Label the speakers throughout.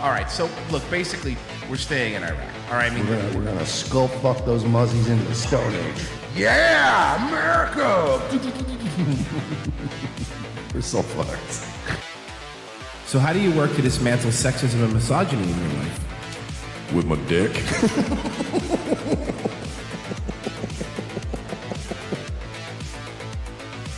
Speaker 1: all right. So look, basically, we're staying in Iraq. All right. I mean,
Speaker 2: We're gonna, we're gonna skull fuck those muzzies in the Stone Age.
Speaker 1: yeah, America.
Speaker 2: We're so fucked.
Speaker 3: So how do you work to dismantle sexism and misogyny in your life?
Speaker 4: With my dick.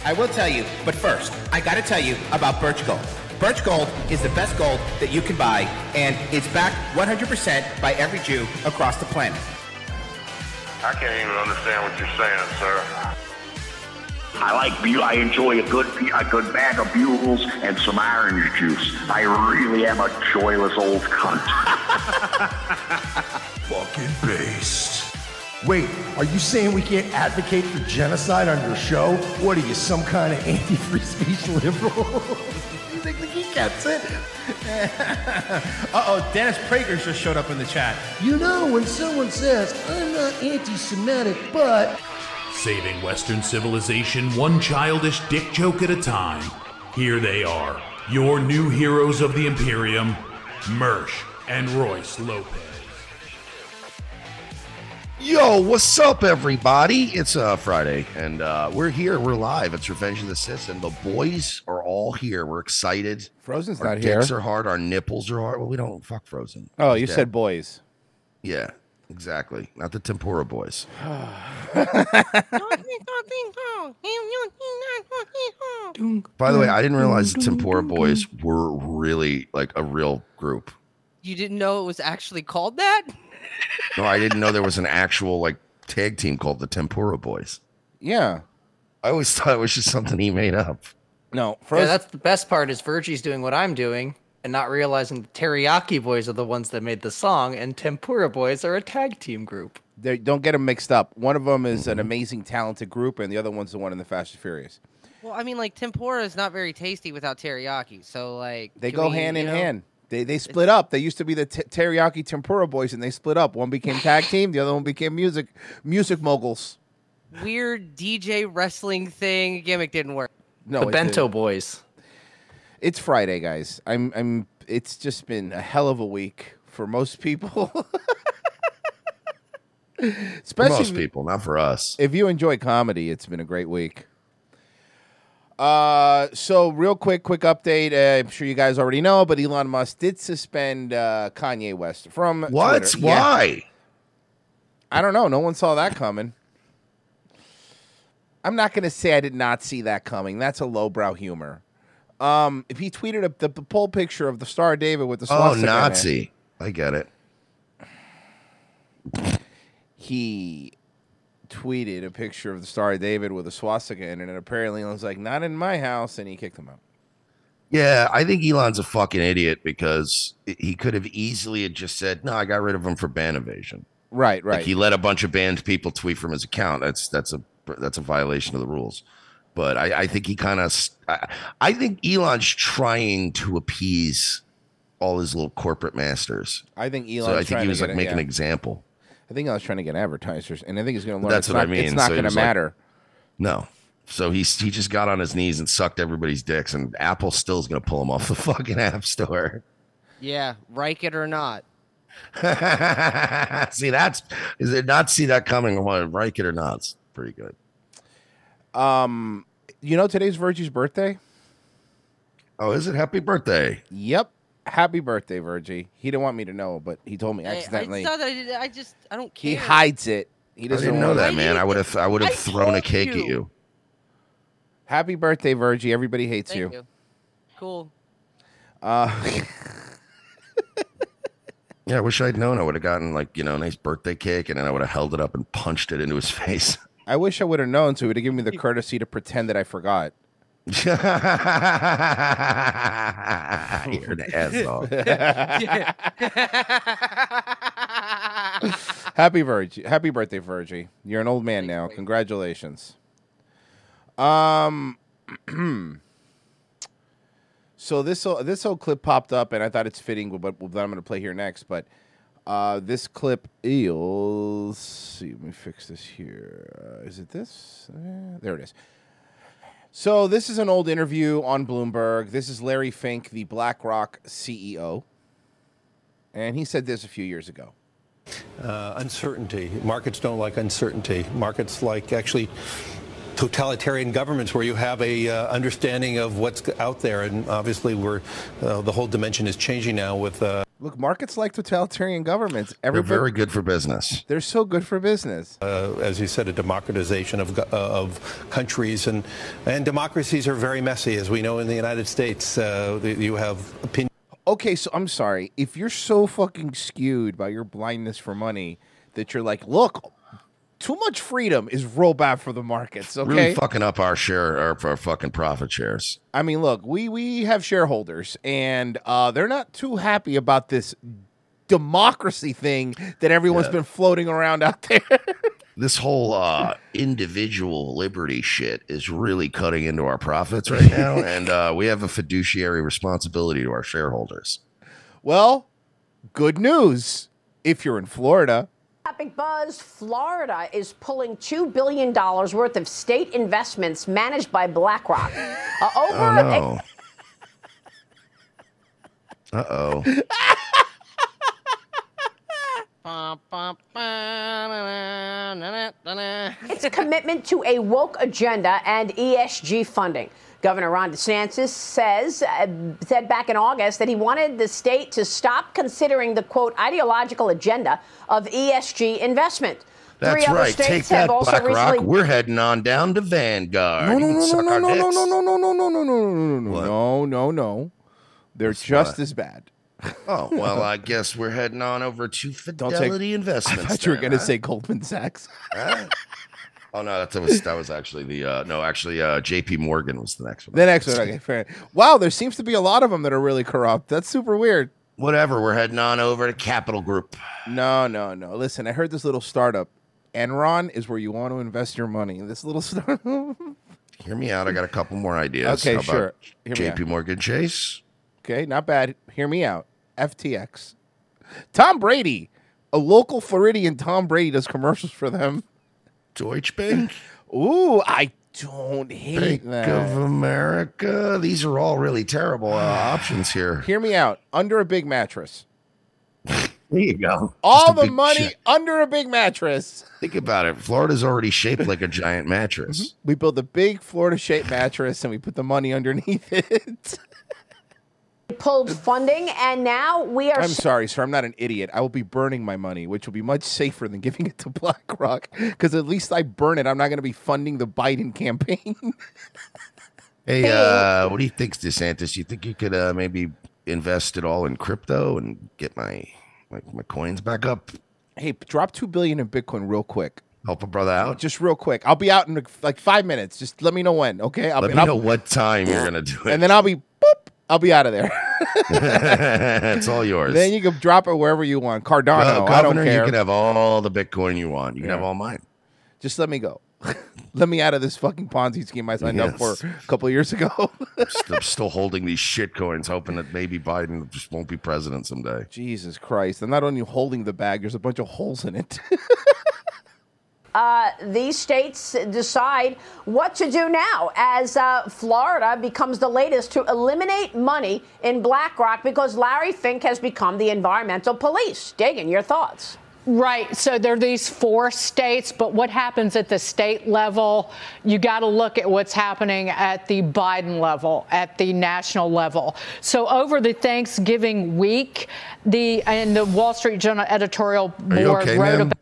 Speaker 1: I will tell you, but first, I got to tell you about Birch Gold. Birch Gold is the best gold that you can buy, and it's backed 100% by every Jew across the planet.
Speaker 5: I can't even understand what you're saying, sir.
Speaker 6: I like bu- I enjoy a good a good bag of Bules and some orange juice. I really am a joyless old cunt.
Speaker 4: Fucking based.
Speaker 2: Wait, are you saying we can't advocate for genocide on your show? What are you, some kind of anti-free speech liberal? you think the geek gets it?
Speaker 1: Uh oh, Dennis Prager just showed up in the chat.
Speaker 2: You know, when someone says, I'm not anti-Semitic, but...
Speaker 7: Saving Western civilization one childish dick joke at a time. Here they are, your new heroes of the Imperium, Mersch and Royce Lopez.
Speaker 2: Yo, what's up, everybody? It's uh, Friday, and uh, we're here. We're live. It's Revenge of the Sith, and the boys are all here. We're excited.
Speaker 8: Frozen's
Speaker 2: Our
Speaker 8: not here.
Speaker 2: dicks are hard. Our nipples are hard. Well, we don't fuck Frozen.
Speaker 8: oh, you
Speaker 2: He's dead.
Speaker 8: said boys.
Speaker 2: Yeah, exactly. Not the Tempura boys. By the way, I didn't realize the Tempura Boys were really like a real group.
Speaker 9: You didn't know it was actually called that?
Speaker 2: No, I didn't know there was an actual like tag team called the Tempura Boys.
Speaker 8: Yeah.
Speaker 2: I always thought it was just something he made up.
Speaker 8: No,
Speaker 9: Yeah,
Speaker 8: Frozen.
Speaker 9: that's the best part is Virgie's doing what I'm doing and not realizing the Teriyaki Boys are the ones that made the song and Tempura Boys are a tag team group.
Speaker 8: they don't get them mixed up. One of them is an amazing, talented group, and the other one's the one in the Fast and Furious.
Speaker 9: Well, I mean, like tempura is not very tasty without teriyaki. So, like,
Speaker 8: They
Speaker 9: can
Speaker 8: go
Speaker 9: we,
Speaker 8: hand
Speaker 9: you
Speaker 8: in
Speaker 9: know-
Speaker 8: hand. They they split up. They used to be the t- teriyaki tempura boys, and they split up. One became tag team. The other one became music music moguls.
Speaker 9: Weird DJ wrestling thing gimmick didn't work.
Speaker 8: No,
Speaker 9: the
Speaker 8: it
Speaker 9: Bento
Speaker 8: didn't.
Speaker 9: Boys.
Speaker 8: It's Friday, guys. I'm I'm. It's just been a hell of a week for most people.
Speaker 2: For
Speaker 8: Especially
Speaker 2: most people, not for us.
Speaker 8: if you enjoy comedy, it's been a great week. Uh, so real quick, quick update. Uh, I'm sure you guys already know, but Elon Musk did suspend uh, Kanye West from
Speaker 2: What?
Speaker 8: Twitter. Yeah.
Speaker 2: Why?
Speaker 8: I don't know. No one saw that coming. I'm not going to say I did not see that coming. That's a lowbrow humor. Um, if he tweeted a, the, the poll picture of the Star of David with the
Speaker 2: Oh,
Speaker 8: swastika in it,
Speaker 2: Nazi. I get it.
Speaker 8: he tweeted a picture of the Star of David with a swastika in it, and apparently I was like, "Not in my house," and he kicked him out.
Speaker 2: Yeah, I think Elon's a fucking idiot because he could have easily had just said, "No, I got rid of him for ban evasion."
Speaker 8: Right,
Speaker 2: Like he let a bunch of banned people tweet from his account. That's that's a that's a violation of the rules. But I, I think he kind of I, I think Elon's trying to appease all his little corporate masters.
Speaker 8: I think Elon.
Speaker 2: so I think he was like making
Speaker 8: yeah.
Speaker 2: an example.
Speaker 8: I think I was trying to get advertisers, and I think he's going to learn.
Speaker 2: That's
Speaker 8: it's
Speaker 2: what I
Speaker 8: not- It's
Speaker 2: mean.
Speaker 8: not
Speaker 2: So he
Speaker 8: going to
Speaker 2: was like-
Speaker 8: matter.
Speaker 2: No. So he he just got on his knees and sucked everybody's dicks, and Apple still is going to pull him off the fucking app store.
Speaker 9: Yeah, Reich it or not.
Speaker 2: see that's is it not see that coming? Well, Like it or not, it's pretty good.
Speaker 8: um, you know, today's Virgie's birthday.
Speaker 2: Oh, is it happy birthday?
Speaker 8: Yep. Happy birthday, Virgie. He didn't want me to know, but he told me
Speaker 9: I-
Speaker 8: accidentally.
Speaker 9: I, it's not that I, did- I just, I don't care.
Speaker 8: he hides it. He
Speaker 2: I
Speaker 8: doesn't
Speaker 2: didn't know
Speaker 8: want-
Speaker 2: that,
Speaker 9: Why
Speaker 2: man.
Speaker 9: you-
Speaker 2: I would have I would have
Speaker 9: I
Speaker 2: thrown a
Speaker 9: told
Speaker 2: cake at
Speaker 9: you.
Speaker 2: you.
Speaker 8: Happy birthday, Virgie. Everybody hates
Speaker 9: Thank you. Cool.
Speaker 8: Uh,
Speaker 2: Yeah, I wish I'd known. I would have gotten like you know a nice birthday cake, and then I would have held it up and punched it into his face.
Speaker 8: I wish I would have known, so he would have given me the courtesy to pretend that I forgot.
Speaker 2: You're an asshole.
Speaker 8: Happy Virgie. Happy birthday, Virgie. You're an old man now. Congratulations. Um So this o- this old clip popped up and I thought it's fitting with what what I'm going to play here next, but uh, this clip is see, let me fix this here. Uh, is it this? Uh, there it is. So this is an old interview on Bloomberg. This is Larry Fink, the BlackRock CEO. E And he said this a few years ago.
Speaker 10: Uh, uncertainty. Markets don't like uncertainty. Markets like actually totalitarian governments where you have a uh, understanding of what's out there, and obviously we're uh, the whole dimension is changing now with. Uh,
Speaker 8: Look, markets like totalitarian governments.
Speaker 2: They're
Speaker 8: Everybody,
Speaker 2: very good for business.
Speaker 8: they're so good for business.
Speaker 10: uh, as you said, a democratization of, go- uh, of countries. And, and democracies are very messy, as we know in the United States. Uh, th- you have opinion.
Speaker 8: okay, so I'm sorry. If you're so fucking skewed by your blindness for money that you're like, look, too much freedom is real bad for the markets. Okay.
Speaker 2: Really fucking up our share, our, our fucking profit shares.
Speaker 8: I mean, look, we we have shareholders, and uh, they're not too happy about this democracy thing that everyone's been floating around out there.
Speaker 2: This whole uh, individual liberty shit is really cutting into our profits right now, and uh, we have a fiduciary responsibility to our shareholders.
Speaker 8: well, good news if you're in Florida.
Speaker 11: Topic buzz Florida is pulling $2 billion worth of state investments managed by BlackRock. Uh, over
Speaker 2: Oh no. Uh oh.
Speaker 11: its commitment to a woke agenda and ESG funding. Governor Ron DeSantis says uh, said back in August that he wanted the state to stop considering the quote ideological agenda of ESG investment. Three
Speaker 2: That's
Speaker 11: other
Speaker 2: right.
Speaker 11: states
Speaker 2: Take
Speaker 11: have
Speaker 2: that,
Speaker 11: also
Speaker 2: BlackRock.
Speaker 11: recently
Speaker 2: We're heading on down to Vanguard.
Speaker 8: No, no,
Speaker 2: You can
Speaker 8: no, no,
Speaker 2: suck
Speaker 8: no,
Speaker 2: our
Speaker 8: no, no,
Speaker 2: dicks.
Speaker 8: no, no, no, no, no, no, no, no, no,
Speaker 2: What?
Speaker 8: no, no, no. They're just as bad.
Speaker 2: Oh well, I guess we're heading on over to
Speaker 8: take-
Speaker 2: Fidelity
Speaker 8: I
Speaker 2: Investments.
Speaker 8: thought you were
Speaker 2: then,
Speaker 8: going to
Speaker 2: huh?
Speaker 8: say Goldman Sachs.
Speaker 2: Huh? Oh no, that was that was actually the uh, no, actually uh, J.P. Morgan was the next one.
Speaker 8: The next one. Okay, fair. Wow, there seems to be a lot of them that are really corrupt. That's super weird.
Speaker 2: Whatever, we're heading on over to Capital Group.
Speaker 8: No, no, no. Listen, I heard this little startup. Enron is where you want to invest your money. This little startup.
Speaker 2: Hear me out. I got a couple more ideas.
Speaker 8: Okay,
Speaker 2: How about
Speaker 8: sure. Hear me
Speaker 2: J.P. Morgan Chase.
Speaker 8: okay, not bad. Hear me out. FTX. Tom Brady, a local Floridian Tom Brady does commercials for them.
Speaker 2: Deutsche Bank,
Speaker 8: Ooh, I don't hate
Speaker 2: Bank of
Speaker 8: that.
Speaker 2: America. These are all really terrible uh, options here.
Speaker 8: Hear me out. Under a big mattress.
Speaker 2: There you go.
Speaker 8: All
Speaker 2: Just a
Speaker 8: the
Speaker 2: big
Speaker 8: money
Speaker 2: shit.
Speaker 8: under a big mattress.
Speaker 2: Think about it. Florida's already shaped like a giant mattress.
Speaker 8: Mm-hmm. We built a big Florida shaped mattress and we put the money underneath it.
Speaker 11: pulled funding, and now we are
Speaker 8: I'm sorry, sir. I'm not an idiot. I will be burning my money, which will be much safer than giving it to BlackRock because at least I burn it. I'm not going to be funding the Biden campaign.
Speaker 2: Hey, uh, what do you think, DeSantis? You think you could uh, maybe invest it all in crypto and get my, my my coins back up?
Speaker 8: hey, drop two billion in Bitcoin real quick.
Speaker 2: Help a brother out.
Speaker 8: Just real quick. I'll be out in like five minutes. Just let me know when, okay? I'll
Speaker 2: Let
Speaker 8: be,
Speaker 2: me
Speaker 8: and, I'll-
Speaker 2: know what time you're gonna do it.
Speaker 8: and then I'll be boop. I'll be out of there.
Speaker 2: it's all yours.
Speaker 8: then you can drop it wherever you want. Cardano.
Speaker 2: Uh,
Speaker 8: I don't
Speaker 2: Governor,
Speaker 8: care.
Speaker 2: You can have all the Bitcoin you want. You can have all mine.
Speaker 8: Just let me go. let me out of this fucking Ponzi scheme I signed up for
Speaker 2: Yes.
Speaker 8: a couple years ago.
Speaker 2: still, still holding these shit coins, hoping that maybe Biden just won't be president someday.
Speaker 8: Jesus Christ. I'm not only holding the bag, there's a bunch of holes in it.
Speaker 11: Uh, these states decide what to do now as uh, Florida becomes the latest to eliminate money in BlackRock because Larry Fink has become the environmental police. Dagan, your thoughts.
Speaker 12: Right. So there are these four states, but what happens at the state level, you got to look at what's happening at the Biden level, at the national level. So over the Thanksgiving week, the and the Wall Street Journal editorial
Speaker 2: Are you
Speaker 12: board
Speaker 2: okay,
Speaker 12: wrote
Speaker 2: man?
Speaker 12: about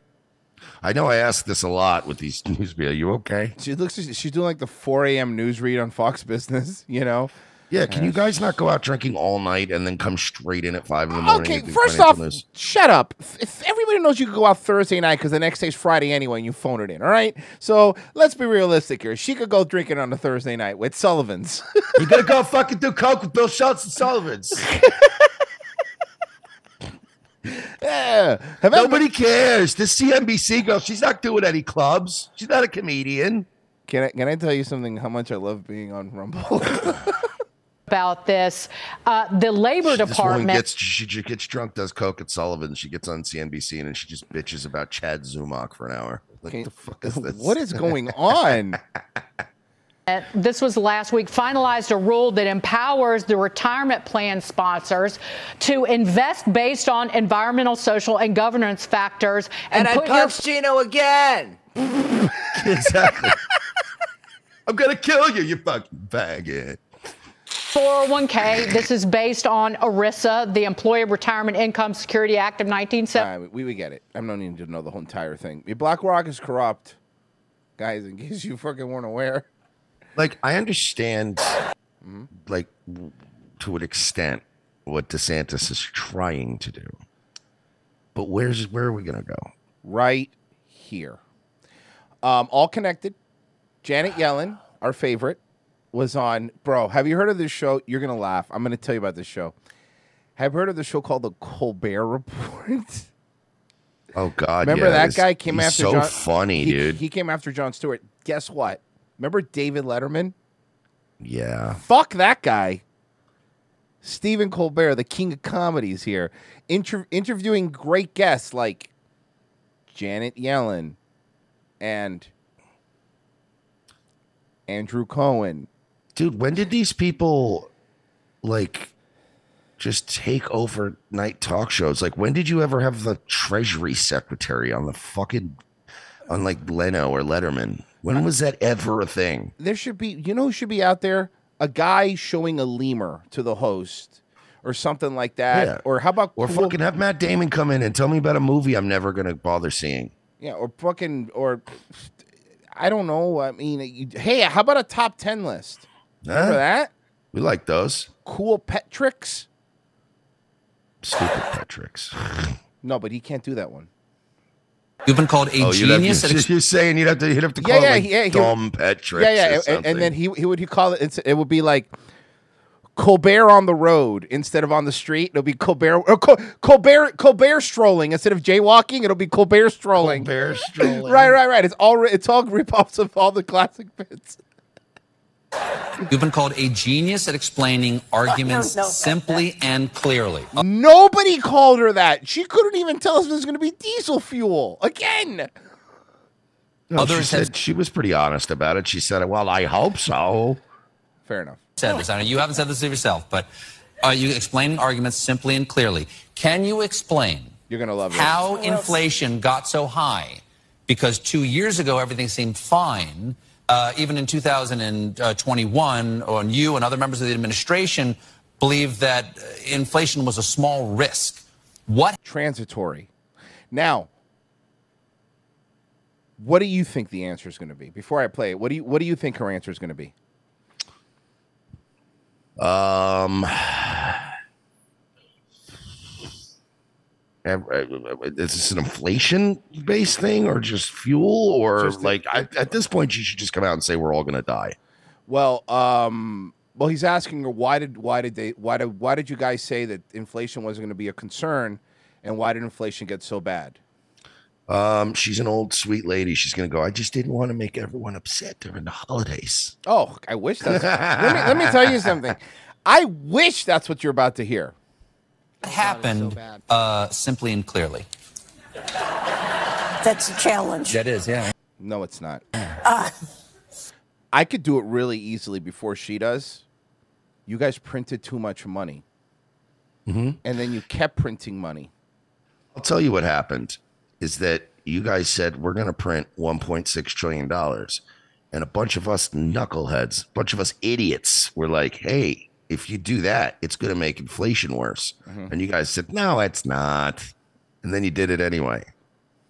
Speaker 2: I know I ask this a lot with these news. media. Are you okay?
Speaker 8: She looks. like She's doing like the 4 a.m. news read on Fox Business. You know. Uh,
Speaker 2: Yeah, can you guys not go out drinking all night and then come straight in at five in the morning?
Speaker 8: Okay,
Speaker 2: and do
Speaker 8: first
Speaker 2: financial
Speaker 8: off,
Speaker 2: news?
Speaker 8: shut up. If- If everybody knows you can go out Thursday night because the next day's Friday anyway, and you phone it in. All right. So let's be realistic here. She could go drinking on a Thursday night with Sullivan's.
Speaker 2: you gotta go fucking do coke with Bill Schultz and Sullivan's.
Speaker 8: yeah. Have I-
Speaker 2: Nobody cares. The CNBC girl, she's not doing any clubs. She's not a comedian.
Speaker 8: Can I can I tell you something? How much I love being on Rumble.
Speaker 12: about this. Uh, the Labor
Speaker 2: This woman
Speaker 12: Department.
Speaker 2: gets she, she gets drunk, does coke at Sullivan. She gets on CNBC and then she just bitches about Chad Zumach for an hour. Like
Speaker 8: Okay,
Speaker 2: the fuck is this?
Speaker 8: What is going on?
Speaker 12: This was last week, finalized a rule that empowers the retirement plan sponsors to invest based on environmental, social, and governance factors.
Speaker 9: And, I punched Gino again.
Speaker 2: exactly. I'm gonna kill you, you fucking faggot.
Speaker 12: 401k. This is based on E ERISA, the Employee Retirement Income Security Act of 1970.
Speaker 8: All right, we, we get it. I'm not needing to know the whole entire thing. BlackRock is corrupt, guys. In case you fucking weren't aware.
Speaker 2: Like I understand,
Speaker 8: Mm-hmm.
Speaker 2: like w- to an extent, what DeSantis is trying to do, but where's where are we gonna go?
Speaker 8: Right here. Um, all connected. Janet Yellen, our favorite, was on. Bro, have you heard of this show? You're gonna laugh. I'm gonna tell you about this show. Have you heard of the show called The Colbert Report?
Speaker 2: Oh God!
Speaker 8: Remember
Speaker 2: yeah,
Speaker 8: that
Speaker 2: this-
Speaker 8: guy came
Speaker 2: he's
Speaker 8: after
Speaker 2: so
Speaker 8: John.
Speaker 2: funny,
Speaker 8: he-
Speaker 2: dude.
Speaker 8: He came after John Stewart. Guess what? Remember David Letterman?
Speaker 2: yeah.
Speaker 8: Fuck that guy. Stephen Colbert, the king of comedies here, inter- interviewing great guests like Janet Yellen and Andrew Cohen.
Speaker 2: Dude, when did these people like just take over night talk shows? Like when did you ever have the Treasury Secretary on the fucking on like Leno or Letterman? When was that ever a thing?
Speaker 8: There should be, you know, who should be out there a guy showing a lemur to the host or something like that.
Speaker 2: Yeah.
Speaker 8: Or how about
Speaker 2: Or
Speaker 8: cool-
Speaker 2: fucking have Matt Damon come in and tell me about a movie I'm never gonna bother seeing.
Speaker 8: Yeah, or fucking, or I don't know. I mean, you, hey, how about a top ten list?
Speaker 2: Huh?
Speaker 8: Remember that?
Speaker 2: We like those.
Speaker 8: Cool pet tricks.
Speaker 2: Stupid pet tricks.
Speaker 8: No, but he can't do that one.
Speaker 2: You've been called Oh,
Speaker 8: a genius at
Speaker 2: You'd have
Speaker 8: ex-
Speaker 2: to, you're saying you'd have to you'd have to
Speaker 8: Yeah,
Speaker 2: call
Speaker 8: yeah,
Speaker 2: it like
Speaker 8: yeah, he-
Speaker 2: dumb pet tricks.
Speaker 8: yeah, yeah,
Speaker 2: or
Speaker 8: and- and,
Speaker 2: something.
Speaker 8: then he he would he call it. It's, it would be like Colbert on the road instead of on the street. It'll be Colbert or Col- Colbert Colbert strolling instead of jaywalking. It'll be Colbert strolling.
Speaker 2: Colbert strolling.
Speaker 8: right, right, right. It's all ri- it's all ripoffs of all the classic bits.
Speaker 13: You've been called a genius at explaining arguments
Speaker 8: Oh, no, no, no.
Speaker 13: simply and clearly.
Speaker 8: Nobody called her that. She couldn't even tell us it was going to be diesel fuel again.
Speaker 2: No, she
Speaker 13: Others have-
Speaker 2: said she was pretty honest about it. She said, "Well, I hope so."
Speaker 8: Fair enough.
Speaker 13: Said this. I know you haven't said this of yourself, but are you explaining arguments simply and clearly? Can you explain
Speaker 8: You're gonna love
Speaker 13: how inflation got so high? Because two years ago everything seemed fine. Uh, even in 2021, on uh, you and other members of the administration believed that uh, inflation was a small risk. What
Speaker 8: transitory? Now, what do you think the answer is going to be? Before I play it, what do you what do you think her answer is going to be?
Speaker 13: Uh,
Speaker 2: Um, ev- uh, is this an inflation-based thing, or just fuel, or like I, at this point, she should just come out and say we're all going to die?
Speaker 8: Well, um, well, he's asking her why did why did they why did why did you guys say that inflation wasn't going to be a concern, and why did inflation get so bad?
Speaker 2: Um, she's an old sweet lady. She's going to go. I just didn't want to make everyone upset during the holidays.
Speaker 8: Oh, I wish that's. let, me, let me tell you something. I wish that's what you're about to hear.
Speaker 13: happened uh, simply and clearly?
Speaker 8: That's a challenge.
Speaker 13: That is, yeah.
Speaker 8: No, it's not.
Speaker 14: Uh,
Speaker 8: I could do it really easily before she does. You guys printed too much money.
Speaker 2: Mhm.
Speaker 8: And then you kept printing money.
Speaker 2: I'll tell you what happened is that you guys said we're going to print 1.6 trillion dollars and a bunch of us knuckleheads, bunch of us idiots were like, "Hey, if you do that, it's going to make inflation worse."
Speaker 8: Mhm.
Speaker 2: And you guys said, "No, it's not." And then you did it anyway.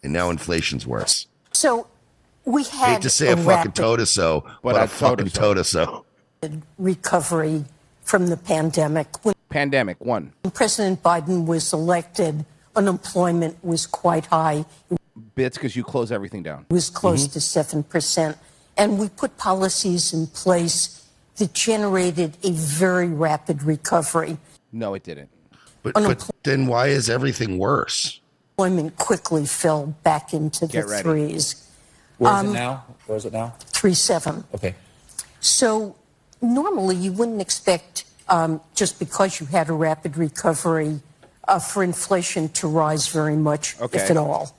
Speaker 2: And now inflation's worse.
Speaker 14: So we
Speaker 2: Hate
Speaker 14: had
Speaker 2: to say a fucking
Speaker 14: rapid
Speaker 2: toda so, but, a, fucking toda so.
Speaker 14: recovery from the pandemic. When
Speaker 8: Pandemic one.
Speaker 14: President Biden was elected, unemployment was quite high. It
Speaker 8: Bits because you Mm-hmm. close everything down.
Speaker 14: was close to 7%. And we put policies in place that generated a very rapid recovery.
Speaker 8: No, it didn't.
Speaker 2: But, but then why is everything worse?
Speaker 14: Employment quickly fell back into the
Speaker 2: Get ready.
Speaker 14: threes.
Speaker 13: Where is
Speaker 14: Um,
Speaker 13: it now? Where is it now?
Speaker 14: Three seven.
Speaker 13: Okay.
Speaker 14: So normally you wouldn't expect um, just because you had a rapid recovery uh, for inflation to rise very much,
Speaker 15: Okay.
Speaker 14: if at all.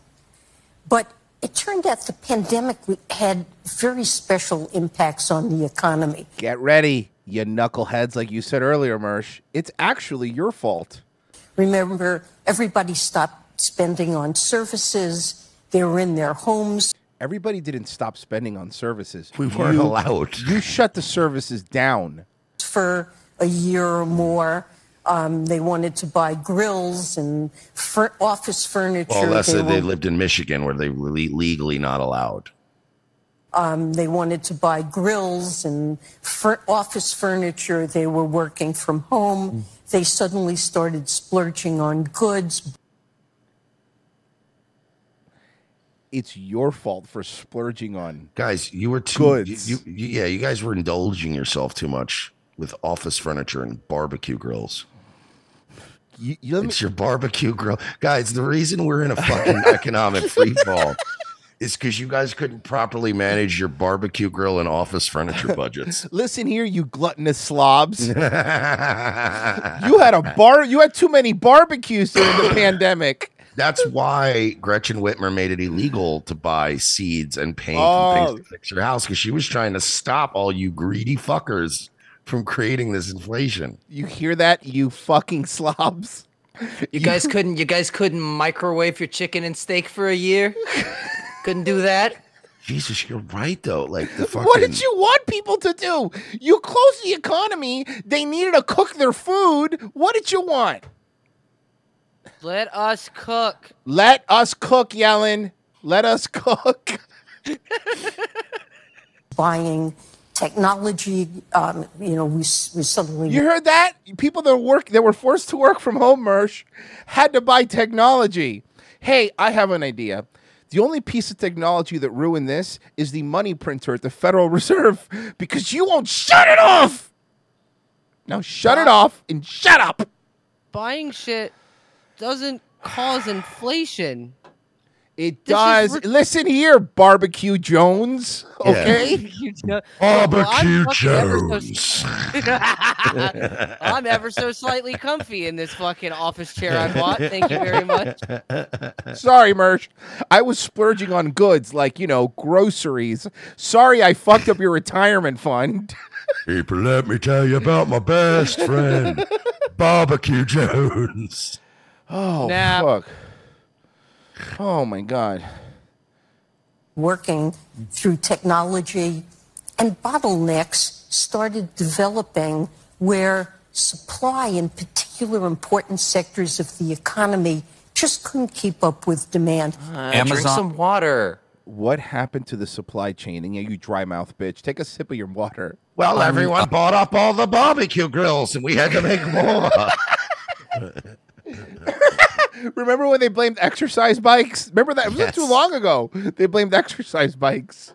Speaker 14: But It turned out the pandemic w- had very special impacts on the economy.
Speaker 8: Get ready, you knuckleheads. Like you said earlier, Mersh, it's actually your fault.
Speaker 14: Remember, everybody stopped spending on services. They were in their homes.
Speaker 8: Everybody didn't stop spending on services.
Speaker 2: We weren't
Speaker 8: You-
Speaker 2: allowed.
Speaker 8: You shut the services down.
Speaker 14: for a year or more. Um, they wanted to buy grills and fur- office furniture.
Speaker 2: Well, unless they,
Speaker 14: they,
Speaker 2: they
Speaker 14: were-
Speaker 2: lived in Michigan where they were le- legally not allowed.
Speaker 14: um, they wanted to buy grills and fur- office furniture. They were working from home.
Speaker 8: Mm.
Speaker 14: They suddenly started splurging on goods.
Speaker 8: It's your fault for splurging on.
Speaker 2: Guys, you were too.
Speaker 8: Goods.
Speaker 2: You, you, yeah, you guys were indulging yourself too much with office furniture and barbecue grills. it's your barbecue grill, guys. The reason we're in a fucking economic freefall is because you guys couldn't properly manage your barbecue grill and office furniture budgets.
Speaker 8: Listen here, you gluttonous slobs.
Speaker 2: you
Speaker 8: had a bar. You had too many barbecues during the pandemic.
Speaker 2: That's why Gretchen Whitmer made it illegal to buy seeds and paint and
Speaker 8: Oh.
Speaker 2: things to fix your house because she was trying to stop all you greedy fuckers from creating this inflation.
Speaker 8: You hear that, you fucking slobs?
Speaker 9: You guys couldn't. You guys couldn't microwave your chicken and steak for a year. couldn't do that.
Speaker 2: Jesus, you're right though. Like the fucking
Speaker 8: What did you want people to do? You closed the economy. They needed to cook their food. What did you want?
Speaker 9: Let us cook.
Speaker 8: Let us cook, Yellen. Let us cook.
Speaker 14: buying technology. Um, you know, we, s- we suddenly
Speaker 8: You heard that? People that work that were forced to work from home, Mersh, had to buy technology. Hey, I have an idea. The only piece of technology that ruined this is the money printer at the Federal Reserve because you won't shut it off. Now shut it off and shut up.
Speaker 15: Buying shit doesn't cause inflation.
Speaker 8: It Guys, listen here, Barbecue Jones.
Speaker 15: Yeah.
Speaker 8: Okay?
Speaker 15: You know- Barbecue Well, I'm fucking I'm ever so slightly comfy in this fucking office chair I bought. Thank you very much.
Speaker 8: Sorry, Mersh. I was splurging on goods like, you know, groceries. Sorry I fucked up your retirement fund.
Speaker 4: People, let me tell you about my best friend, Barbecue Jones.
Speaker 8: Oh
Speaker 4: Nah.
Speaker 8: fuck. Oh my god.
Speaker 14: working through technology, and bottlenecks started developing where supply in particular important sectors of the economy just couldn't keep up with demand.
Speaker 8: Uh,
Speaker 15: Uh,
Speaker 9: water.
Speaker 8: What happened to the supply chain? And yeah, you dry mouth bitch. Take a sip of your water.
Speaker 2: Well,
Speaker 13: Um,
Speaker 2: everyone
Speaker 13: uh,
Speaker 2: bought up all the barbecue grills and we had to make more.
Speaker 8: Remember when they blamed exercise bikes? Remember that? It wasn't too
Speaker 13: Yes.
Speaker 8: long ago. They blamed exercise bikes.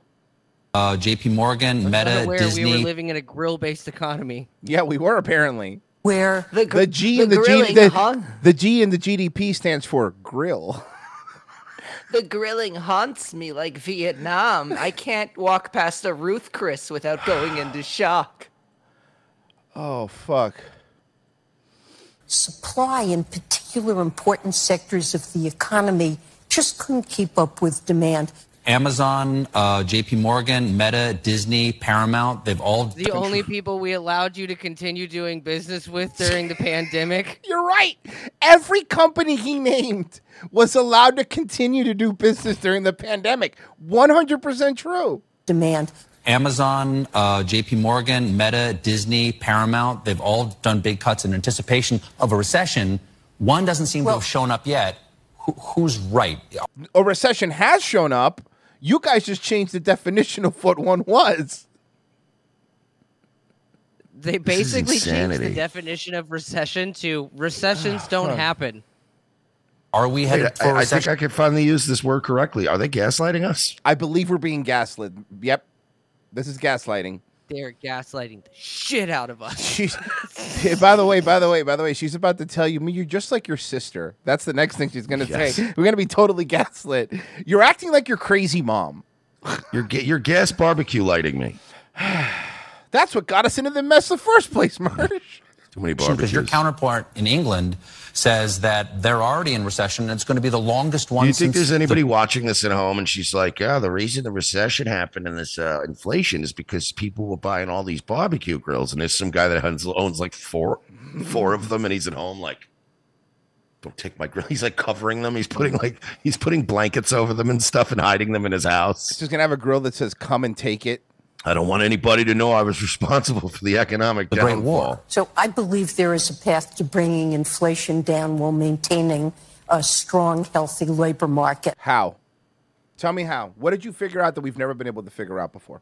Speaker 13: Uh, J.P. Morgan, Meta,
Speaker 15: Unaware
Speaker 13: Disney.
Speaker 15: we were living in a grill-based economy.
Speaker 8: Yeah, we were apparently.
Speaker 14: Where
Speaker 8: The, G and the G
Speaker 9: grilling,
Speaker 8: the,
Speaker 9: huh?
Speaker 8: the G and the GDP stands for grill.
Speaker 9: The grilling haunts me like Vietnam. I can't walk past a Ruth Chris without going into shock.
Speaker 8: Oh fuck.
Speaker 14: Supply in particular important sectors of the economy just couldn't keep up with demand.
Speaker 13: Amazon, uh, J.P. Morgan, Meta, Disney, Paramount. They've all
Speaker 15: The only people we allowed you to continue doing business with during the pandemic.
Speaker 8: You're right. Every company he named was allowed to continue to do business during the pandemic. 100% true.
Speaker 14: Demand.
Speaker 13: Amazon, uh, J.P. Morgan, Meta, Disney, Paramount. They've all done big cuts in anticipation of a recession. One doesn't seem to have shown up yet. Who, who's right?
Speaker 8: A recession has shown up. You guys just changed the definition of what one was.
Speaker 15: They
Speaker 8: This is
Speaker 15: basically changed the
Speaker 8: insanity.
Speaker 15: definition of recession to
Speaker 8: Ah,
Speaker 15: recessions don't
Speaker 13: fuck.
Speaker 15: happen.
Speaker 13: Are we
Speaker 2: Wait,
Speaker 13: headed for
Speaker 2: I, I think
Speaker 13: recession?
Speaker 2: I could finally use this word correctly. Are they gaslighting us?
Speaker 8: I believe we're being gaslit. Yep. This is gaslighting.
Speaker 15: They're gaslighting the shit out of us.
Speaker 8: She's, Yeah, by the way, by the way, by the way, she's about to tell you, "Me, you're just like your sister. That's the next thing she's going to
Speaker 2: Yes.
Speaker 8: say. We're going to be totally gaslit. You're acting like your crazy mom.
Speaker 2: You're ga- you're gas barbecue lighting me.
Speaker 8: That's what got us into the mess in the first place, Marsh.
Speaker 2: Too many
Speaker 13: Because your
Speaker 2: barbecues.
Speaker 13: counterpart in England says that they're already in recession and it's going to be the longest one.
Speaker 2: Do you think
Speaker 13: since
Speaker 2: there's anybody
Speaker 13: the-
Speaker 2: watching this at home and she's like, yeah, the reason the recession happened and this uh, inflation is because people were buying all these barbecue grills, and there's some guy that owns, owns like four, four of them, and he's at home like, don't take my grill. He's like covering them. He's putting like he's putting blankets over them and stuff, and hiding them in his house.
Speaker 8: She's gonna have a grill that says "Come and take it."
Speaker 2: I don't want anybody to know I was responsible for the economic the
Speaker 13: Great
Speaker 2: downfall.
Speaker 13: Wall.
Speaker 14: So I believe there is a path to bringing inflation down while maintaining a strong, healthy labor market.
Speaker 8: How? Tell me how. What did you figure out that we've never been able to figure out before?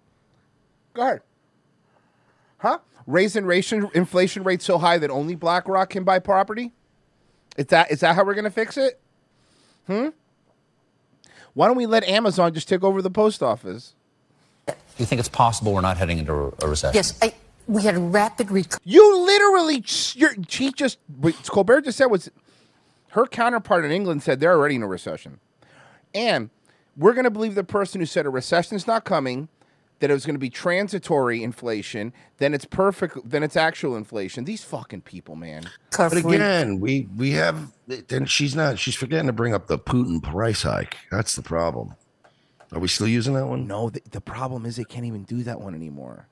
Speaker 8: Go ahead. Huh? Raising ration, inflation rate so high that only BlackRock can buy property? Is that is that how we're gonna fix it? Hmm? Why don't we let Amazon just take over the post office?
Speaker 13: you think it's possible we're not heading into a- a recession?
Speaker 14: Yes, I, we had a rapid recovery.
Speaker 8: You literally, you're, she just, what Colbert just said was her counterpart in England said they're already in a recession. And we're going to believe the person who said a recession's not coming, that it was going to be transitory inflation, then it's perfect, then it's actual inflation. These fucking people, man.
Speaker 2: But again, we we have then she's not she's forgetting to bring up the Putin price hike. That's the problem. Are we still using that one?
Speaker 8: No, the, the problem is they can't even do that one anymore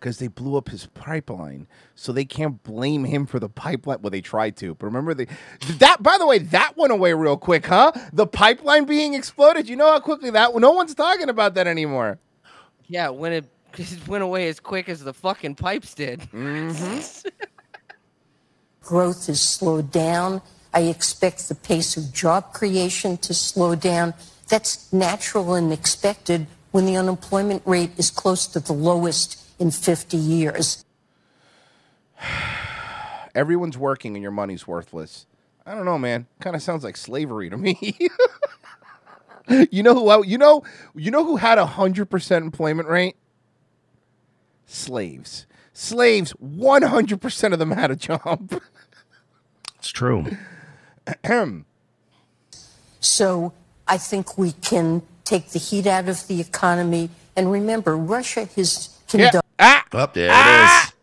Speaker 8: because they blew up his pipeline. So they can't blame him for the pipeline. Well, they tried to, but remember they that. By the way, that went away real quick, huh? The pipeline being exploded. You know how quickly that. No one's talking about that anymore.
Speaker 15: Yeah, when it, it went away as quick as the fucking pipes did.
Speaker 8: Mm-hmm.
Speaker 14: Growth has slowed down. I expect the pace of job creation to slow down. That's natural and expected when the unemployment rate is close to the lowest in 50 years.
Speaker 8: Everyone's working and your money's worthless. I don't know, man. Kind of sounds like slavery to me. you know who? You know, you know who had a hundred percent employment rate? Slaves. Slaves. One hundred percent of them had a job.
Speaker 2: It's true.
Speaker 14: So I think we can take the heat out of the economy. And remember, Russia has conducted
Speaker 2: Up there it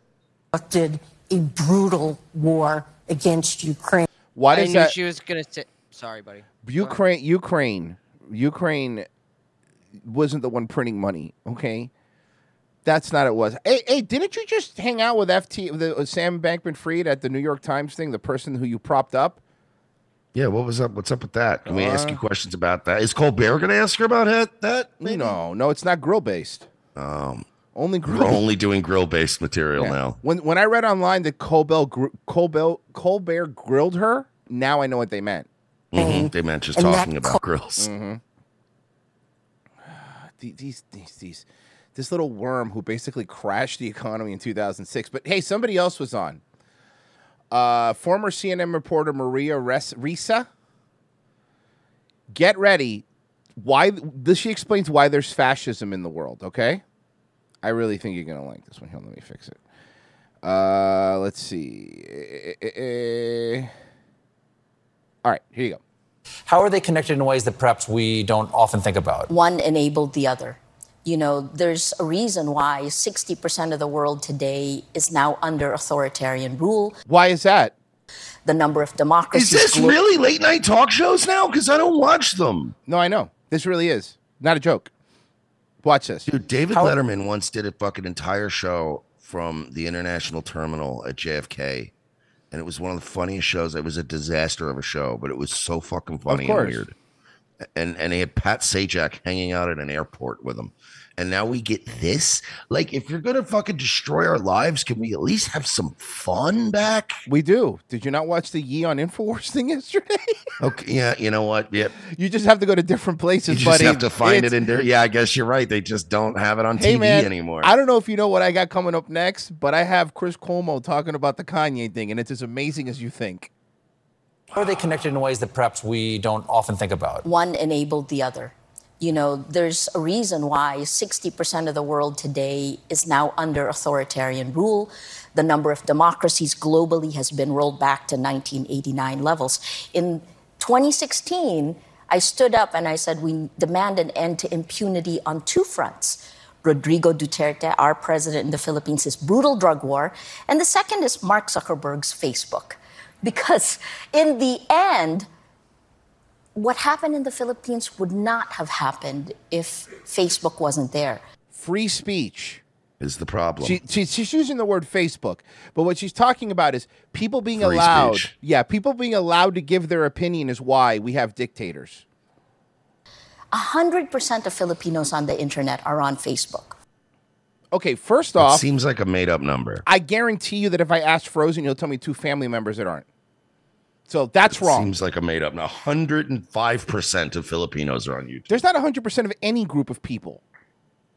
Speaker 2: is.
Speaker 14: a brutal war against Ukraine.
Speaker 8: Why
Speaker 15: I
Speaker 8: does
Speaker 15: knew
Speaker 8: that?
Speaker 15: she was gonna say. Sorry, buddy.
Speaker 8: Ukraine, Ukraine, Ukraine wasn't the one printing money. Okay, that's not it was. Hey, hey, didn't you just hang out with FT, the, uh, Sam Bankman Fried at the New York Times thing? The person who you propped up.
Speaker 2: Yeah, what was up? What's up with that? Can we ask you
Speaker 8: Uh,
Speaker 2: questions about that? Is Colbert gonna ask her about that? That
Speaker 8: no, no, it's not grill based.
Speaker 2: Um,
Speaker 8: only grill.
Speaker 2: we're only doing grill based material
Speaker 8: Yeah.
Speaker 2: now.
Speaker 8: When when I read online that Colbert gr- Colbert Colbert grilled her, now I know what they meant.
Speaker 2: Mhm, They meant just
Speaker 8: And that
Speaker 2: talking about
Speaker 8: co-
Speaker 2: grills.
Speaker 8: Mhm. The- These, these, these, this little worm who basically crashed the economy in 2006. But hey, somebody else was on. Uh, former CNN reporter Maria Res- Ressa. Get ready. Why? This she explains why there's fascism in the world. Okay, I really think you're gonna like this one. Here, let me fix it. Uh, let's see. Eh, eh, eh, eh. All right, here you go.
Speaker 13: How are they connected in ways that perhaps we don't often think about?
Speaker 16: One enabled the other. You know, there's a reason why 60% of the world today is now under authoritarian rule.
Speaker 8: Why is that?
Speaker 16: The number of democracies.
Speaker 2: Is this
Speaker 16: glo-
Speaker 2: really late night talk shows now? Because I don't watch them.
Speaker 8: No, I know. This really is not a joke. Watch this.
Speaker 2: Dude, David Letterman once did a fucking entire show from the international terminal at JFK. And it was one of the funniest shows. It was a disaster of a show, but it was so fucking funny and
Speaker 8: course.
Speaker 2: weird. And and they had Pat Sajak hanging out at an airport with him. And now we get this. Like, if you're gonna fucking destroy our lives, can we at least have some fun back?
Speaker 8: We do. Did you not watch the Ye on Infowars thing yesterday?
Speaker 2: Okay, yeah, you know what? Yep.
Speaker 8: You just have to go to different places,
Speaker 2: You just
Speaker 8: buddy.
Speaker 2: have to find it
Speaker 8: It's-
Speaker 2: in there. Yeah, I guess you're right. They just don't have it on
Speaker 8: Hey
Speaker 2: TV
Speaker 8: man,
Speaker 2: anymore.
Speaker 8: I don't know if you know what I got coming up next, but I have Chris Cuomo talking about the Kanye thing, and it's as amazing as you think.
Speaker 13: How are they connected in ways that perhaps we don't often think about?
Speaker 16: One enabled the other. You know, there's a reason why 60% of the world today is now under authoritarian rule. The number of democracies globally has been rolled back to 1989 levels. In 2016, I stood up and I said, We demand an end to impunity on two fronts Rodrigo Duterte, our president in the Philippines, his brutal drug war. And the second is Mark Zuckerberg's Facebook. Because in the end, what happened in the Philippines would not have happened if Facebook wasn't there.
Speaker 8: Free speech.
Speaker 2: is the problem.
Speaker 8: She, she, she's using the word Facebook, but what she's talking about is people being
Speaker 2: Free
Speaker 8: allowed.
Speaker 2: speech.
Speaker 8: Yeah, people being allowed to give their opinion is why we have dictators.
Speaker 16: 100% of Filipinos on the internet are on Facebook.
Speaker 8: Okay, first
Speaker 2: It
Speaker 8: off,
Speaker 2: seems like a made up number.
Speaker 8: I guarantee you that if I ask Frozen, he'll tell me two family members that aren't. So that's wrong.
Speaker 2: Seems like a made up. Now, 105% of Filipinos are on YouTube.
Speaker 8: There's not 100% of any group of people.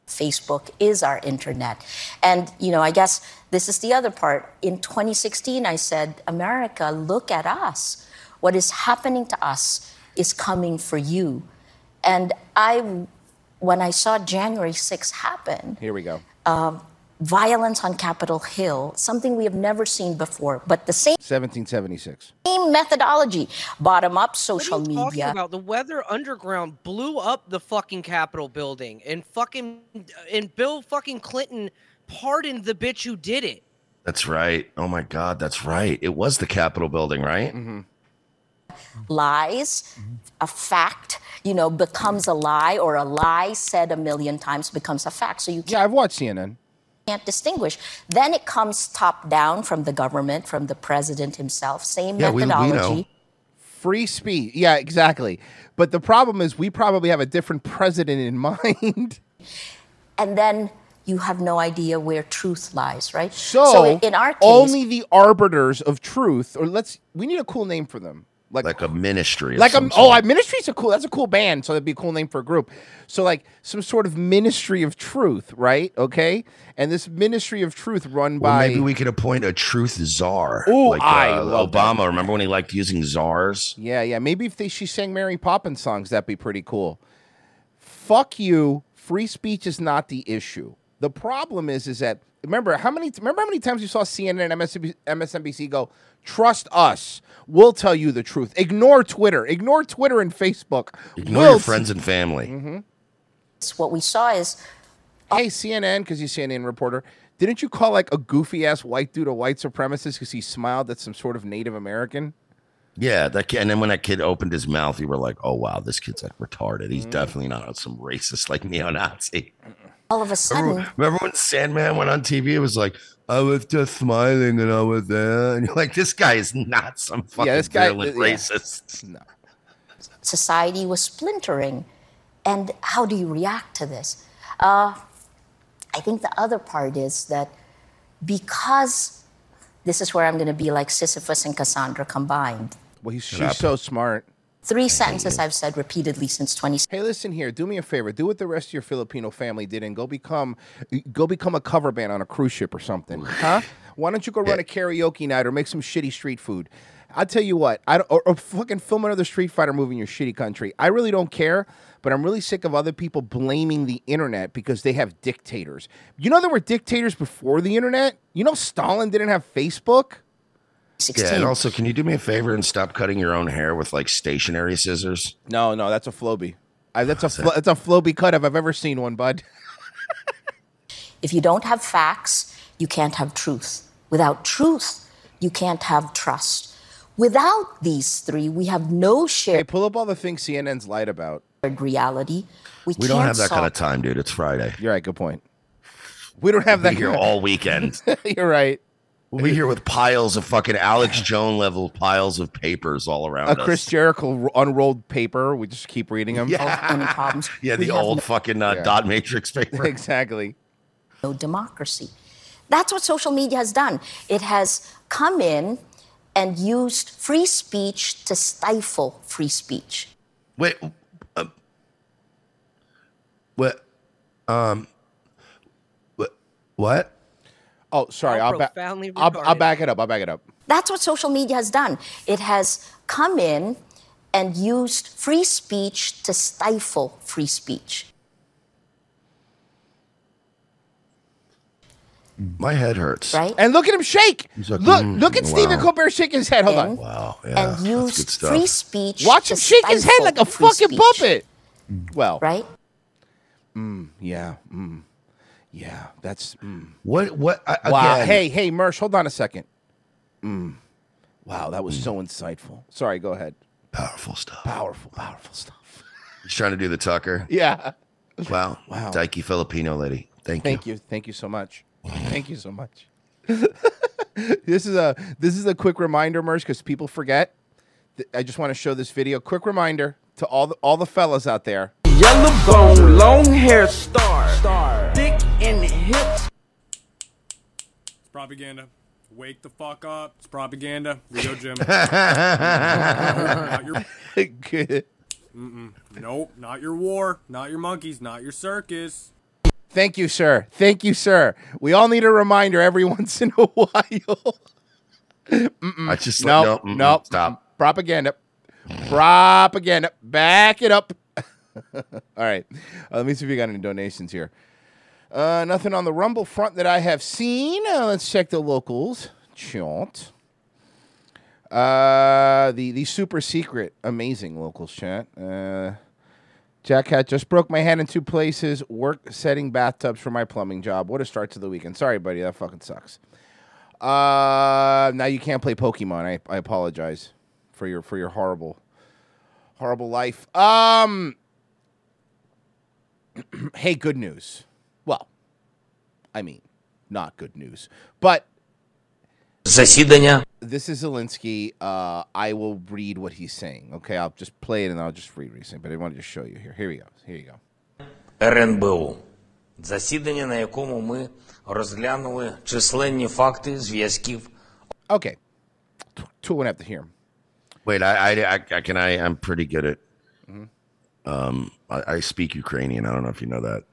Speaker 16: Facebook is our internet. And, you know, I guess this is the other part. In 2016, I said, America, look at us. What is happening to us is coming for you. And I, when I saw January 6th happen,
Speaker 8: Here we go.
Speaker 16: um, violence on Capitol Hill, something we have never seen before, but the same
Speaker 8: 1776.
Speaker 16: same methodology bottom up social
Speaker 15: Talking
Speaker 16: media
Speaker 15: about the Weather Underground blew up the fucking Capitol building, and fucking uh, and Bill fucking Clinton pardoned the bitch who did it.
Speaker 2: That's right. Oh my God, that's right. It was the Capitol building, right? Mm-hmm.
Speaker 16: lies a fact you know becomes a lie or a lie said a million times becomes a fact so you
Speaker 8: Yeah, I've watched CNN.
Speaker 16: can't distinguish then it comes top down from the government from the president himself same methodology
Speaker 8: Free speech. Yeah, exactly. But the problem is we probably have a different president in mind.
Speaker 16: and then you have no idea where truth lies right
Speaker 8: So,
Speaker 16: in our case
Speaker 8: only the arbiters of truth, or let's, we need a cool name for them. Like,
Speaker 2: a ministry.
Speaker 8: like
Speaker 2: Like
Speaker 8: a, oh, I, ministry's a cool. That's a cool band, so that'd be a cool name for a group. So like some sort of ministry of truth, right? Okay, and this ministry of truth run
Speaker 2: well,
Speaker 8: by
Speaker 2: maybe we could appoint a truth czar.
Speaker 8: Ooh,
Speaker 2: like
Speaker 8: I
Speaker 2: uh,
Speaker 8: love that.
Speaker 2: Obama. Remember when he liked using czars?
Speaker 8: yeah, yeah. Maybe if they, she sang Mary Poppins songs, that'd be pretty cool. Fuck you. Free speech is not the issue. The problem is, is that remember how many remember how many times you saw CNN and MSNBC, MSNBC go, "Trust us, we'll tell you the truth." Ignore Twitter, ignore Twitter and Facebook.
Speaker 2: Ignore
Speaker 8: We'll
Speaker 2: your
Speaker 8: t-
Speaker 2: friends and family.
Speaker 8: Mhm.
Speaker 16: what we saw is uh,
Speaker 8: hey cnn because he's a cnn reporter didn't you call like a goofy ass white dude a white supremacist because he smiled at some sort of native american
Speaker 2: Yeah, that kid, and then when that kid opened his mouth, you were like, "Oh wow, this kid's like retarded.
Speaker 8: Mm-hmm.
Speaker 2: He's definitely not some racist like neo-Nazi."
Speaker 16: all of a
Speaker 2: Remember,
Speaker 16: sudden
Speaker 2: remember when Sandman went on TV? It was like, "I was just smiling and I was there," and you're like, "This guy is not some fucking
Speaker 16: this guy-
Speaker 2: virulent
Speaker 16: yeah.
Speaker 2: racist."
Speaker 8: uh, No.
Speaker 16: society was splintering. And how do you react to this? Uh, I think the other part is that because this is where I'm going to be like Sisyphus and Cassandra combined.
Speaker 8: well he's
Speaker 16: up.
Speaker 8: she's so smart
Speaker 16: Three sentences I've said repeatedly since 20.
Speaker 8: hey listen here do me a favor do what the rest of your filipino family did and go become go become a cover band on a cruise ship or something huh why don't you go run a karaoke night or make some shitty street food i'll tell you what i don't, or, or fucking film another street fighter movie in your shitty country i really don't care but i'm really sick of other people blaming the internet because they have dictators you know there were dictators before the internet you know stalin didn't have facebook
Speaker 2: Yeah, and also, can you do me a favor and stop cutting your own hair with like stationary scissors?
Speaker 8: No, no, that's a Floby. I, that's a flo- that's a Floby cut if I've ever seen one, bud.
Speaker 16: If you don't have facts, you can't have truth. Without truth, you can't have trust. Without these three, we have no shared.
Speaker 8: pull up all the things CNN's lied about.
Speaker 16: Reality. We,
Speaker 2: We don't
Speaker 16: can't
Speaker 2: have that
Speaker 16: solve
Speaker 2: kind of time, dude. It's Friday.
Speaker 8: You're right. Good point. We don't have that
Speaker 2: here
Speaker 8: kind of-
Speaker 2: all weekend.
Speaker 8: You're right.
Speaker 2: We'll be here with piles of fucking Alex Jones level piles of papers all around
Speaker 8: A
Speaker 2: us.
Speaker 8: Chris Jericho r- unrolled paper. We just keep reading them.
Speaker 16: Yeah,
Speaker 2: yeah Oh, the old fucking uh,
Speaker 8: Yeah.
Speaker 2: dot matrix paper.
Speaker 8: exactly.
Speaker 16: no democracy. That's what social media has done. It has come in and used free speech to stifle free speech.
Speaker 2: Wait, uh, what? Um, what? What?
Speaker 8: Oh, sorry. I'll, ba-
Speaker 16: profoundly
Speaker 8: I'll, I'll
Speaker 16: retarded.
Speaker 8: back it up. I'll back it up.
Speaker 16: That's what social media has done. It has come in and used free speech to stifle free speech.
Speaker 2: My head hurts.
Speaker 16: Right?
Speaker 8: And look at him shake.
Speaker 2: He's like,
Speaker 8: look,
Speaker 2: mm,
Speaker 8: look at Stephen
Speaker 2: wow.
Speaker 8: Colbert shake his head. Hold on.
Speaker 2: Wow.
Speaker 16: and used
Speaker 8: stuff.
Speaker 16: free speech.
Speaker 8: Watch
Speaker 16: to
Speaker 8: him shake his head
Speaker 16: stifle
Speaker 8: like a
Speaker 16: free
Speaker 8: fucking
Speaker 16: speech.
Speaker 8: puppet. Well,
Speaker 16: right?
Speaker 8: Mm, yeah. Mm. Yeah, that's mm.
Speaker 2: What? What? I,
Speaker 8: wow.
Speaker 2: again-
Speaker 8: Hey, hey, Mersh, hold on a second. Mm. Wow, that was so insightful. Sorry, go ahead.
Speaker 2: Powerful stuff.
Speaker 8: Powerful, powerful stuff.
Speaker 2: He's trying to do the Tucker.
Speaker 8: Yeah.
Speaker 2: Wow.
Speaker 8: Wow.
Speaker 2: Dykey Filipino lady. Thank, you.
Speaker 8: Thank you. Thank you so much. Thank you so much. this is a this is a quick reminder, Mersh, because people forget. Th- I just want to show this video. Quick reminder to all the all the fellas out there.
Speaker 17: Yellow bone, long hair star, star, dick in the hips.
Speaker 18: It's propaganda. Wake the fuck up. It's propaganda. We go, Jim.
Speaker 8: Good.
Speaker 18: Mm-mm. Nope, not your war, not your monkeys, not your circus.
Speaker 8: Thank you, sir. Thank you, sir. We all need a reminder every once in a while. Mm-mm.
Speaker 2: I just
Speaker 8: no,
Speaker 2: no, mm. mm-mm,
Speaker 8: no.
Speaker 2: stop.
Speaker 8: Propaganda. Propaganda. Back it up. all right. Uh, let me see if we got any donations here. Uh, nothing on the Rumble front that I have seen. Uh, let's check the locals. Chant. Uh, the the super secret, amazing locals chat. Uh, Jack Hat just broke my hand in two places. Work setting bathtubs for my plumbing job. What a start to the weekend. Sorry, buddy, that fucking sucks. Uh, now you can't play Pokemon. I, I apologize for your for your horrible, horrible life. Um, hey, good news. Well, I mean, not good news, but
Speaker 19: Засідання.
Speaker 8: this is Zelensky. Uh, I will read what he's saying. Okay, I'll just play it and I'll just read what he's saying. But I wanted to show you here. Here we go. Here you go.
Speaker 19: РНБО. Засідання, на якому ми розглянули численні факти зв'язків.
Speaker 8: Okay. Two would have to hear him.
Speaker 2: Wait, I, I, I, I can. I, I'm pretty good at.
Speaker 8: Mm-hmm.
Speaker 2: Um, I, I speak Ukrainian. I don't know if you know that.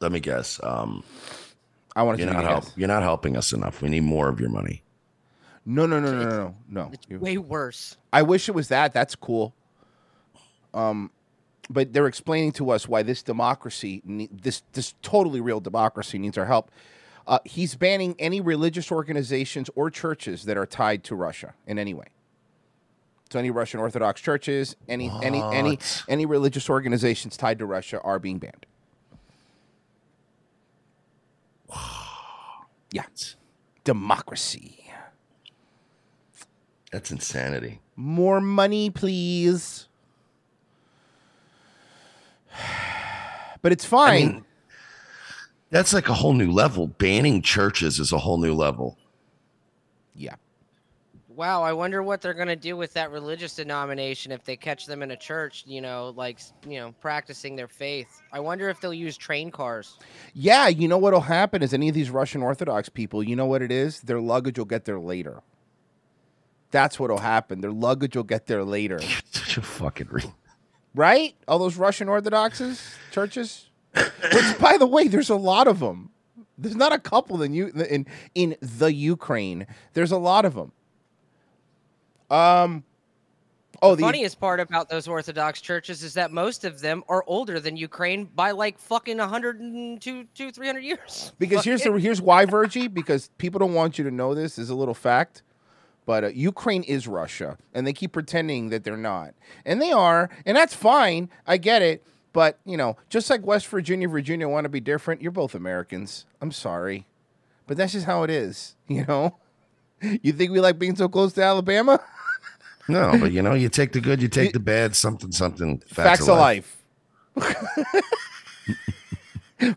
Speaker 2: Let me guess. Um,
Speaker 8: I want
Speaker 2: you're
Speaker 8: you to
Speaker 2: not help,
Speaker 8: guess.
Speaker 2: You're not helping us enough. We need more of your money.
Speaker 8: No, no, no, no, no, no, no. You-
Speaker 15: Way worse.
Speaker 8: I wish it was that. That's cool. Um, but they're explaining to us why this democracy, ne- this this totally real democracy, needs our help. Uh, he's banning any religious organizations or churches that are tied to Russia in any way. So any Russian Orthodox churches, any any any any religious organizations tied to Russia are being banned. Yeah, democracy.
Speaker 2: That's insanity.
Speaker 8: More money, please. But it's fine.
Speaker 2: That's like a whole new level. Banning churches is a whole new level.
Speaker 8: Yeah.
Speaker 15: Wow, I wonder what they're gonna do with that religious denomination if they catch them in a church, you know, like you know, practicing their faith. I wonder if they'll use train cars.
Speaker 8: Yeah, you know what'll happen is any of these Russian Orthodox people, you know what it is? Their luggage will get there later. That's what'll happen. Their luggage will get there later.
Speaker 2: Such a fucking re-
Speaker 8: Right? All those Russian Orthodoxes, churches. Which by the way, there's a lot of them. There's not a couple in you in in the Ukraine. There's a lot of them. Um Oh,
Speaker 15: the
Speaker 8: the
Speaker 15: funniest part about those Orthodox churches is that most of them are older than Ukraine by like fucking 102, 2, 300 years.
Speaker 8: Because here's the here's why Virgie. Because people don't want you to know this is a little fact, but uh, Ukraine is Russia, and they keep pretending that they're not, and they are, and that's fine. I get it, but you know, just like West Virginia, Virginia want to be different. You're both Americans. I'm sorry, but that's just how it is. You know, you think we like being so close to Alabama?
Speaker 2: No, but you know, you take the good, you take the bad, something, something.
Speaker 8: Facts, of life.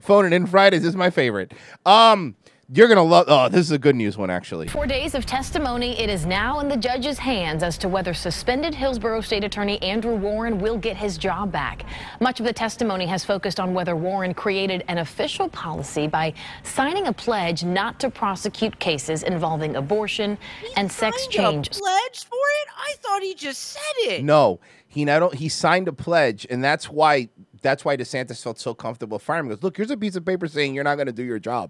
Speaker 8: Phoning in Fridays is my favorite. Um, you're gonna love. Oh, this is a good news one actually.
Speaker 20: Four days of testimony, it is now in the judge's hands as to whether suspended Hillsborough State Attorney Andrew Warren will get his job back. Much of the testimony has focused on whether Warren created an official policy by signing a pledge not to prosecute cases involving abortion and sex
Speaker 15: Signed a
Speaker 20: change.
Speaker 15: pledge for it? I thought he just said it.
Speaker 8: No, he not o- he signed a pledge, and that's why that's why DeSantis felt so comfortable firing. him. He Goes, look, here's a piece of paper saying you're not going to do your job.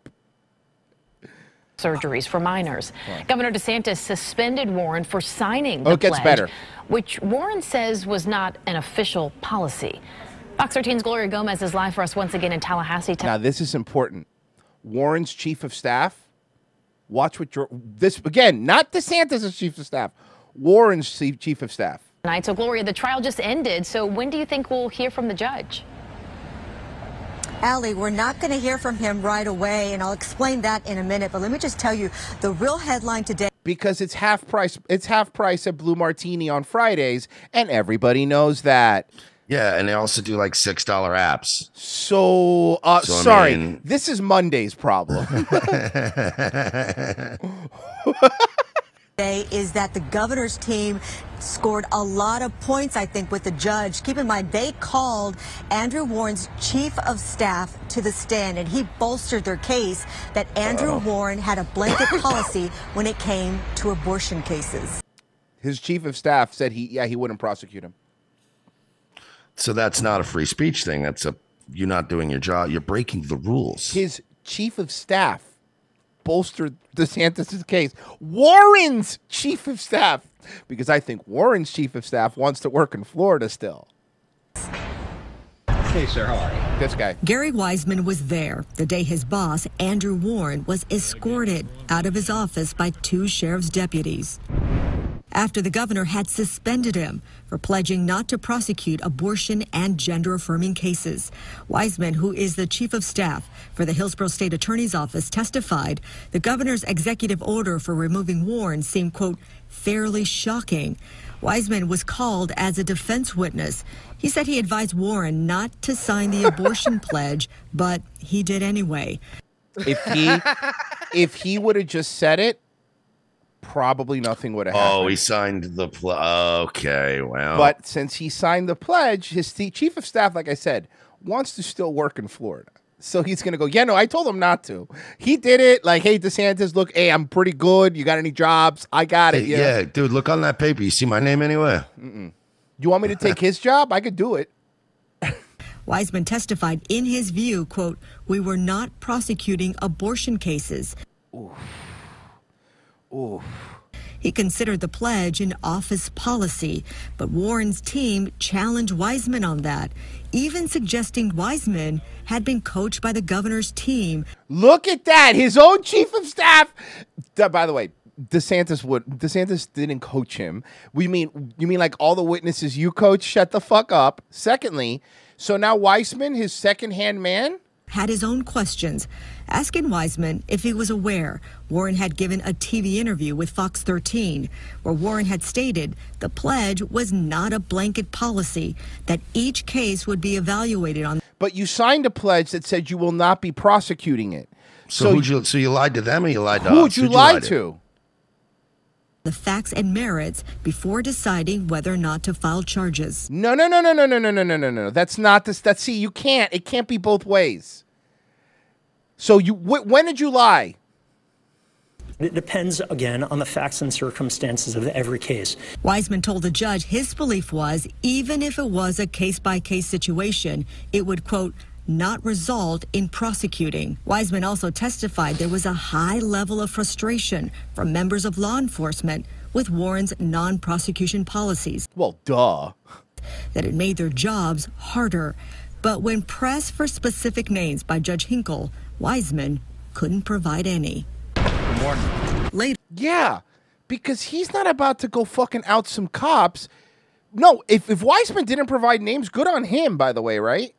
Speaker 20: surgeries for minors. Governor DeSantis suspended Warren for signing the
Speaker 8: Oh, it gets
Speaker 20: pledge,
Speaker 8: better.
Speaker 20: which Warren says was not an official policy. Fox 13's Gloria Gomez is live for us once again in Tallahassee.
Speaker 8: Now this is important. Warren's chief of staff. Watch what your this again. Not DeSantis' chief of staff. Warren's chief chief of staff.
Speaker 20: Tonight. So, Gloria, the trial just ended. So, when do you think we'll hear from the judge?
Speaker 21: Allie, we're not going to hear from him right away, and I'll explain that in a minute. But let me just tell you the real headline today.
Speaker 8: because it's half price. It's half price at Blue Martini on Fridays, and everybody knows that.
Speaker 2: Yeah, and they also do like six dollar apps.
Speaker 8: So, uh,
Speaker 2: So, I
Speaker 8: sorry,
Speaker 2: mean-
Speaker 8: this is Monday's problem.
Speaker 21: today is that the governor's team scored a lot of points, I think, with the judge. Keep in mind, they called Andrew Warren's chief of staff to the stand, and he bolstered their case that Andrew
Speaker 8: Uh-oh.
Speaker 21: Warren had a blanket policy when it came to abortion cases.
Speaker 8: His chief of staff said he, yeah, he wouldn't prosecute him.
Speaker 2: So that's not a free speech thing. That's a you're not doing your job. You're breaking the rules.
Speaker 8: His chief of staff bolstered DeSantis' case. Warren's chief of staff, because I think Warren's chief of staff wants to work in Florida still.
Speaker 22: Hey, sir, how are you?
Speaker 8: This guy.
Speaker 21: Gary Wiseman was there the day his boss, Andrew Warren, was escorted out of his office by two sheriff's deputies. After the governor had suspended him for pledging not to prosecute abortion and gender affirming cases, Wiseman, who is the chief of staff for the Hillsborough State Attorney's Office, testified the governor's executive order for removing Warren seemed, quote, fairly shocking. Wiseman was called as a defense witness. He said he advised Warren not to sign the abortion pledge, but he did anyway.
Speaker 8: If he, if he would have just said it, probably nothing would have happened.
Speaker 2: Oh, he signed the pl- okay. Wow.
Speaker 8: But since he signed the pledge, his t- chief of staff, like I said, wants to still work in Florida. So he's going to go, yeah, no, I told him not to. He did it. Like, hey, DeSantis, look, hey, I'm pretty good. You got any jobs? I got
Speaker 2: Hey,
Speaker 8: it.
Speaker 2: yeah.
Speaker 8: you know?
Speaker 2: dude, look on that paper. You see my name anywhere?
Speaker 8: Mm-mm. You want me to take his job? I could do it.
Speaker 21: Wiseman testified in his view, quote, we were not prosecuting abortion cases.
Speaker 8: Ooh.
Speaker 21: He considered the pledge an office policy, but Warren's team challenged Wiseman on that, even suggesting Wiseman had been coached by the governor's team.
Speaker 8: Look at that. His own chief of staff. D- by the way, DeSantis would DeSantis didn't coach him. We mean you mean like all the witnesses you coach? Shut the fuck up. Secondly, so now Weissman, his second hand man?
Speaker 21: Had his own questions, asking Wiseman if he was aware Warren had given a TV interview with Fox 13, where Warren had stated the pledge was not a blanket policy, that each case would be evaluated on.
Speaker 8: But you signed a pledge that said you will not be prosecuting it.
Speaker 2: So, who'd you so you lied to them or you lied to
Speaker 8: Who'd
Speaker 2: us?
Speaker 8: you lie to?
Speaker 21: the facts and merits before deciding whether or not to file charges.
Speaker 8: No, no, no, no, no, no, no, no, no, no, no. That's not this. That's see, you can't. It can't be both ways. So you, wh- when did you lie?
Speaker 23: It depends, again, on the facts and circumstances of every case.
Speaker 21: Wiseman told the judge his belief was even if it was a case by case situation, it would, quote, not result in prosecuting. Wiseman also testified there was a high level of frustration from members of law enforcement with Warren's non prosecution policies.
Speaker 8: Well, duh.
Speaker 21: That it made their jobs harder. But when pressed for specific names by Judge Hinkle, Wiseman couldn't provide any.
Speaker 8: Later. Yeah, because he's not about to go fucking out some cops. No, if if Weissman didn't provide names, good on him. By the way, right?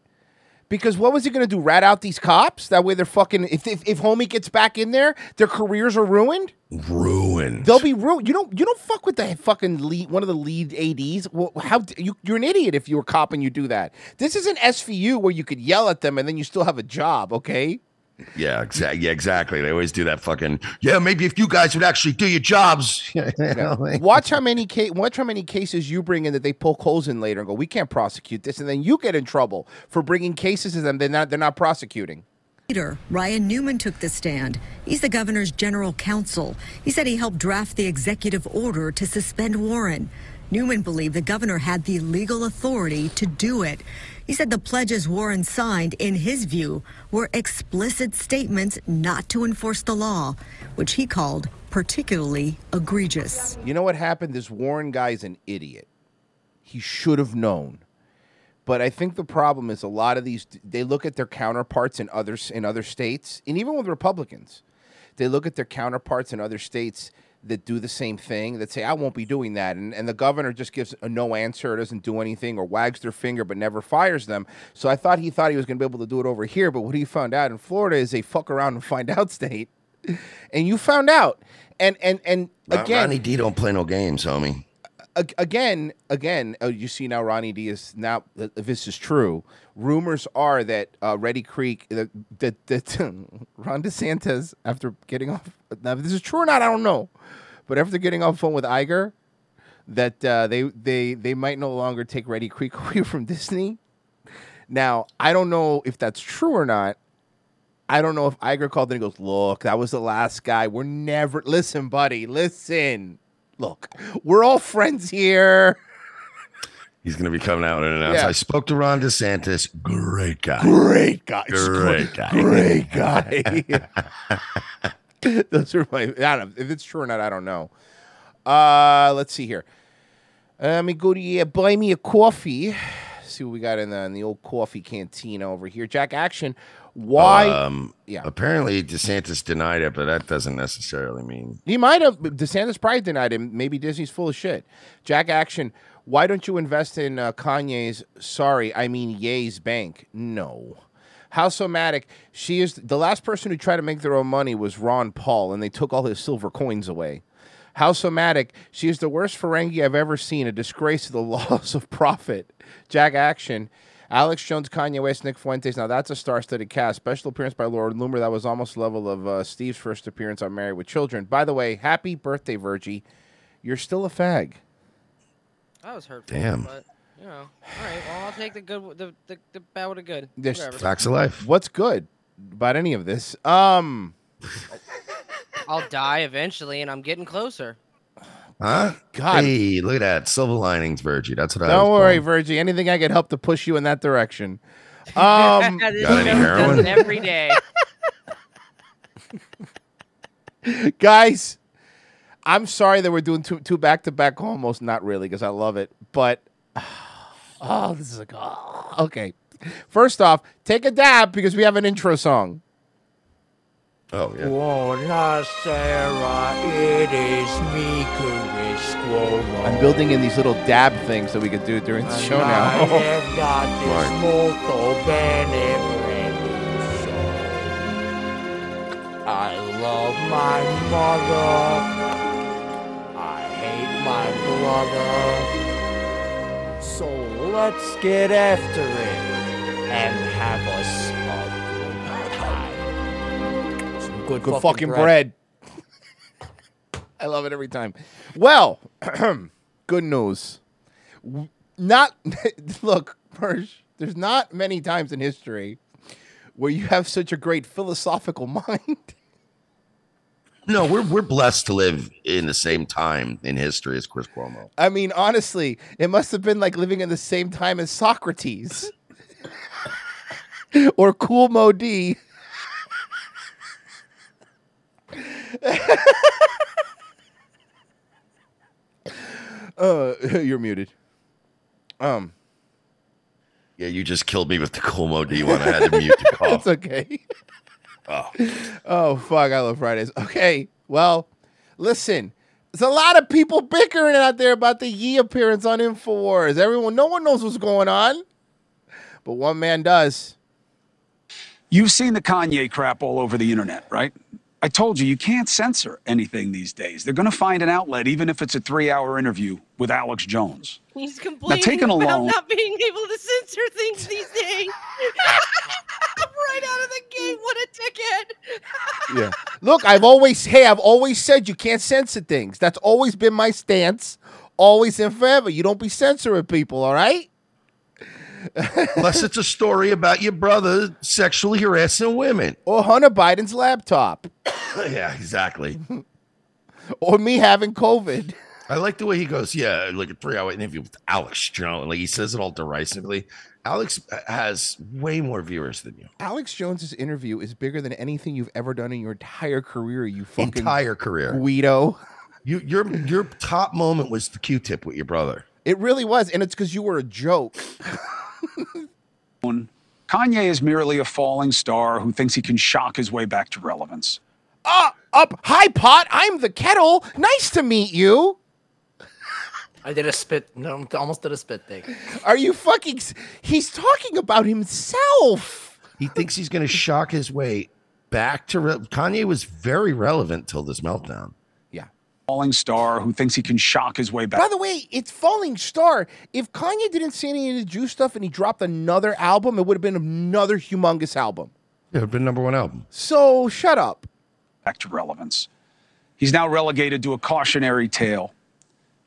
Speaker 8: Because what was he gonna do? Rat out these cops? That way they're fucking. If if, if homie gets back in there, their careers are ruined.
Speaker 2: Ruin.
Speaker 8: They'll be ruined. You don't. You don't fuck with the fucking lead. One of the lead ads. Well, how d- you? You're an idiot if you're a cop and you do that. This is an SVU where you could yell at them and then you still have a job. Okay.
Speaker 2: Yeah, exactly. Yeah, exactly. They always do that fucking. Yeah, maybe if you guys would actually do your jobs. You know, like-
Speaker 8: Watch how many ca- watch how many cases you bring in that they poke holes in later and go, we can't prosecute this, and then you get in trouble for bringing cases to them. They're not. They're not prosecuting.
Speaker 21: Later, Ryan Newman took the stand. He's the governor's general counsel. He said he helped draft the executive order to suspend Warren. Newman believed the governor had the legal authority to do it. He said the pledges Warren signed, in his view, were explicit statements not to enforce the law, which he called particularly egregious.
Speaker 8: You know what happened? This Warren guy's an idiot. He should have known. But I think the problem is a lot of these they look at their counterparts in others in other states, and even with Republicans, they look at their counterparts in other states that do the same thing that say, I won't be doing that. And, and the governor just gives a no answer, or doesn't do anything, or wags their finger but never fires them. So I thought he thought he was going to be able to do it over here. But what he found out in Florida is a fuck around and find out state. And you found out. And, and, and
Speaker 2: Ron-
Speaker 8: again,
Speaker 2: Ronnie D don't play no games, homie.
Speaker 8: ag- again, again, uh, you see now Ronnie D is now. th- This is true. Rumors are that uh, Reddy Creek, that that, that Ron DeSantis, after getting off, now if this is true or not, I don't know, but after getting off the phone with Iger, that uh, they they they might no longer take Reddy Creek away from Disney. Now I don't know if that's true or not. I don't know if Iger called and he goes, Look, that was the last guy. We're never, listen, buddy, listen. Look, we're all friends here.
Speaker 2: He's going to be coming out and announce.
Speaker 8: Yeah.
Speaker 2: I spoke to Ron DeSantis. Great guy.
Speaker 8: Great guy.
Speaker 2: Great guy.
Speaker 8: Great guy. Those are my, I don't know. If it's true or not, I don't know. Uh, let's see here. Uh, let me go to uh, buy me a coffee. See what we got in the, in the old coffee canteen over here. Jack Action. Why?
Speaker 2: Um,
Speaker 8: yeah.
Speaker 2: Apparently, DeSantis denied it, but that doesn't necessarily mean
Speaker 8: He might have. DeSantis probably denied him. Maybe Disney's full of shit. Jack Action, why don't you invest in uh, Kanye's, sorry, I mean Ye's bank? No. How somatic. She is the last person who tried to make their own money was Ron Paul, and they took all his silver coins away. How somatic. She is the worst Ferengi I've ever seen, a disgrace to the laws of profit. Jack Action. Alex Jones, Kanye West, Nick Fuentes. Now that's a star-studded cast. Special appearance by Laura Loomer. That was almost level of uh, Steve's first appearance on Married with Children. By the way, happy birthday, Virgie. You're still a fag.
Speaker 15: That was hurtful.
Speaker 8: Damn.
Speaker 15: But, you know, all right. Well, I'll take the good, with the the, the bad with the good.
Speaker 8: There's
Speaker 15: Whatever.
Speaker 8: What's good about any of this? Um,
Speaker 15: I'll die eventually, and I'm getting closer.
Speaker 2: Huh?
Speaker 8: God.
Speaker 2: Hey, look at that. Silver linings, Virgie. That's what I
Speaker 8: don't
Speaker 2: was
Speaker 8: worry, Virgie. Anything I can help to push you in that direction. Um,
Speaker 15: This show does it Every day.
Speaker 8: guys i'm sorry that we're doing two two back-to-back almost not really because i love it but oh this is a oh, okay first off take a dab because we have an intro song
Speaker 2: oh yeah
Speaker 3: Buona sera, it is me, Carissimo.
Speaker 8: i'm building in these little dab things that we could do during the show
Speaker 3: I
Speaker 8: now
Speaker 3: have got this
Speaker 8: Mark.
Speaker 3: molto bene preso. I love my mother. I hate my brother. So let's get after it and have a smug time. Some
Speaker 8: good, fucking bread, i love it every time well good news W- not look Persh, there's not many times in history where you have such a great philosophical mind
Speaker 2: born. No, we're we're blessed to live in the same time in history as Chris Cuomo.
Speaker 8: I mean, honestly, it must have been like living in the same time as Socrates or Cool Mo D. uh, you're muted. Um,
Speaker 2: Yeah, you just killed me with the Cuomo D one. I had to mute the call.
Speaker 8: it's okay.
Speaker 2: Oh.
Speaker 8: Oh fuck, I love Fridays. Okay, well, listen. There's a lot of people bickering out there about the Yee appearance on Infowars. Everyone, no one knows what's going on, but one man does.
Speaker 5: You've seen the Kanye crap all over the internet, right? I told you, you can't censor anything these days. They're going to find an outlet, even if it's a three hour interview with Alex Jones.
Speaker 15: He's complaining
Speaker 5: taking a
Speaker 15: about
Speaker 5: long-
Speaker 15: not being able to censor things these days. I'm right out of the gate. What a ticket.
Speaker 8: Yeah. Look, I've always hey, I've always said you can't censor things. That's always been my stance, always and forever. You don't be censoring people, all right?
Speaker 2: Unless it's a story about your brother sexually harassing women.
Speaker 8: Or Hunter Biden's laptop,
Speaker 2: yeah, exactly.
Speaker 8: or me having COVID.
Speaker 2: I like the way he goes, yeah, like a three hour interview with Alex Jones. Like he says it all derisively. Alex has way more viewers than you.
Speaker 8: Alex Jones's interview is bigger than anything you've ever done in your entire career. You fucking
Speaker 2: Entire career.
Speaker 8: Guido.
Speaker 2: You, your your top moment was the Q-tip with your brother.
Speaker 8: It really was, and it's because you were a joke.
Speaker 5: Kanye is merely a falling star who thinks he can shock his way back to relevance.
Speaker 8: uh, up. Hi, pot. I'm the kettle. Nice to meet you.
Speaker 9: I did a spit. No, almost did a spit take.
Speaker 8: Are you fucking? s- He's talking about himself.
Speaker 2: He thinks he's going to shock his way back to re- Kanye was very relevant till this meltdown.
Speaker 5: falling star who thinks he can shock his way back.
Speaker 8: By the way, it's Falling Star. If Kanye didn't say any of the Jew stuff and he dropped another album, it would have been another humongous album.
Speaker 2: Yeah, it'd been number one album.
Speaker 8: So shut up.
Speaker 5: back to relevance. He's now relegated to a cautionary tale.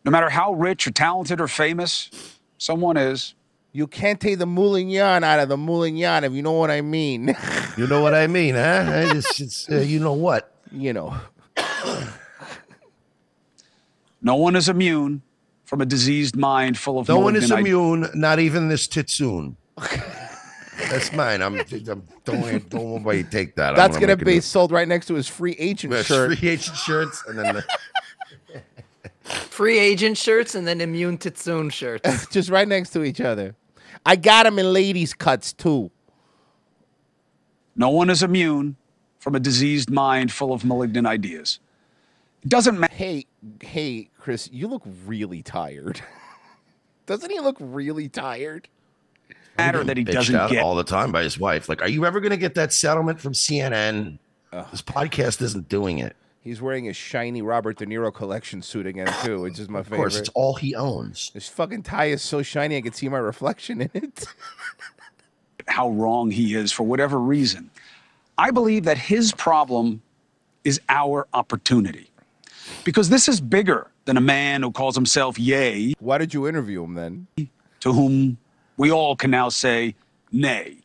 Speaker 5: No matter how rich or talented or famous someone is,
Speaker 8: You can't take the Moulignon out of the Moulignon if you know what I mean.
Speaker 2: you know what I mean, huh? I just, it's, uh, you know what?
Speaker 8: You know.
Speaker 5: no one is immune from a diseased mind full of
Speaker 2: No one is
Speaker 5: malignant ide-
Speaker 2: immune, not even this Titsune. That's mine. I'm, I'm don't don't nobody take that.
Speaker 8: That's
Speaker 2: I'm
Speaker 8: gonna
Speaker 2: make a
Speaker 8: be
Speaker 2: new-
Speaker 8: sold right next to his free agent
Speaker 2: Yeah,
Speaker 8: shirt.
Speaker 2: free agent shirts, and then the,
Speaker 9: Free agent shirts and then immune Titsune shirts.
Speaker 8: just right next to each other. I got him in ladies' cuts too.
Speaker 5: No one is immune from a diseased mind full of malignant ideas. It doesn't matter.
Speaker 8: Hey, hey, Chris, you look really tired. Doesn't he look really tired?
Speaker 5: Matter that he
Speaker 2: bitched
Speaker 5: doesn't
Speaker 2: out
Speaker 5: get-
Speaker 2: all the time by his wife. Like, are you ever going to get that settlement from CNN? This podcast isn't doing it.
Speaker 8: He's wearing a shiny Robert De Niro collection suit again too, which is my
Speaker 2: Of course,
Speaker 8: favorite.
Speaker 2: it's all he owns.
Speaker 8: His fucking tie is so shiny I can see my reflection in it.
Speaker 5: how wrong he is for whatever reason. I believe that his problem is our opportunity because this is bigger than a man who calls himself Yay.
Speaker 8: Why did you interview him then?
Speaker 5: To whom we all can now say Nay.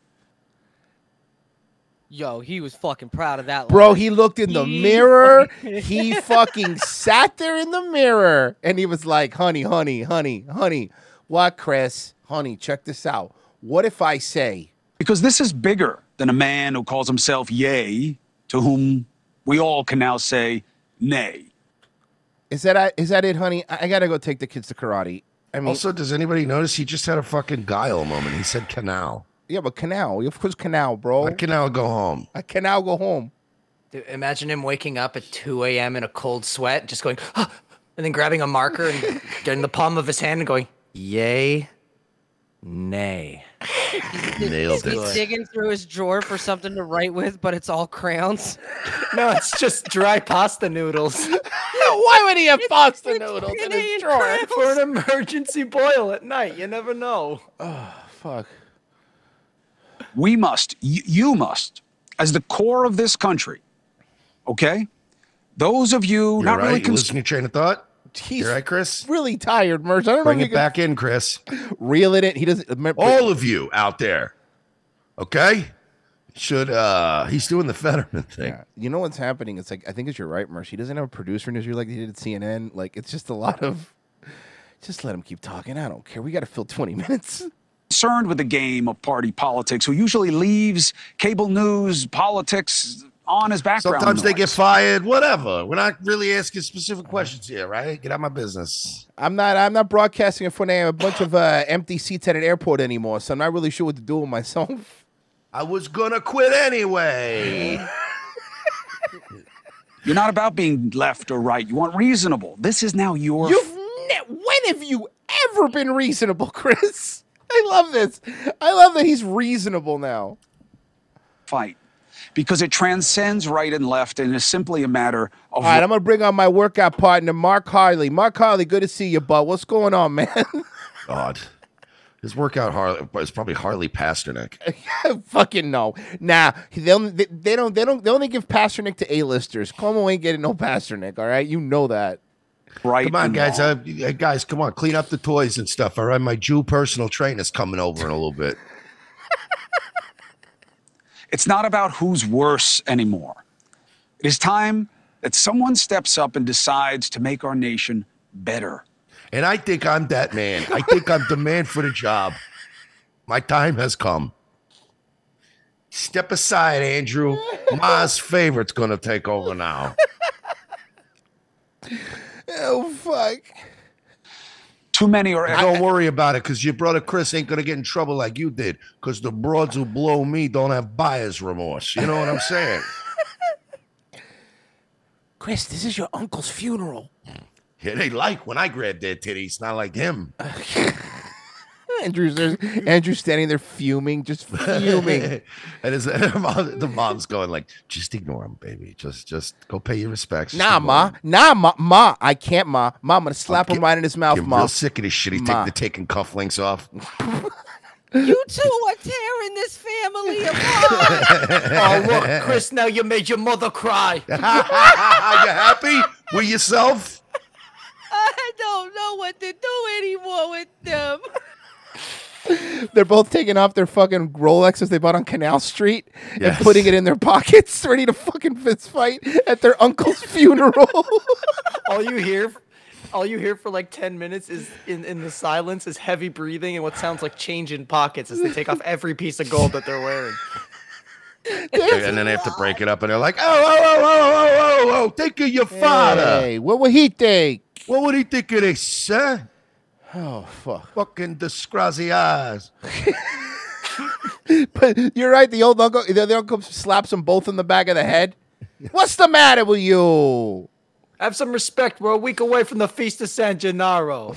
Speaker 15: Yo, he was fucking proud of that.
Speaker 8: Bro,
Speaker 15: line.
Speaker 8: he looked in the
Speaker 15: He-
Speaker 8: mirror. He fucking sat there in the mirror and he was like, honey, honey, honey, honey. What, Chris? Honey, check this out. What if I say,
Speaker 5: Because this is bigger than a man who calls himself Yay, to whom we all can now say Nay.
Speaker 8: is that, I, is that it, honey? I, I got to go take the kids to karate. I mean,
Speaker 2: also, does anybody notice he just had a fucking guile moment? He said canal.
Speaker 8: yeah, but Canal. Of course, Canal, bro. I
Speaker 2: Canal go home.
Speaker 8: I Canal go home.
Speaker 9: Dude, imagine him waking up at 2 a.m. in a cold sweat, just going, "Ah," and then grabbing a marker and getting the palm of his hand and going, yay, nay.
Speaker 2: Nailed
Speaker 15: He's
Speaker 2: it.
Speaker 15: digging through his drawer for something to write with, but it's all crayons.
Speaker 9: No, it's just dry pasta noodles.
Speaker 8: Why would he have pasta noodles in his drawer?
Speaker 9: For an emergency boil at night. You never know.
Speaker 8: Fuck.
Speaker 5: We must, y- you must, as the core of this country, okay? Those of you
Speaker 2: You're
Speaker 5: not
Speaker 2: right.
Speaker 5: really
Speaker 2: You losing your train of thought.
Speaker 8: He's
Speaker 2: right, Chris.
Speaker 8: Really tired, Merce. I don't
Speaker 2: Bring
Speaker 8: know if
Speaker 2: it
Speaker 8: you can
Speaker 2: back in, Chris.
Speaker 8: reel it in. He doesn't.
Speaker 2: All of you out there, okay? Should uh he's doing the Fetterman thing.
Speaker 8: You know what's happening? It's like I think it's your right, Merce. He doesn't have a producer in his ear like he did at CNN. Like it's just a lot of. Just let him keep talking. I don't care. We got to fill twenty minutes.
Speaker 5: concerned with the game of party politics, who usually leaves cable news politics on his background.
Speaker 2: Sometimes they
Speaker 5: noise.
Speaker 2: get fired, whatever. We're not really asking specific questions here, right? Get out of my business.
Speaker 8: I'm not. I'm not broadcasting in front of a bunch of uh, empty seats at an airport anymore. So I'm not really sure what to do with myself.
Speaker 2: I was gonna quit anyway.
Speaker 5: You're not about being left or right. You want reasonable. This is now your.
Speaker 8: You've ne- when have you ever been reasonable, Chris? I love this. I love that he's reasonable now.
Speaker 5: fight because it transcends right and left and is simply a matter of
Speaker 8: All right, I'm gonna bring on my workout partner, Mark Harley. Mark Harley, good to see you, bud. What's going on, man?
Speaker 2: God. His workout Harley is probably Harley Pasternak.
Speaker 8: Fucking no. Nah, they'll, they, they don't. They don't. They only give Pasternak to A-listers. Cuomo ain't getting no Pasternak. All right, you know that.
Speaker 5: Right.
Speaker 2: Come on, guys. Uh, uh, guys, come on. Clean up the toys and stuff. All right. My Jew personal trainer's coming over in a little bit.
Speaker 5: It's not about who's worse anymore. It is time that someone steps up and decides to make our nation better.
Speaker 2: And I think I'm that man. I think I'm the man for the job. My time has come. Step aside, Andrew. Ma's favorite's going to take over now.
Speaker 8: Oh fuck.
Speaker 5: Too many are.
Speaker 2: Don't worry about it because your brother Chris ain't going to get in trouble like you did because the broads who blow me don't have buyer's remorse. You know what I'm saying?
Speaker 1: Chris, this is your uncle's funeral.
Speaker 2: Yeah, they like when I grab their titties, not like him.
Speaker 8: Andrew's there, Andrew's standing there fuming, just fuming.
Speaker 2: and his, the mom's going like, just ignore him, baby. Just just go pay your respects. Just
Speaker 8: nah,
Speaker 2: ignore
Speaker 8: ma,
Speaker 2: him."
Speaker 8: nah, ma, ma. I can't, ma. Ma, I'm gonna slap him right in his mouth,
Speaker 2: Get
Speaker 8: ma.
Speaker 2: real sick of this shit. He's taking
Speaker 8: Ma.
Speaker 2: the taking cufflinks off.
Speaker 15: You two are tearing this family apart.
Speaker 9: oh, look, Chris, now you made your mother cry.
Speaker 2: you happy with yourself?
Speaker 15: I don't know what to do anymore with them.
Speaker 8: They're both taking off their fucking Rolexes they bought on Canal Street
Speaker 2: Yes.
Speaker 8: and putting it in their pockets, ready to fucking fist fight at their uncle's funeral.
Speaker 9: all you hear all you hear for like 10 minutes is in, in the silence is heavy breathing and what sounds like change in pockets as they take off every piece of gold that they're wearing
Speaker 2: and then they have to break it up, and they're like, oh, oh, oh, oh, oh, oh, oh, think of your father.
Speaker 8: Hey, what would he think?
Speaker 2: What would he think of this, sir?
Speaker 8: Oh fuck!
Speaker 2: Fucking disgrazy eyes.
Speaker 8: but you're right. The old uncle, the other uncle slaps them both in the back of the head. What's the matter with you?
Speaker 9: have some respect we're a week away from the feast of san gennaro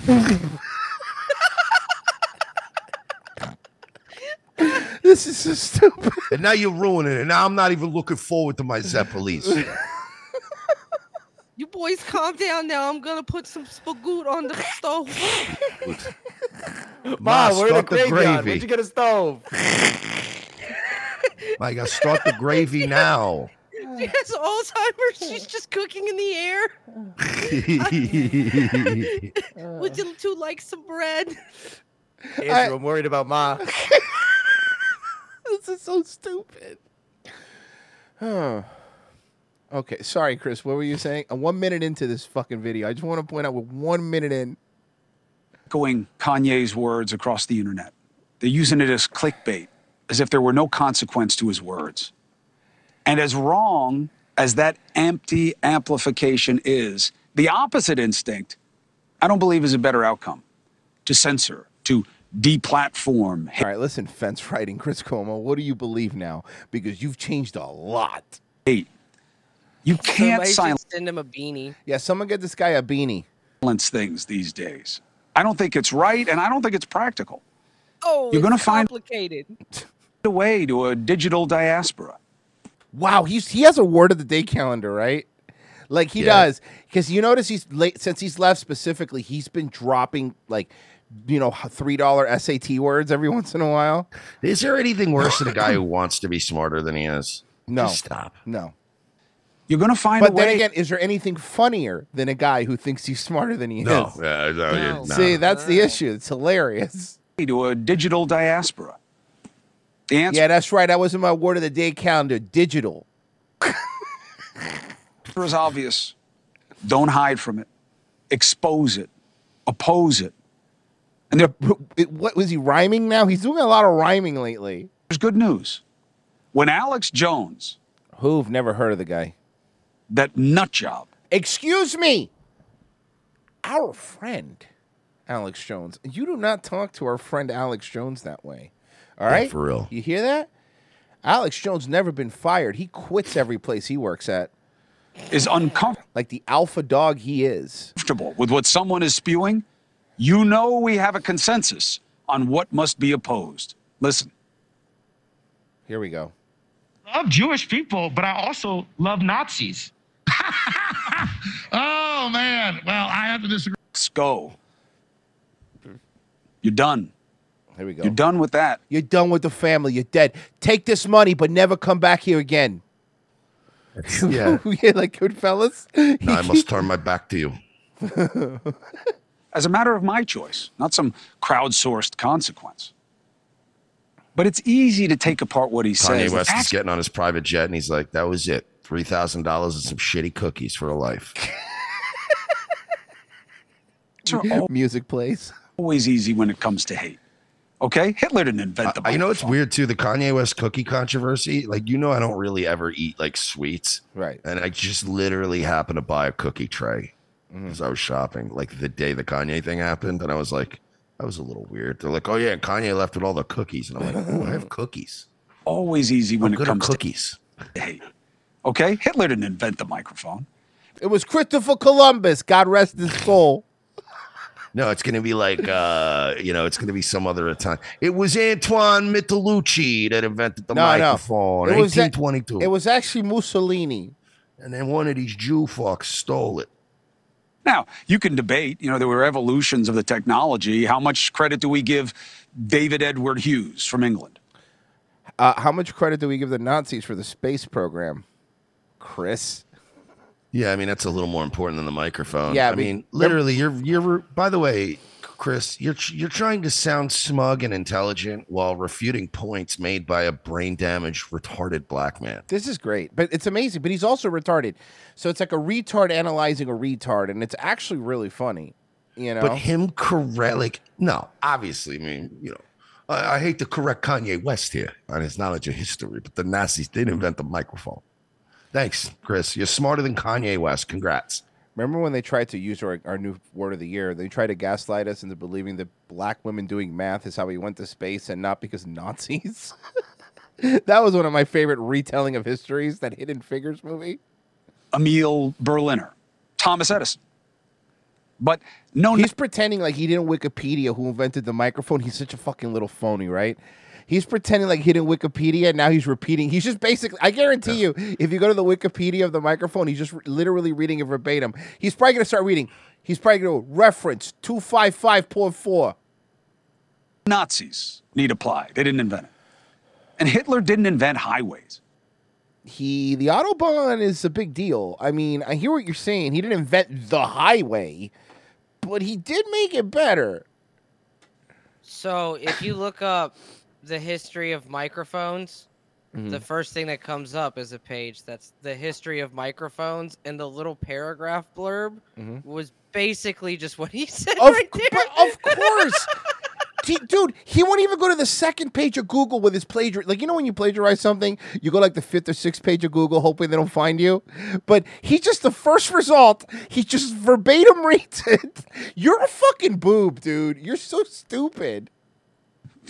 Speaker 8: This is so stupid.
Speaker 2: And now you're ruining it. Now I'm not even looking forward to my Zeppelis.
Speaker 15: You boys calm down now. I'm gonna put some spagoot on the stove.
Speaker 9: ma we're in a
Speaker 2: start the
Speaker 9: graveyard
Speaker 2: gravy.
Speaker 9: where'd you get a stove
Speaker 2: I gotta start the gravy now.
Speaker 15: She has Alzheimer's. She's just cooking in the air. Would you two like some bread?
Speaker 9: andrew I,
Speaker 15: I-
Speaker 9: am worried about ma
Speaker 8: this is so stupid. Huh. Okay, sorry, Chris. What were you saying? Uh, one minute into this fucking video, I just want to point out we're one minute in.
Speaker 5: echoing Kanye's words across the internet. They're using it as clickbait, as if there were no consequence to his words. And as wrong as that empty amplification is, the opposite instinct, I don't believe, is a better outcome to censor, to deplatform.
Speaker 8: All right, listen, fence riding, Chris Como. What do you believe now? Because you've changed a lot.
Speaker 5: Eight. You can't
Speaker 15: Somebody should
Speaker 5: silence.
Speaker 15: Send him a beanie.
Speaker 8: Yeah, someone get this guy a beanie.
Speaker 5: balance things these days. I don't think it's right, and I don't think it's practical.
Speaker 15: Oh,
Speaker 5: You're
Speaker 15: it's
Speaker 5: gonna find-
Speaker 15: complicated.
Speaker 5: The way to a digital diaspora.
Speaker 8: Wow, he's he has a word of the day calendar, right? Like he
Speaker 5: Yeah.
Speaker 8: does, because you notice he's late since he's left. Specifically, he's been dropping like, you know, three dollar SAT words every once in a while.
Speaker 2: Is there anything worse than a guy who wants to be smarter than he is?
Speaker 8: No.
Speaker 2: Just stop.
Speaker 8: No.
Speaker 5: You're gonna find.
Speaker 8: But
Speaker 2: a
Speaker 8: then
Speaker 2: way-
Speaker 8: again, is there anything funnier than a guy who thinks he's smarter than he
Speaker 2: No.
Speaker 8: is?
Speaker 2: Yeah, no, you- nah.
Speaker 8: See, that's the issue. It's hilarious.
Speaker 5: To a digital diaspora.
Speaker 8: yeah, that's right. That was in my word of the day calendar. Digital.
Speaker 5: It was obvious. Don't hide from it. Expose it. Oppose it. And
Speaker 8: it, what was he rhyming now? He's doing a lot of rhyming lately.
Speaker 5: There's good news. When Alex Jones,
Speaker 8: who've never heard of the guy,
Speaker 5: that nut job,
Speaker 8: Excuse me. Our friend, Alex Jones. You do not talk to our friend Alex Jones that way. All
Speaker 2: Yeah,
Speaker 8: right?
Speaker 2: Oh, for real.
Speaker 8: You hear that? Alex Jones never been fired. He quits every place he works at.
Speaker 5: Is uncomfortable.
Speaker 8: Like the alpha dog he is.
Speaker 5: comfortable with what someone is spewing, you know we have a consensus on what must be opposed. Listen.
Speaker 8: Here we go.
Speaker 6: love Jewish people, but I also love Nazis. oh man. Well, I have to disagree.
Speaker 5: Let's go. You're done.
Speaker 8: Here we go.
Speaker 5: You're done with that.
Speaker 8: You're done with the family. You're dead. Take this money, but never come back here again.
Speaker 2: yeah.
Speaker 8: yeah, like good fellas.
Speaker 2: No, I must turn my back to you.
Speaker 5: as a matter of my choice, not some crowdsourced consequence. But it's easy to take apart what he
Speaker 2: Kanye
Speaker 5: says.
Speaker 2: West
Speaker 5: That's
Speaker 2: is getting on his private jet, and he's like, "That was it. Three thousand dollars and some shitty cookies for a life."
Speaker 8: Music plays.
Speaker 5: always easy when it comes to hate. Okay? Hitler didn't invent the
Speaker 2: I, you know it's weird too the Kanye West cookie controversy. Like you know, I don't really ever eat like sweets,
Speaker 8: right?
Speaker 2: And I just literally happened to buy a cookie tray
Speaker 8: Mm-hmm.
Speaker 2: because I was shopping like the day the Kanye thing happened, and I was like, that was a little weird. They're like, oh yeah, and Kanye left with all the cookies, and I'm like, oh, I have cookies.
Speaker 5: Always easy when
Speaker 2: I'm
Speaker 5: it
Speaker 2: good at
Speaker 5: comes
Speaker 2: cookies.
Speaker 5: to hate. Okay? Hitler didn't invent the microphone.
Speaker 8: It was Christopher Columbus. God rest his soul.
Speaker 2: No, it's going to be like, uh, you know, it's going to be some other time. It was Antoine Mitalucci that invented the microphone.
Speaker 8: It was a-
Speaker 2: 1822.
Speaker 8: it was actually Mussolini.
Speaker 2: And then one of these Jew fucks stole it.
Speaker 5: Now, you can debate, you know, there were evolutions of the technology. How much credit do we give David Edward Hughes from England?
Speaker 8: Uh, how much credit do we give the Nazis for the space program? Chris.
Speaker 2: Yeah, I mean that's a little more important than the microphone.
Speaker 8: Yeah,
Speaker 2: I
Speaker 8: be-
Speaker 2: mean literally, you're you're. By the way, Chris, you're you're trying to sound smug and intelligent while refuting points made by a brain damaged, retarded black man.
Speaker 8: This is great, but it's amazing. But he's also retarded, so it's like a retard analyzing a retard, and it's actually really funny. You know,
Speaker 2: But him correct, like no, obviously. I mean, you know, I, I hate to correct Kanye West here on his knowledge of history, but the Nazis did invent the microphone. Thanks, Chris. You're smarter than Kanye West. Congrats.
Speaker 8: Remember when they tried to use our, our new word of the year? They tried to gaslight us into believing that black women doing math is how we went to space and not because Nazis. that was one of my favorite retelling of histories, that Hidden Figures movie.
Speaker 5: Emil Berliner, Thomas Edison. But no,
Speaker 8: he's pretending like he didn't Wikipedia who invented the microphone. He's such a fucking little phony, right? He's pretending like he didn't Wikipedia. and Now he's repeating. He's just basically. I guarantee you, if you go to the Wikipedia of the microphone, he's just re- literally reading it verbatim. He's probably gonna start reading. He's probably gonna go, reference two five five point four.
Speaker 5: Nazis need apply. They didn't invent it. And Hitler didn't invent highways.
Speaker 8: He the autobahn is a big deal. I mean, I hear what you're saying. He didn't invent the highway, but he did make it better.
Speaker 15: So if you look up the history of microphones, the
Speaker 8: Mhm.
Speaker 15: first thing that comes up is a page that's the history of microphones, and the little paragraph blurb
Speaker 8: Mhm.
Speaker 15: was basically just what he said
Speaker 8: Of
Speaker 15: right
Speaker 8: cou-
Speaker 15: there.
Speaker 8: Of course. He- dude, he won't even go to the second page of Google with his plagiar. Like, you know, when you plagiarize something, you go like the fifth or sixth page of Google, hoping they don't find you. But he's just the first result. He just verbatim reads it. You're a fucking boob, dude. You're so stupid.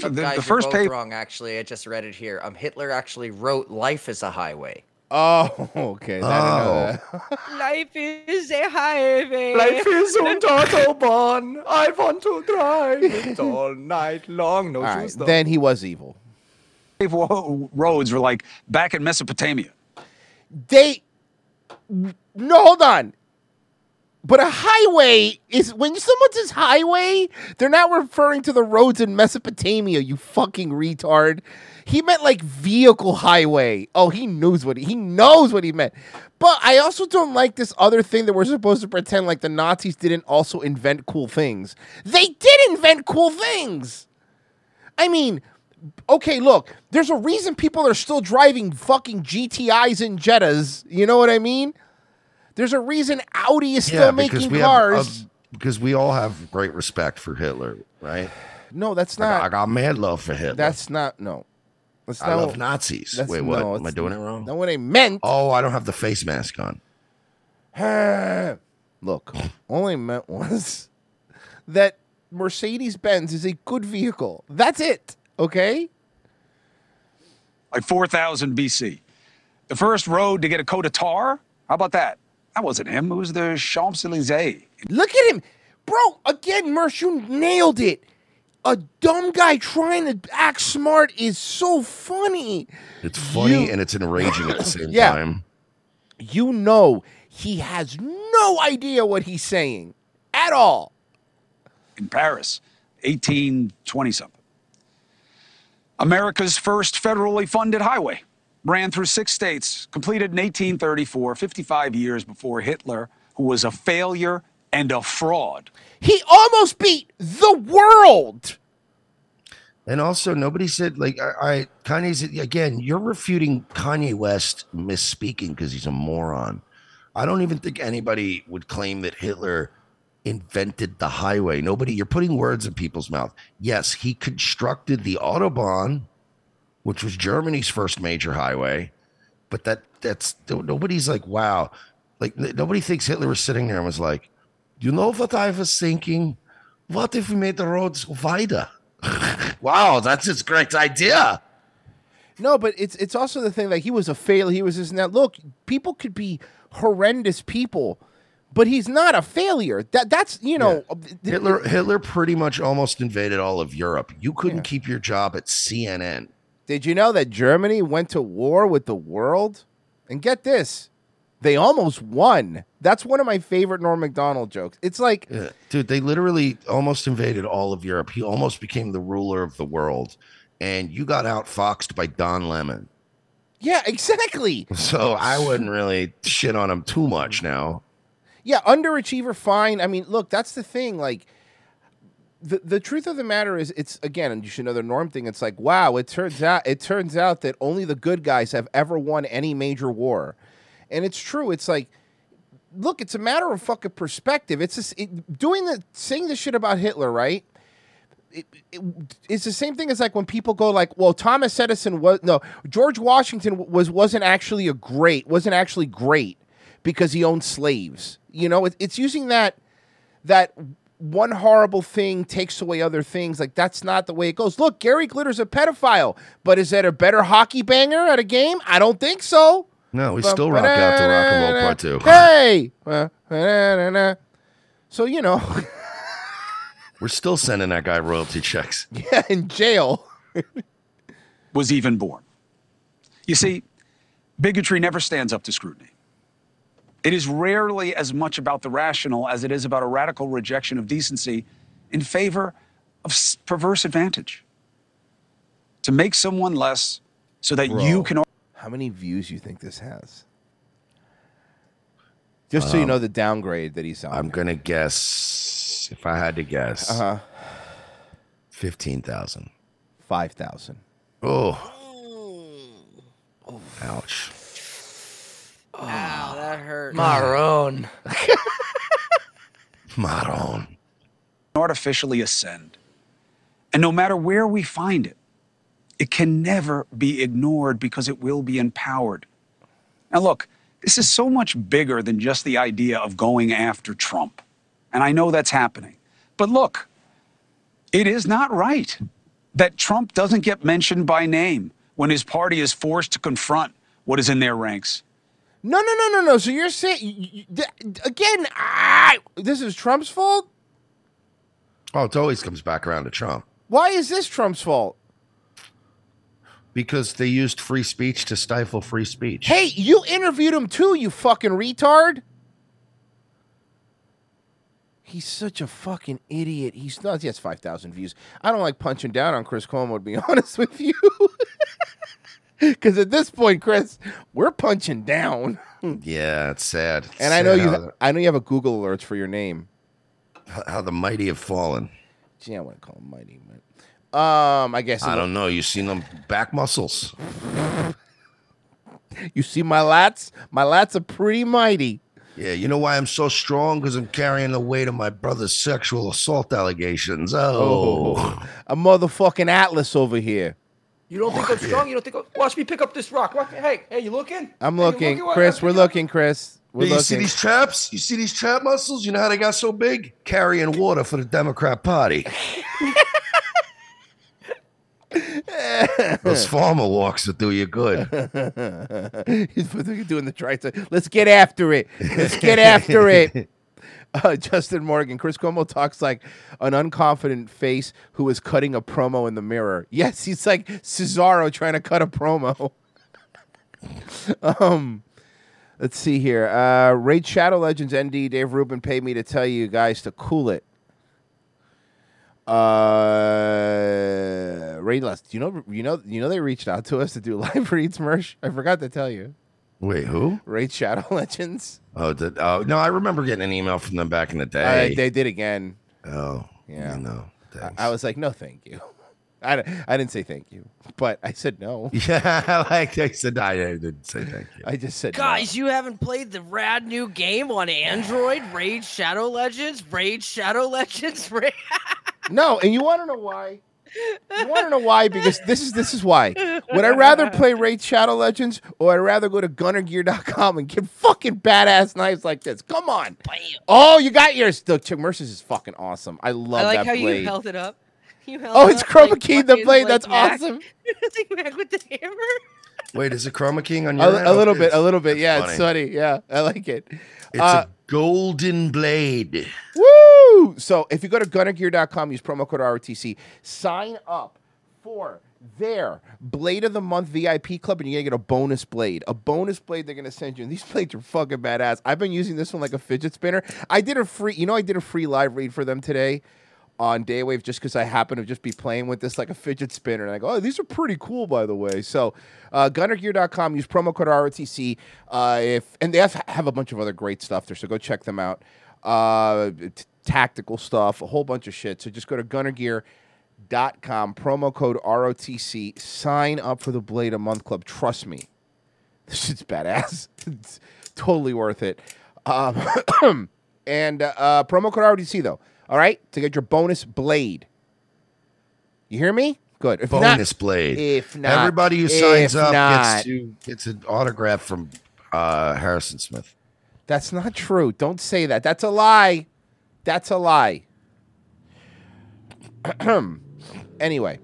Speaker 9: Look, guys, you're both wrong. Actually, I just read it here. Um, Hitler actually wrote "Life is a highway."
Speaker 8: Oh, okay. uh,
Speaker 9: Oh.
Speaker 15: Life is a highway.
Speaker 9: Life is und Autobahn. I want to drive it all night long. No
Speaker 5: All right,
Speaker 9: juice though.
Speaker 5: then
Speaker 8: he was evil.
Speaker 5: Paved wo- roads were like back in Mesopotamia.
Speaker 8: They no, hold on. But a highway is when someone says highway, they're not referring to the roads in Mesopotamia, you fucking retard. He meant like vehicle highway. Oh, he knows what he, he knows what he meant. But I also don't like this other thing that we're supposed to pretend like the Nazis didn't also invent cool things. They did invent cool things. I mean, okay, look, there's a reason people are still driving fucking GTIs and Jettas. You know what I mean? There's a reason Audi is still making
Speaker 2: have
Speaker 8: cars.
Speaker 2: uh, because we all have great respect for Hitler, right?
Speaker 8: No, that's
Speaker 2: not. I got, mad love for Hitler.
Speaker 8: That's not no. That's
Speaker 2: I
Speaker 8: not
Speaker 2: love
Speaker 8: what-
Speaker 2: Nazis.
Speaker 8: that's-
Speaker 2: Wait, what?
Speaker 8: no,
Speaker 2: Am I
Speaker 8: it's-
Speaker 2: doing it wrong?
Speaker 8: No, what I meant.
Speaker 2: Oh, I don't have the face mask on.
Speaker 8: Look, all I meant was that Mercedes Benz is a good vehicle. That's it. Okay.
Speaker 5: like 4000 BC. The first road to get a coat of tar? How about that? That wasn't him. It was the Champs Elysees.
Speaker 8: Look at him, bro. Again, Mersh, you nailed it. A dumb guy trying to act smart is so funny.
Speaker 2: It's funny and it's enraging at the same
Speaker 8: Yeah.
Speaker 2: time.
Speaker 8: You know he has no idea what he's saying at all.
Speaker 5: in Paris, 1820 something. America's first federally funded highway ran through six states, completed in 1834, 55 years before Hitler, who was a failure and a fraud.
Speaker 8: He almost beat the world.
Speaker 2: And also, nobody said like I, I Kanye's again. You're refuting Kanye West misspeaking because he's a moron. I don't even think anybody would claim that Hitler invented the highway. Nobody. You're putting words in people's mouth. Yes, he constructed the autobahn, which was Germany's first major highway. But that that's nobody's like wow, like n- nobody thinks Hitler was sitting there and was like, you know what I was thinking? What if we made the roads wider? wow, that's his great idea.
Speaker 8: No, but it's it's also the thing like he was a fail. He was this and that. Look, people could be horrendous people, but he's not a failure. That that's you know
Speaker 2: Hitler Hitler pretty much almost invaded all of Europe. You couldn't keep your job at CNN.
Speaker 8: Did you know that Germany went to war with the world? And get this, they almost won. That's one of my favorite Norm MacDonald jokes. It's like
Speaker 2: Yeah. Dude, they literally almost uh, invaded all of Europe. He almost became the ruler of the world. And you got outfoxed by Don Lemon.
Speaker 8: Yeah, exactly.
Speaker 2: So I wouldn't really shit on him too much now.
Speaker 8: Yeah, underachiever, fine. I mean, look, that's the thing. Like, the the truth of the matter is, it's again, and you should know the norm thing. It's like, wow, it turns out it turns out that only the good guys have ever won any major war, and it's true. It's like, look, it's a matter of fucking perspective. It's just, it, doing the saying this shit about Hitler, right? It, it, it's the same thing as like when people go like, well, Thomas Edison was no, George Washington was wasn't actually a great, wasn't actually great because he owned slaves. You know, it, it's using that that one horrible thing takes away other things. Like that's not the way it goes. Look, Gary Glitter's a pedophile, but is that a better hockey banger at a game? I don't think so.
Speaker 2: No, we still rock out to rock and roll part two.
Speaker 8: Hey, so you know,
Speaker 2: We're still sending that guy royalty checks.
Speaker 8: yeah, in jail.
Speaker 5: was even born. You see, bigotry never stands up to scrutiny. It is rarely as much about the rational as it is about a radical rejection of decency in favor of s- perverse advantage. To make someone less so that you
Speaker 8: Bro.
Speaker 5: can.
Speaker 8: How many views you think this has? Just so you know the downgrade that he's on.
Speaker 2: I'm gonna guess if I had to guess.
Speaker 8: Uh-huh.
Speaker 2: Fifteen thousand.
Speaker 8: Five thousand.
Speaker 2: Oh. Ouch.
Speaker 15: Wow, that hurt.
Speaker 9: Maroon.
Speaker 2: Maroon.
Speaker 5: Artificially ascend. And no matter where we find it, it can never be ignored because it will be empowered. Now, look, this is so much bigger than just the idea of going after Trump. And I know that's happening. But look, it is not right that Trump doesn't get mentioned by name when his party is forced to confront what is in their ranks.
Speaker 8: No, no, no, no, no. So you're saying you- you- th- again? I, this is Trump's fault.
Speaker 2: Oh, it always comes back around to Trump.
Speaker 8: Why is this Trump's fault?
Speaker 2: Because they used free speech to stifle free speech.
Speaker 8: Hey, you interviewed him too, you fucking retard. He's such a fucking idiot. He's not. He has five thousand views. I don't like punching down on Chris Cuomo. To be honest with you, because at this point, Chris, we're punching down. and
Speaker 2: Yeah, it's sad. It's
Speaker 8: I know
Speaker 2: sad
Speaker 8: you.
Speaker 2: how the-
Speaker 8: I know you have a Google alerts for your name.
Speaker 2: how the mighty have fallen.
Speaker 8: Gee, I wouldn't call him mighty, but um, I guess
Speaker 2: I don't know. You seen them back muscles?
Speaker 8: You see my lats? My lats are pretty mighty.
Speaker 2: Yeah, you know why I'm so strong? Because I'm carrying the weight of my brother's sexual assault allegations. Oh,
Speaker 8: Oh. a motherfucking atlas over here.
Speaker 3: You don't think I'm strong? You don't think I'm... Watch me pick up this rock. Watch- Hey, hey, you looking?
Speaker 8: I'm
Speaker 3: Hey, you
Speaker 8: looking,
Speaker 3: What-
Speaker 8: Chris. We're looking, Chris. We're
Speaker 2: you
Speaker 8: looking.
Speaker 2: see these traps? You see these trap muscles? You know how they got so big? Carrying water for the Democrat Party. Those farmer walks will do you good.
Speaker 8: He's doing the try to. Let's get after it. Let's get after it. Uh, Justin Morgan, Chris Cuomo talks like an unconfident face who is cutting a promo in the mirror. Yes, he's like Cesaro trying to cut a promo. um, let's see here. Uh, Raid Shadow Legends ND Dave Rubin paid me to tell you guys to cool it. Uh, Raid Lust. You know, you know, you know, they reached out to us to do live reads, Mersh. I forgot to tell you.
Speaker 2: Wait, who?
Speaker 8: Raid Shadow Legends.
Speaker 2: Oh, did, oh, no, I remember getting an email from them back in the
Speaker 8: Uh,
Speaker 2: day.
Speaker 8: they did again.
Speaker 2: oh,
Speaker 8: Yeah.
Speaker 2: No.
Speaker 8: I, I was like, no, thank you. I, d- I didn't say thank you, but I said no.
Speaker 2: Yeah, like I said, I didn't say thank you.
Speaker 8: I just said
Speaker 15: Guys, you haven't played the rad new game on Android, Raid Shadow Legends, Raid Shadow Legends, Raid.
Speaker 8: no. No, and you want to know why? You want to know why? Because this is this is why. Would I rather play Raid Shadow Legends or I'd rather go to gunnergear.com and get fucking badass knives like this? Come on. Oh, you got yours. The Chick Mercer's is fucking awesome. I love
Speaker 15: I like
Speaker 8: that
Speaker 15: how
Speaker 8: blade.
Speaker 15: you held it up. You held
Speaker 8: Oh,
Speaker 15: it
Speaker 8: it's
Speaker 15: up like
Speaker 8: chroma keyed the
Speaker 15: fucking
Speaker 8: blade. That's
Speaker 15: Mac-
Speaker 8: awesome.
Speaker 15: like Mac with the hammer.
Speaker 2: Wait, is it Chroma King on
Speaker 8: A,
Speaker 2: your end?
Speaker 8: a little bit, a
Speaker 2: It's-
Speaker 8: little bit.
Speaker 2: that's
Speaker 8: Yeah, it's funny. Yeah, I like it. Uh,
Speaker 2: It's a golden blade.
Speaker 8: Woo! So if you go to gunnergear.com, use promo code ROTC, sign up for their Blade of the Month VIP club, and you're gonna get a bonus blade. A bonus blade they're gonna send you. And these blades are fucking badass. I've been using this one like a fidget spinner. I did a free, you know, I did a free live read for them today on Daywave just because I happen to just be playing with this like a fidget spinner. And I go, oh, these are pretty cool, by the way. So, uh, gunnergear.com, use promo code ROTC. Uh, if, and they have, have a bunch of other great stuff there. So go check them out. Uh, t- tactical stuff, a whole bunch of shit. So just go to gunnergear.com, promo code ROTC, sign up for the Blade a Month Club. Trust me, this shit's badass. it's totally worth it. Um, and uh, promo code RDC though. All right, to get your bonus blade. You hear me? Good. If not-
Speaker 2: bonus blade.
Speaker 8: If not,
Speaker 2: everybody who signs
Speaker 8: if
Speaker 2: up
Speaker 8: not-
Speaker 2: gets to gets an autograph from uh, Harrison Smith.
Speaker 8: That's not true. Don't say that. That's a lie. That's a lie. anyway,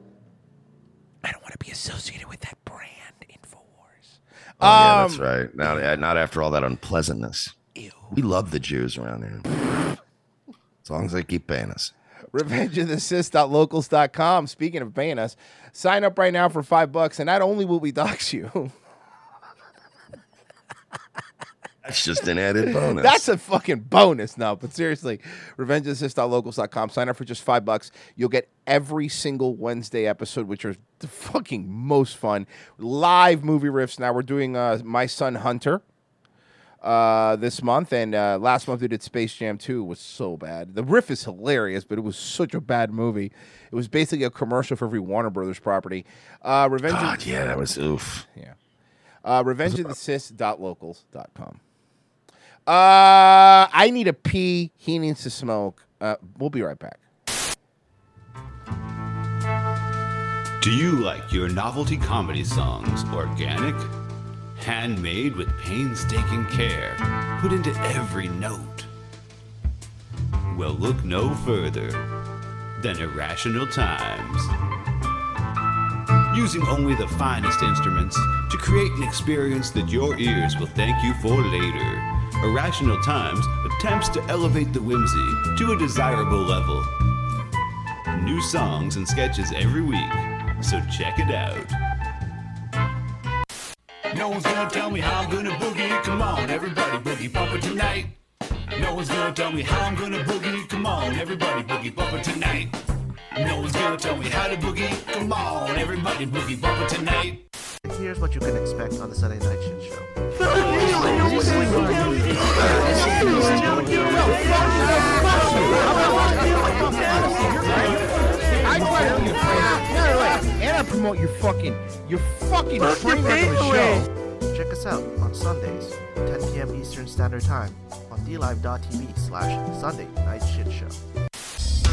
Speaker 8: I don't want to be associated with that brand.
Speaker 2: Oh, yeah, that's
Speaker 8: Um,
Speaker 2: right. Not not after all that unpleasantness. We love the Jews around here. as long as they keep paying us.
Speaker 8: revengeofthesist.locals.com. Speaking of paying us, sign up right now for five bucks, and not only will we dox you,
Speaker 2: That's just an added bonus.
Speaker 8: That's a fucking bonus. No, but seriously, revengeofthesist.locals.com. Sign up for just five bucks. You'll get every single Wednesday episode, which are the fucking most fun. Live movie riffs. Now we're doing uh, My Son Hunter uh, this month, and uh, last month we did Space Jam 2. It was so bad. The riff is hilarious, but it was such a bad movie. It was basically a commercial for every Warner Brothers property. Uh, Revenge
Speaker 2: God, yeah, that was oof.
Speaker 8: Yeah. Uh, revengeofthesist.locals.com. Uh, I need a pee. He needs to smoke. Uh, we'll be right back.
Speaker 7: Do you like your novelty comedy songs organic? Handmade with painstaking care, put into every note. Well, look no further than Irrational Times. Using only the finest instruments to create an experience that your ears will thank you for later, Irrational Times attempts to elevate the whimsy to a desirable level. New songs and sketches every week, so check it out.
Speaker 10: No one's gonna tell me how I'm gonna boogie. Come on, everybody boogie bumper tonight. No one's gonna tell me how I'm gonna boogie. Come on, everybody boogie bumper tonight. No one's gonna tell me how to boogie. Come on, everybody boogie bumper tonight.
Speaker 22: Here's what you can expect on the Sunday Night Shit Show.
Speaker 8: And I promote your fucking, your fucking train wreck of a show.
Speaker 22: Check us out on Sundays, 10 p.m. Eastern Standard Time on DLive.tv slash Sunday Night Shit Show.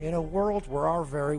Speaker 24: In a world where our very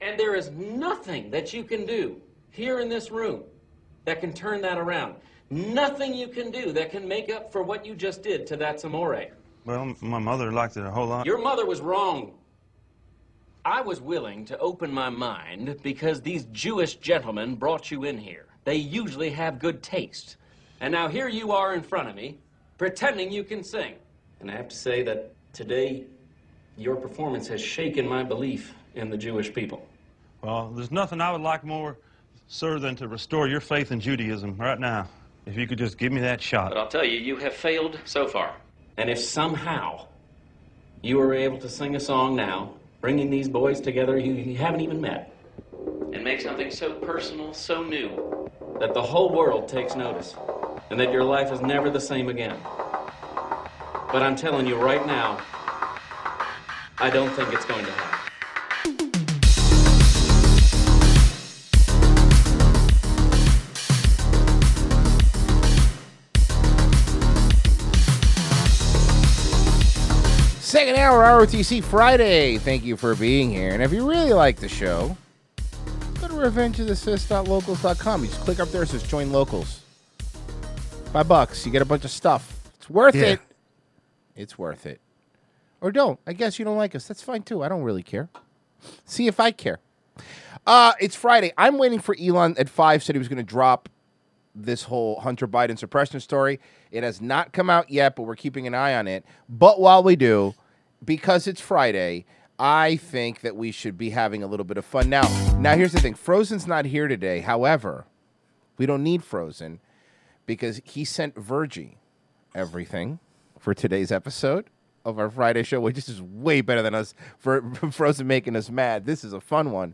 Speaker 12: And there is nothing that you can do here in this room that can turn that around. Nothing you can do that can make up for what you just did to that Samore.
Speaker 25: Well, my mother liked it a whole lot.
Speaker 12: Your mother was wrong. I was willing to open my mind because these Jewish gentlemen brought you in here. They usually have good taste. And now here you are in front of me, pretending you can sing. And I have to say that today, your performance has shaken my belief in the Jewish people.
Speaker 25: Well, there's nothing I would like more, sir, than to restore your faith in Judaism right now. If you could just give me that
Speaker 12: But
Speaker 25: shot.
Speaker 12: I'll tell you, you have failed so far. And if somehow you are able to sing a song now, bringing these boys together you, you haven't even met, and make something so personal, so new, that the whole world takes notice, and that your life is never the same again. But I'm telling you right now, I don't think it's going to happen.
Speaker 8: Second hour ROTC Friday. Thank you for being here. And if you really like the show, go to revengeoftheassist.locals.com. You just click up there, it says join locals. Five bucks. You get a bunch of stuff. It's worth
Speaker 2: Yeah.
Speaker 8: it. It's worth it. Or don't. I guess you don't like us. That's fine too. I don't really care. See if I care. Uh, it's Friday. I'm waiting for Elon at five said he was gonna drop this whole Hunter Biden suppression story. It has not come out yet, but we're keeping an eye on it. But while we do, because it's Friday, I think that we should be having a little bit of fun now. Now, here's the thing Frozen's not here today. However, we don't need Frozen because he sent Virgie everything for today's episode of our Friday show, which is way better than us for Frozen making us mad. This is a fun one.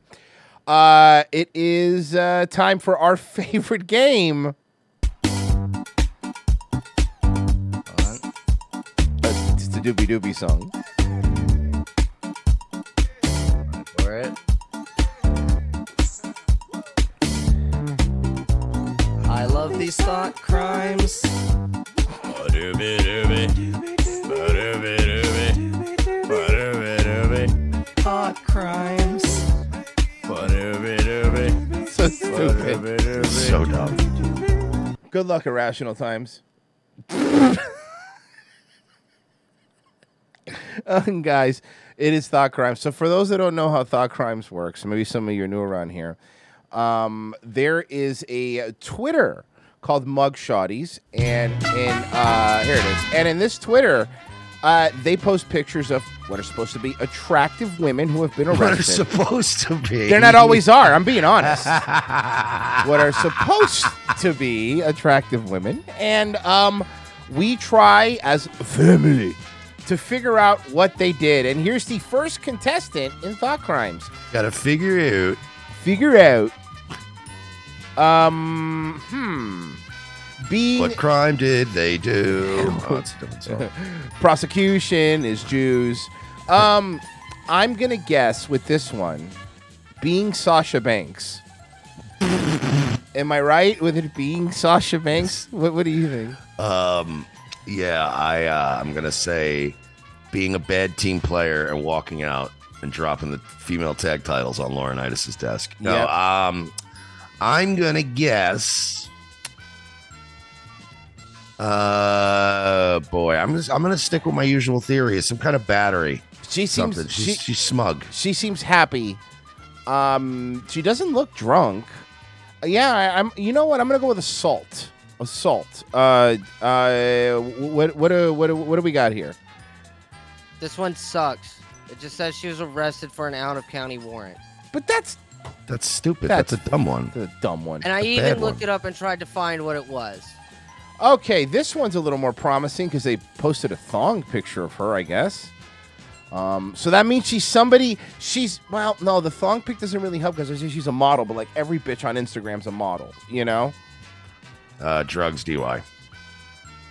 Speaker 8: Uh, it is uh, time for our favorite game. Hold on. Uh, It's the Doobie Doobie song.
Speaker 26: For it. I love these thought crimes. Thought crimes.
Speaker 8: So stupid. So dumb. Good luck, Irrational Times. Um, guys, it is thought crimes. So for those that don't know how thought crimes works, maybe some of you are new around here. Um, there is a Twitter called Mug Shotties, and in uh, here it is. And in this Twitter, uh, they post pictures of what are supposed to be attractive women who have been arrested.
Speaker 2: What are supposed to be?
Speaker 8: They're not always are. I'm being honest. what are supposed to be attractive women, and um, we try as a family to figure out what they did. And here's the first contestant in Thought Crimes.
Speaker 2: Gotta figure out.
Speaker 8: Figure out. Um. Hmm. Being
Speaker 2: What crime did they do? Oh, it's a different song.
Speaker 8: prosecution is Jews. Um, I'm gonna guess with this one, being Sasha Banks. Am I right with it being Sasha Banks? What, what do you think?
Speaker 2: Um, yeah, I uh, I'm gonna say being a bad team player and walking out and dropping the female tag titles on Laurinaitis's desk. No,
Speaker 10: Yep.
Speaker 2: um, I'm gonna guess. Uh, boy, I'm just I'm gonna stick with my usual theory. It's some kind of battery.
Speaker 8: She
Speaker 2: seems
Speaker 8: she-
Speaker 2: she's, she's smug.
Speaker 8: She seems happy. Um, she doesn't look drunk. Yeah, I, I'm. You know what? I'm gonna go with assault. Assault. Uh, uh, what what uh, what what do we got here?
Speaker 15: This one sucks. It just says she was arrested for an out of county warrant.
Speaker 8: But that's
Speaker 2: That's stupid. That's, a dumb one.
Speaker 8: The dumb one.
Speaker 15: And I even looked it up and tried to find what it was.
Speaker 8: Okay, this one's a little more promising because they posted a thong picture of her, I guess. Um, so that means she's somebody. She's well, no, the thong pic doesn't really help because she's a model, but like every bitch on Instagram's a model, you know.
Speaker 2: Uh, drugs, DUI.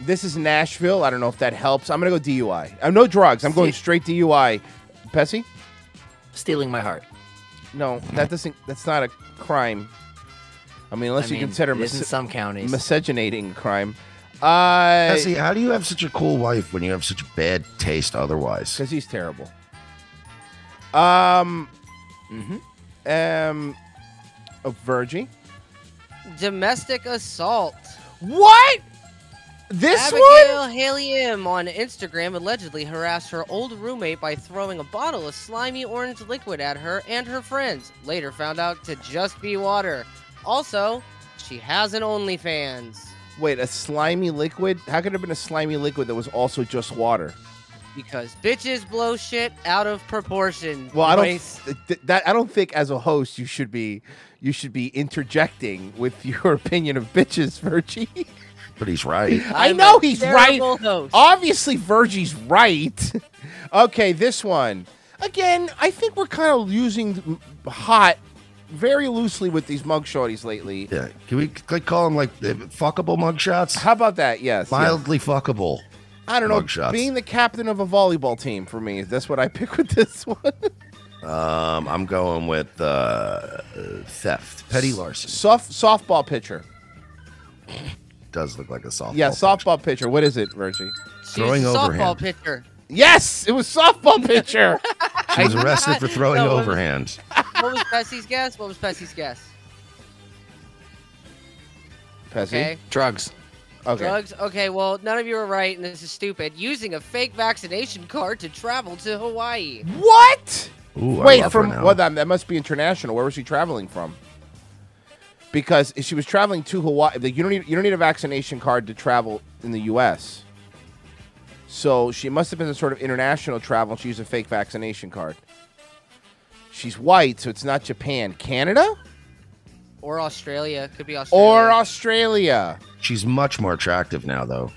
Speaker 8: This is Nashville. I don't know if that helps. I'm gonna go DUI. I'm Uh, no drugs. I'm going straight DUI. Pessy,
Speaker 9: stealing my heart.
Speaker 8: No, that doesn't. That's not a crime. I mean, unless
Speaker 9: I
Speaker 8: you
Speaker 9: mean,
Speaker 8: consider
Speaker 9: it is in some counties.
Speaker 8: miscegenating a crime. Uh,
Speaker 2: Jesse, how do you have such a cool wife when you have such bad taste otherwise? Because
Speaker 8: he's terrible. Um. Um. Oh, Virgie.
Speaker 15: Domestic assault.
Speaker 8: What? This
Speaker 15: Abigail Halium on Instagram allegedly harassed her old roommate by throwing a bottle of slimy orange liquid at her and her friends. Later found out to just be water. Also, she has an OnlyFans
Speaker 8: Wait, a slimy liquid? How could it have been a slimy liquid that was also just water?
Speaker 15: because bitches blow shit out of proportion.
Speaker 8: Well, I don't
Speaker 15: Bryce.
Speaker 8: th- th- that I don't think as a host you should be you should be interjecting with your opinion of bitches, Virgie.
Speaker 2: But he's right.
Speaker 8: I
Speaker 15: I'm
Speaker 8: know
Speaker 15: a
Speaker 8: he's right.
Speaker 15: terrible host.
Speaker 8: Obviously, Virgie's right. okay, this one. Again, I think we're kind of using m- hot very loosely with these mug shorties lately.
Speaker 2: Yeah. Can we like call them like uh, fuckable mugshots?
Speaker 8: How about that? Yes.
Speaker 2: Mildly fuckable.
Speaker 8: I don't know.
Speaker 2: Mugshots.
Speaker 8: Being the captain of a volleyball team for me, that's what I pick with this one.
Speaker 2: Um, I'm going with uh, uh, theft. Petty Larson
Speaker 8: Soft softball pitcher.
Speaker 2: does look like a softball.
Speaker 8: yeah, softball pitcher. What is it, Virgie?
Speaker 15: She's a softball pitcher.
Speaker 8: Yes, it was softball pitcher.
Speaker 2: She was arrested for throwing
Speaker 15: No, it was-
Speaker 2: overhand.
Speaker 15: What was Pessy's guess? What was Pessy's guess? Okay.
Speaker 9: Drugs.
Speaker 8: Okay.
Speaker 15: Drugs? Okay, well, none of you are right, and this is stupid. Using a fake vaccination card to travel to Hawaii.
Speaker 8: What?
Speaker 2: Ooh, I
Speaker 8: Wait,
Speaker 2: love her
Speaker 8: from
Speaker 2: now.
Speaker 8: well, that, that must be international. Where was she traveling from? Because if she was traveling to Hawaii, like, you don't need you don't need a vaccination card to travel in the U.S. So she must have been some sort of international travel. She used a fake vaccination card. She's white, so it's not Japan, Canada,
Speaker 15: Or Australia. Could be Australia.
Speaker 8: or Australia.
Speaker 2: She's much more attractive now, though.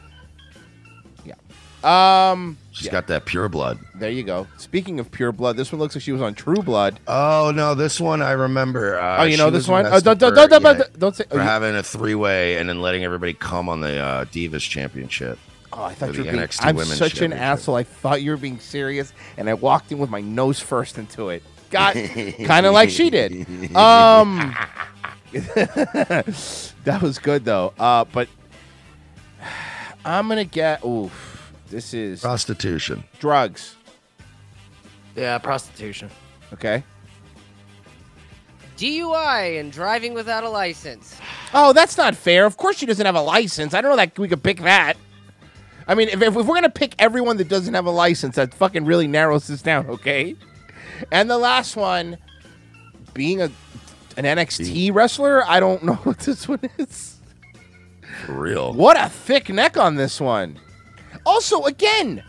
Speaker 8: Um,
Speaker 2: She's got that pure blood.
Speaker 8: there you go. Speaking of pure blood, this one looks like she was on True Blood.
Speaker 2: Oh no, this one I remember. Uh,
Speaker 8: Oh, you know
Speaker 2: she
Speaker 8: this
Speaker 2: was
Speaker 8: one? Oh,
Speaker 2: arrested
Speaker 8: don't-
Speaker 2: for-
Speaker 8: don't- don't-
Speaker 2: yeah,
Speaker 8: don't say- oh,
Speaker 2: for
Speaker 8: you-
Speaker 2: having a three-way and then letting everybody come on the uh, Divas Championship.
Speaker 8: Oh, I
Speaker 2: Or
Speaker 8: thought
Speaker 2: the
Speaker 8: you were being.
Speaker 2: NXT
Speaker 8: I'm
Speaker 2: Women's
Speaker 8: such an
Speaker 2: Championship.
Speaker 8: asshole. I thought you were being serious, and I walked in with my nose first into it. Got kind of like she did. Um, that was good though. Uh, but I'm gonna get. Oof, this is
Speaker 2: prostitution,
Speaker 8: drugs.
Speaker 9: Yeah, prostitution.
Speaker 8: Okay.
Speaker 15: DUI and driving without a license.
Speaker 8: Oh, that's not fair. Of course she doesn't have a license. I don't know that we could pick that. I mean, if, if we're gonna pick everyone that doesn't have a license, that fucking really narrows this down, okay? And the last one, being a an NXT wrestler, I don't know what this one is.
Speaker 2: For real.
Speaker 8: What a thick neck on this one. Also, again,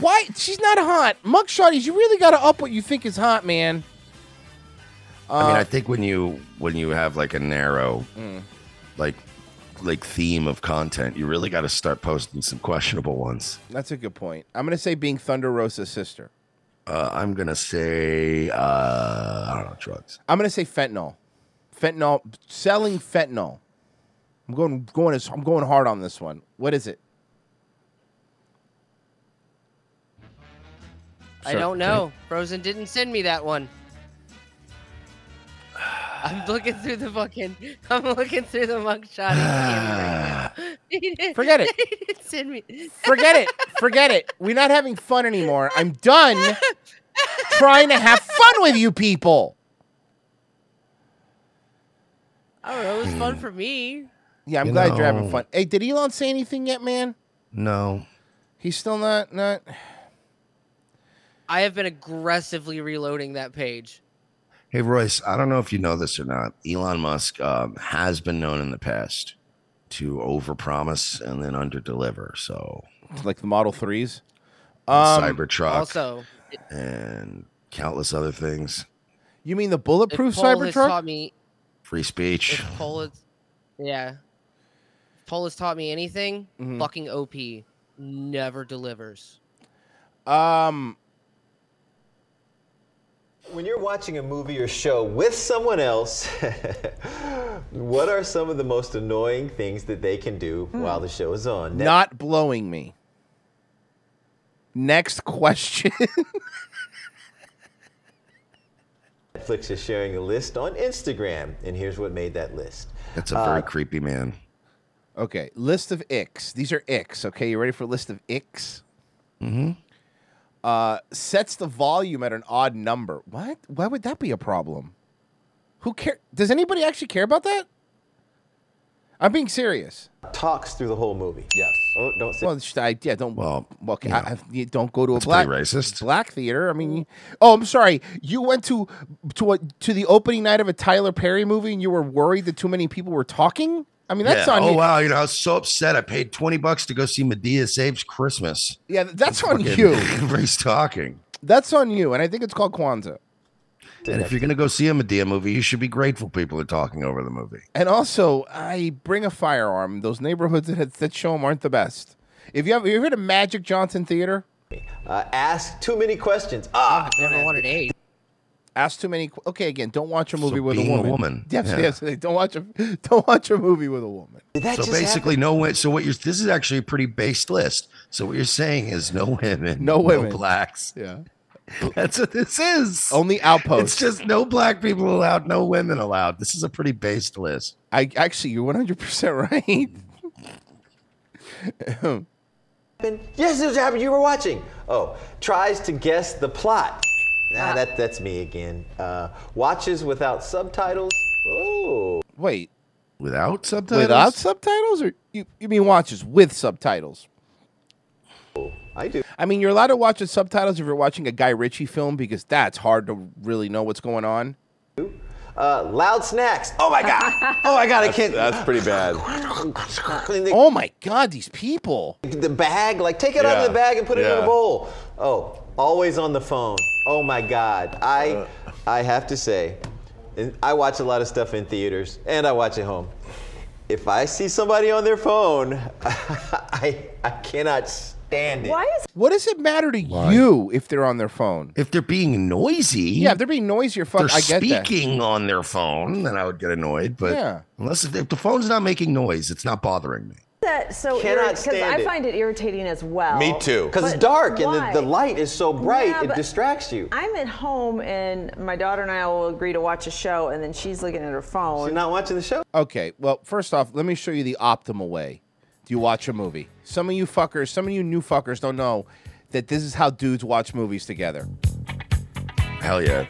Speaker 8: why she's not hot? Mugshotties, you really gotta up what you think is hot, man.
Speaker 2: I mean,
Speaker 8: Uh,
Speaker 2: I think when you when you have like a narrow,
Speaker 8: Mm.
Speaker 2: like like theme of content, you really got to start posting some questionable ones.
Speaker 8: That's a good point. I'm gonna say being Thunder Rosa's sister.
Speaker 2: Uh, I'm gonna say uh, I don't know drugs.
Speaker 8: I'm gonna say fentanyl. Fentanyl selling fentanyl. I'm going going as I'm going hard on this one. What is it?
Speaker 15: I
Speaker 8: Sure.
Speaker 15: don't know. Frozen didn't send me that one. I'm looking through the fucking. I'm looking through the mugshot.
Speaker 2: Uh.
Speaker 8: Ah.
Speaker 15: Forget
Speaker 8: it.
Speaker 15: send me.
Speaker 8: Forget it. Forget it. We're not having fun anymore. I'm done trying to have fun with you people.
Speaker 15: I don't know. It was fun for me.
Speaker 8: Yeah, I'm
Speaker 2: You
Speaker 8: glad you're
Speaker 2: know-
Speaker 8: having fun. Hey, did Elon say anything yet, man?
Speaker 2: No,
Speaker 8: He's still not not
Speaker 15: I have been aggressively reloading that page.
Speaker 2: Hey, Royce, I don't know if you know this or not. Elon Musk um, has been known in the past to overpromise and then underdeliver. So,
Speaker 8: like the Model 3s,
Speaker 2: um, Cybertruck,
Speaker 15: Also,
Speaker 2: and countless other things.
Speaker 8: You mean the
Speaker 15: if
Speaker 8: bulletproof
Speaker 15: Uh, Paul has
Speaker 8: Cybertruck?
Speaker 15: taught me.
Speaker 2: Free speech.
Speaker 15: Paul has, yeah. If Paul has taught me anything.
Speaker 8: Mhm.
Speaker 15: Fucking OP never delivers.
Speaker 8: Um
Speaker 27: When you're watching a movie or show with someone else, what are some of the most annoying things that they can do while the show is on?
Speaker 8: not blowing me. Next question.
Speaker 27: Netflix is sharing a list on Instagram, and here's what made that list.
Speaker 2: That's a very
Speaker 27: Uh,
Speaker 2: creepy man.
Speaker 8: Okay, list of icks. These are icks. Okay, you ready for a list of icks?
Speaker 2: Mm-hmm.
Speaker 8: Uh, sets the volume at an odd number. What? Why would that be a problem? Who care? Does anybody actually care about that? I'm being serious.
Speaker 27: Talks through the whole movie. Yes. Oh, don't say.
Speaker 8: Well, it's- I, yeah, don't. Well, okay, I, I- you don't go to a
Speaker 2: That's
Speaker 8: black
Speaker 2: pretty racist.
Speaker 8: black theater. I mean, you- oh, I'm sorry. You went to to a, to the opening night of a Tyler Perry movie, and you were worried that too many people were talking. I mean, that's
Speaker 2: Yeah.
Speaker 8: on
Speaker 2: Oh
Speaker 8: you.
Speaker 2: wow, you know, I was so upset. I paid twenty bucks to go see Medea Saves Christmas.
Speaker 8: Yeah, th- that's on
Speaker 2: Fucking
Speaker 8: you.
Speaker 2: Race talking.
Speaker 8: That's on you, and I think it's called Kwanzaa.
Speaker 2: And if you're gonna go see a Medea movie, you should be grateful people are talking over the movie.
Speaker 8: And also, I bring a firearm. Those neighborhoods that, that show them aren't the best. If you have, you ever heard of Magic Johnson Theater?
Speaker 27: Uh, ask too many questions. Ah,
Speaker 15: never wanted eight.
Speaker 8: Ask too many. qu- Okay, again, don't watch a movie with
Speaker 2: being
Speaker 8: a
Speaker 2: a
Speaker 8: woman.
Speaker 2: woman,
Speaker 8: Yes,
Speaker 2: yeah.
Speaker 8: yes. Don't watch a don't watch a movie with a woman.
Speaker 2: so basically, no way. So what you're this is actually a pretty based list. So what you're saying is no women,
Speaker 8: No women.
Speaker 2: blacks.
Speaker 8: Yeah,
Speaker 2: that's what this is.
Speaker 8: Only outposts.
Speaker 2: It's just no black people allowed, no women allowed. This is a pretty based list.
Speaker 8: I actually, you're 100 percent right.
Speaker 27: happened? Yes, it was happened. You were watching. Oh, tries to guess the plot. Nah, that, that's me again. Uh, watches without subtitles. Oh.
Speaker 8: Wait.
Speaker 2: Without subtitles?
Speaker 8: Without subtitles, or you, you mean watches with subtitles?
Speaker 27: I do.
Speaker 8: I mean, you're allowed to watch with subtitles if you're watching a Guy Ritchie film because that's hard to really know what's going on.
Speaker 27: Uh, loud snacks. Oh my god. Oh my god. I can't.
Speaker 8: that's pretty bad.
Speaker 27: oh
Speaker 8: my god, these people.
Speaker 27: The bag, like take it out of
Speaker 8: Yeah,
Speaker 27: the bag and put it in
Speaker 8: yeah.
Speaker 27: a bowl. Oh, always on the phone. Oh my god. I
Speaker 8: Uh.
Speaker 27: I have to say, and I watch a lot of stuff in theaters and I watch at home. If I see somebody on their phone, I I cannot stand it.
Speaker 8: is? What does it matter to you if they're on their phone?
Speaker 2: If they're being noisy,
Speaker 8: yeah, if they're being noisy, or fuck,
Speaker 2: they're
Speaker 8: I get
Speaker 2: speaking on their phone, then I would get annoyed. But
Speaker 8: Yeah.
Speaker 2: unless if, if the phone's not making noise, it's not bothering me.
Speaker 28: that so
Speaker 27: Cannot
Speaker 28: because
Speaker 27: stand
Speaker 28: I
Speaker 27: it.
Speaker 28: find it irritating as well.
Speaker 27: Because it's
Speaker 28: But
Speaker 27: dark and
Speaker 28: why?
Speaker 27: the, the light is so bright,
Speaker 28: Yeah,
Speaker 27: it
Speaker 28: but
Speaker 27: distracts you.
Speaker 28: I'm at home and my daughter and I will agree to watch a show and then she's looking at her phone.
Speaker 27: She's Oh, not watching the show.
Speaker 8: that. Okay, well, first off, let me show you the optimal way. Do you watch a movie? Some of you fuckers, some of you new fuckers don't know that this is how dudes watch movies together.
Speaker 2: Hell yeah.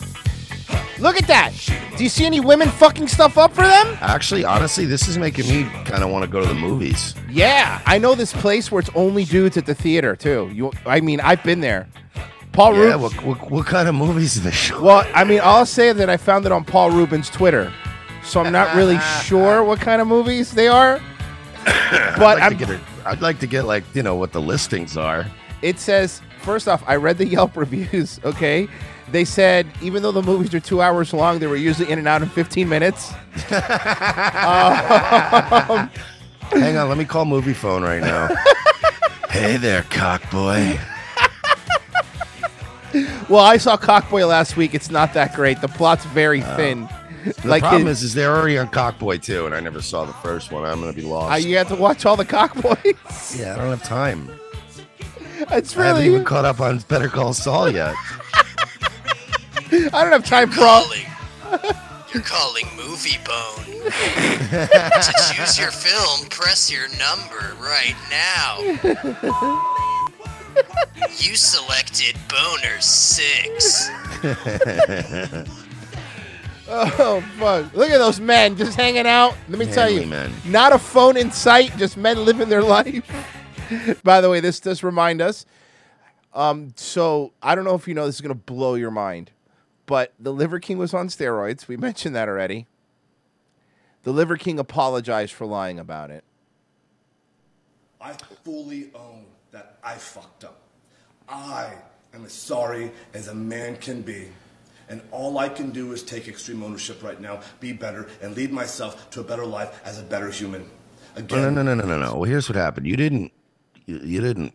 Speaker 8: Look at that. Do you see any women fucking stuff up for them?
Speaker 2: Actually, honestly, this is making me kind of want to go to the movies.
Speaker 8: Yeah, I know this place where it's only dudes at the theater too. You, I mean, I've been there. Paul
Speaker 2: Yeah,
Speaker 8: Rubin.
Speaker 2: what, what, what kind of movies is this?
Speaker 8: Well, I mean, I'll say that I found it on Paul Rubin's Twitter, so I'm not really sure what kind of movies they are.
Speaker 2: I'd
Speaker 8: But
Speaker 2: like
Speaker 8: I'm-
Speaker 2: to get a, I'd like to get like you know what the listings are.
Speaker 8: It says, first off, I read the Yelp reviews, okay? They said, even though the movies are two hours long, they were usually in and out in 15 minutes. Um,
Speaker 2: Hang on, let me call movie phone right now. hey there, cockboy.
Speaker 8: well, I saw Cockboy last week. It's not that great. The plot's very thin.
Speaker 2: Uh, The problem is, is they're already on Cockboy too, and I never saw the first one. I'm gonna be lost.
Speaker 8: uh, you have to watch all the Cockboys.
Speaker 2: yeah, I don't have time.
Speaker 8: It's
Speaker 2: I haven't even
Speaker 8: really.
Speaker 2: caught up on Better Call Saul yet.
Speaker 8: I don't have time for all.
Speaker 9: You're calling Movie Bone. to choose your film, press your number right now. You selected Boner 6.
Speaker 8: Oh fuck! Look at those men just hanging out. Let me tell you,
Speaker 2: Manly men.
Speaker 8: not a phone in sight, just men living their life. By the way, this does remind us. Um, so I don't know if you know this is gonna blow your mind, but the Liver King was on steroids. We mentioned that already. The Liver King apologized for lying about it.
Speaker 18: I fully own that I fucked up. I am as sorry as a man can be. And all I can do is take extreme ownership right now, be better, and lead myself to a better life as a better human. Again,
Speaker 2: Oh, No, no, no, no, no, no. Well, here's what happened. You didn't, you, you didn't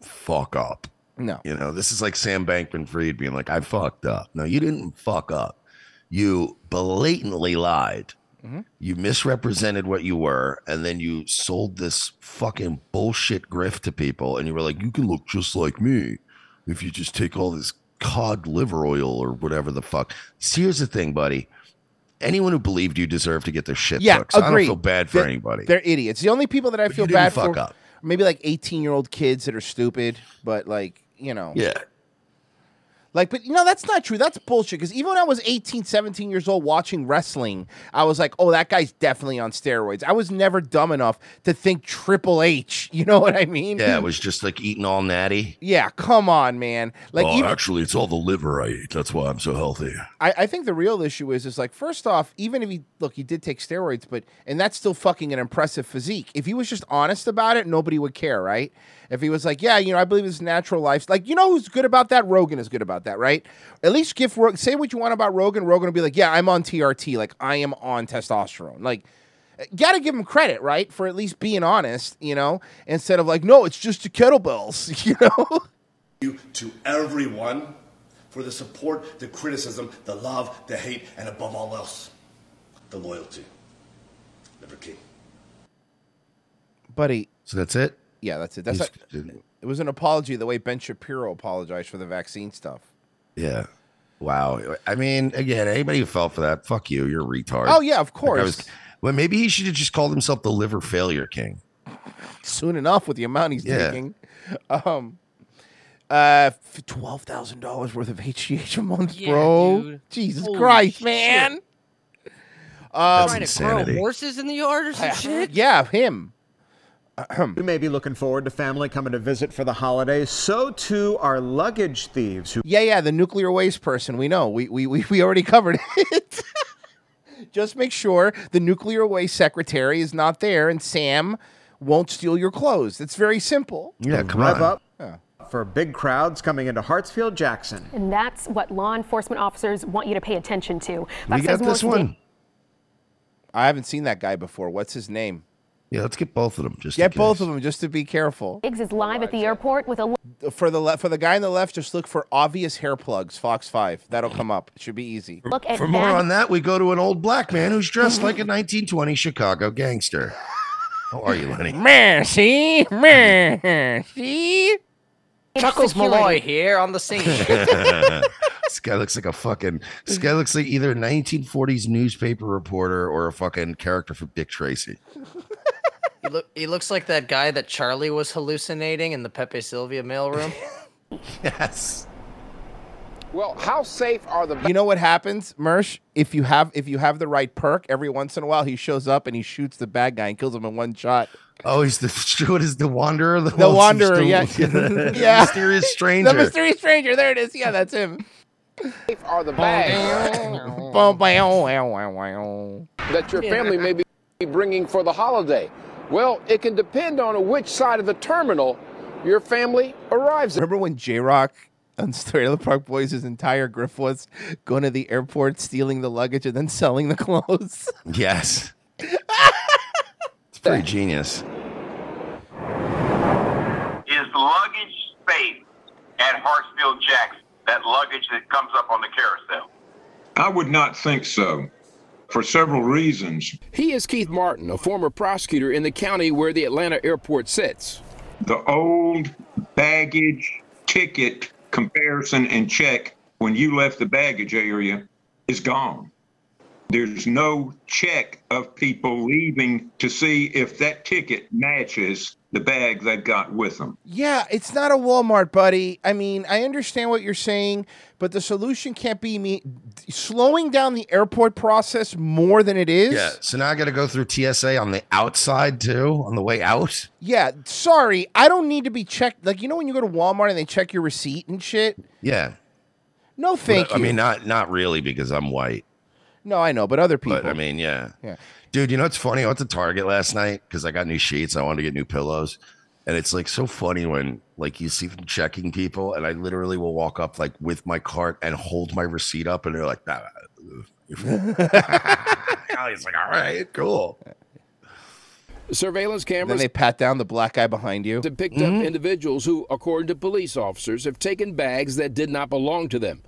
Speaker 2: fuck up.
Speaker 8: No.
Speaker 2: You know, this is like Sam Bankman Fried being like, I fucked up. No, you didn't fuck up. You blatantly lied.
Speaker 8: Mm-hmm.
Speaker 2: You misrepresented what you were, and then you sold this fucking bullshit grift to people, and you were like, you can look just like me if you just take all this cod liver oil or whatever the fuck. See, here's the thing, buddy. Anyone who believed you deserved to get their shit
Speaker 8: yeah,
Speaker 2: took. So I
Speaker 8: agree.
Speaker 2: don't feel bad for
Speaker 8: They're-
Speaker 2: anybody.
Speaker 8: They're idiots. The only people that I feel
Speaker 2: you didn't
Speaker 8: bad
Speaker 2: fuck
Speaker 8: for
Speaker 2: up.
Speaker 8: are maybe like eighteen-year-old kids that are stupid, but like you know,
Speaker 2: Yeah.
Speaker 8: Like, but you know, that's not true. That's bullshit. Because even when I was 18, 17 years old watching wrestling, I was like, oh, that guy's definitely on steroids. I was never dumb enough to think Triple H. You know what I mean?
Speaker 2: Yeah, it was just like eating all natty.
Speaker 8: Yeah, come on, man. Like,
Speaker 2: oh,
Speaker 8: even,
Speaker 2: actually, it's all the liver I eat. That's why I'm so healthy.
Speaker 8: I, I think the real issue is, is like, first off, even if he, look, he did take steroids, but, and that's still fucking an impressive physique. If he was just honest about it, nobody would care, right? If he was like, yeah, you know, I believe it's natural life. Like, you know who's good about that? Rogan is good about that, right? At least give Rogan, say what you want about Rogan. Rogan will be like, yeah, I'm on TRT. Like, I am on testosterone. Like, eh, gotta give him credit, right? For at least being honest, you know, instead of like, no, it's just the kettlebells, you know?
Speaker 18: you to everyone for the support, the criticism, the love, the hate, and above all else, the loyalty. Liver King.
Speaker 8: Buddy.
Speaker 2: So that's it?
Speaker 8: Yeah, that's it. That's
Speaker 2: He's-
Speaker 8: not- it was an apology the way Ben Shapiro apologized for the vaccine stuff.
Speaker 2: Yeah. Wow. I mean, again, anybody who fell for that, fuck you. You're a retard.
Speaker 8: Oh, yeah, of
Speaker 2: Like, I
Speaker 8: course.
Speaker 2: was- well, maybe he should have just called himself the liver failure king.
Speaker 8: Soon enough, with the amount he's
Speaker 2: Yeah.
Speaker 8: taking, um, uh, twelve thousand dollars worth of HGH a month,
Speaker 15: Yeah,
Speaker 8: bro.
Speaker 15: dude.
Speaker 8: Jesus
Speaker 15: Holy
Speaker 8: Christ, Um,
Speaker 15: shit.
Speaker 8: man! Um,
Speaker 15: Trying to grow horses in the yard or some shit?
Speaker 8: Yeah, him.
Speaker 3: we may be looking forward to family coming to visit for the holidays. So too are luggage thieves who
Speaker 8: Yeah, yeah, the nuclear waste person. We know. We we we, we already covered it. Just make sure the nuclear waste secretary is not there, and Sam won't steal your clothes. It's very simple.
Speaker 2: Yeah,
Speaker 3: come rev on. up for big crowds coming into Hartsfield Jackson.
Speaker 29: And that's what law enforcement officers want you to pay attention to.
Speaker 8: We
Speaker 29: That says
Speaker 8: got this
Speaker 29: more today-
Speaker 8: one. I haven't seen that guy before. What's his name?
Speaker 2: Yeah, let's get both of them. Just
Speaker 8: get both of them just to be careful.
Speaker 29: Diggs is live at the airport with a
Speaker 8: For the le- for the guy on the left, just look for obvious hair plugs. Fox Five. That'll come up. It should be easy.
Speaker 29: look at
Speaker 2: For more
Speaker 29: bag-
Speaker 2: on that, we go to an old black man who's dressed like a 1920 Chicago gangster. How are you, Lenny?
Speaker 8: Man, see? Man, see?
Speaker 9: Chuckles
Speaker 29: Security.
Speaker 9: Malloy here on the scene.
Speaker 2: this guy looks like a fucking. This guy looks like either a 1940s newspaper reporter or a fucking character from Dick Tracy.
Speaker 9: He, loo- he looks like that guy that Charlie was hallucinating in the Pepe Sylvia mailroom.
Speaker 2: yes.
Speaker 1: Well, how safe are the
Speaker 8: You know what happens, Mersh? If you have if you have the right perk, every once in a while he shows up and he shoots the bad guy and kills him in one shot.
Speaker 2: Oh, he's the what is the wanderer? The,
Speaker 8: the
Speaker 2: one-
Speaker 8: wanderer,
Speaker 2: the-
Speaker 8: yeah,
Speaker 2: the
Speaker 8: yeah,
Speaker 2: mysterious stranger.
Speaker 8: the mysterious stranger. There it is. Yeah, that's him.
Speaker 1: safe are the bags
Speaker 8: Boom, bow, wow, wow, wow.
Speaker 1: that your family may be bringing for the holiday? Well, it can depend on which side of the terminal your family arrives at.
Speaker 8: Remember when J Rock on Story of the Park Boys, his entire grift was going to the airport, stealing the luggage, and then selling the clothes?
Speaker 2: Yes. it's pretty genius.
Speaker 30: Is luggage safe at Hartsfield Jackson? That luggage that comes up on the carousel?
Speaker 19: I would not think so for several reasons.
Speaker 1: He is Keith Martin, a former prosecutor in the county where the Atlanta airport sits.
Speaker 19: The old baggage ticket comparison and check when you left the baggage area is gone. There's no check of people leaving to see if that ticket matches the bag they've got with them.
Speaker 8: Yeah, it's not a Walmart, buddy. I mean, I understand what you're saying, but the solution can't be me slowing down the airport process more than it is.
Speaker 2: Yeah. So now I got to go through TSA on the outside too, on the way out.
Speaker 8: Yeah, sorry, I don't need to be checked. Like you know when you go to Walmart and they check your receipt and shit.
Speaker 2: Yeah.
Speaker 8: No, Oh, thank
Speaker 2: But,
Speaker 8: you.
Speaker 2: I mean, not not really because I'm white.
Speaker 8: no, I know, but other people.
Speaker 2: But I mean, yeah.
Speaker 8: Yeah.
Speaker 2: Dude, you know it's funny? I went to Target last night because I got new sheets. I wanted to get new pillows. And it's like so funny when like you see them checking people, and I literally will walk up like with my cart and hold my receipt up, and they're like, nah, nah, nah." He's like, all right, cool.
Speaker 1: Surveillance
Speaker 8: then
Speaker 1: cameras
Speaker 8: they pat down the black guy behind you.
Speaker 1: have picked up individuals who, according to police officers, have taken bags that did not belong to them.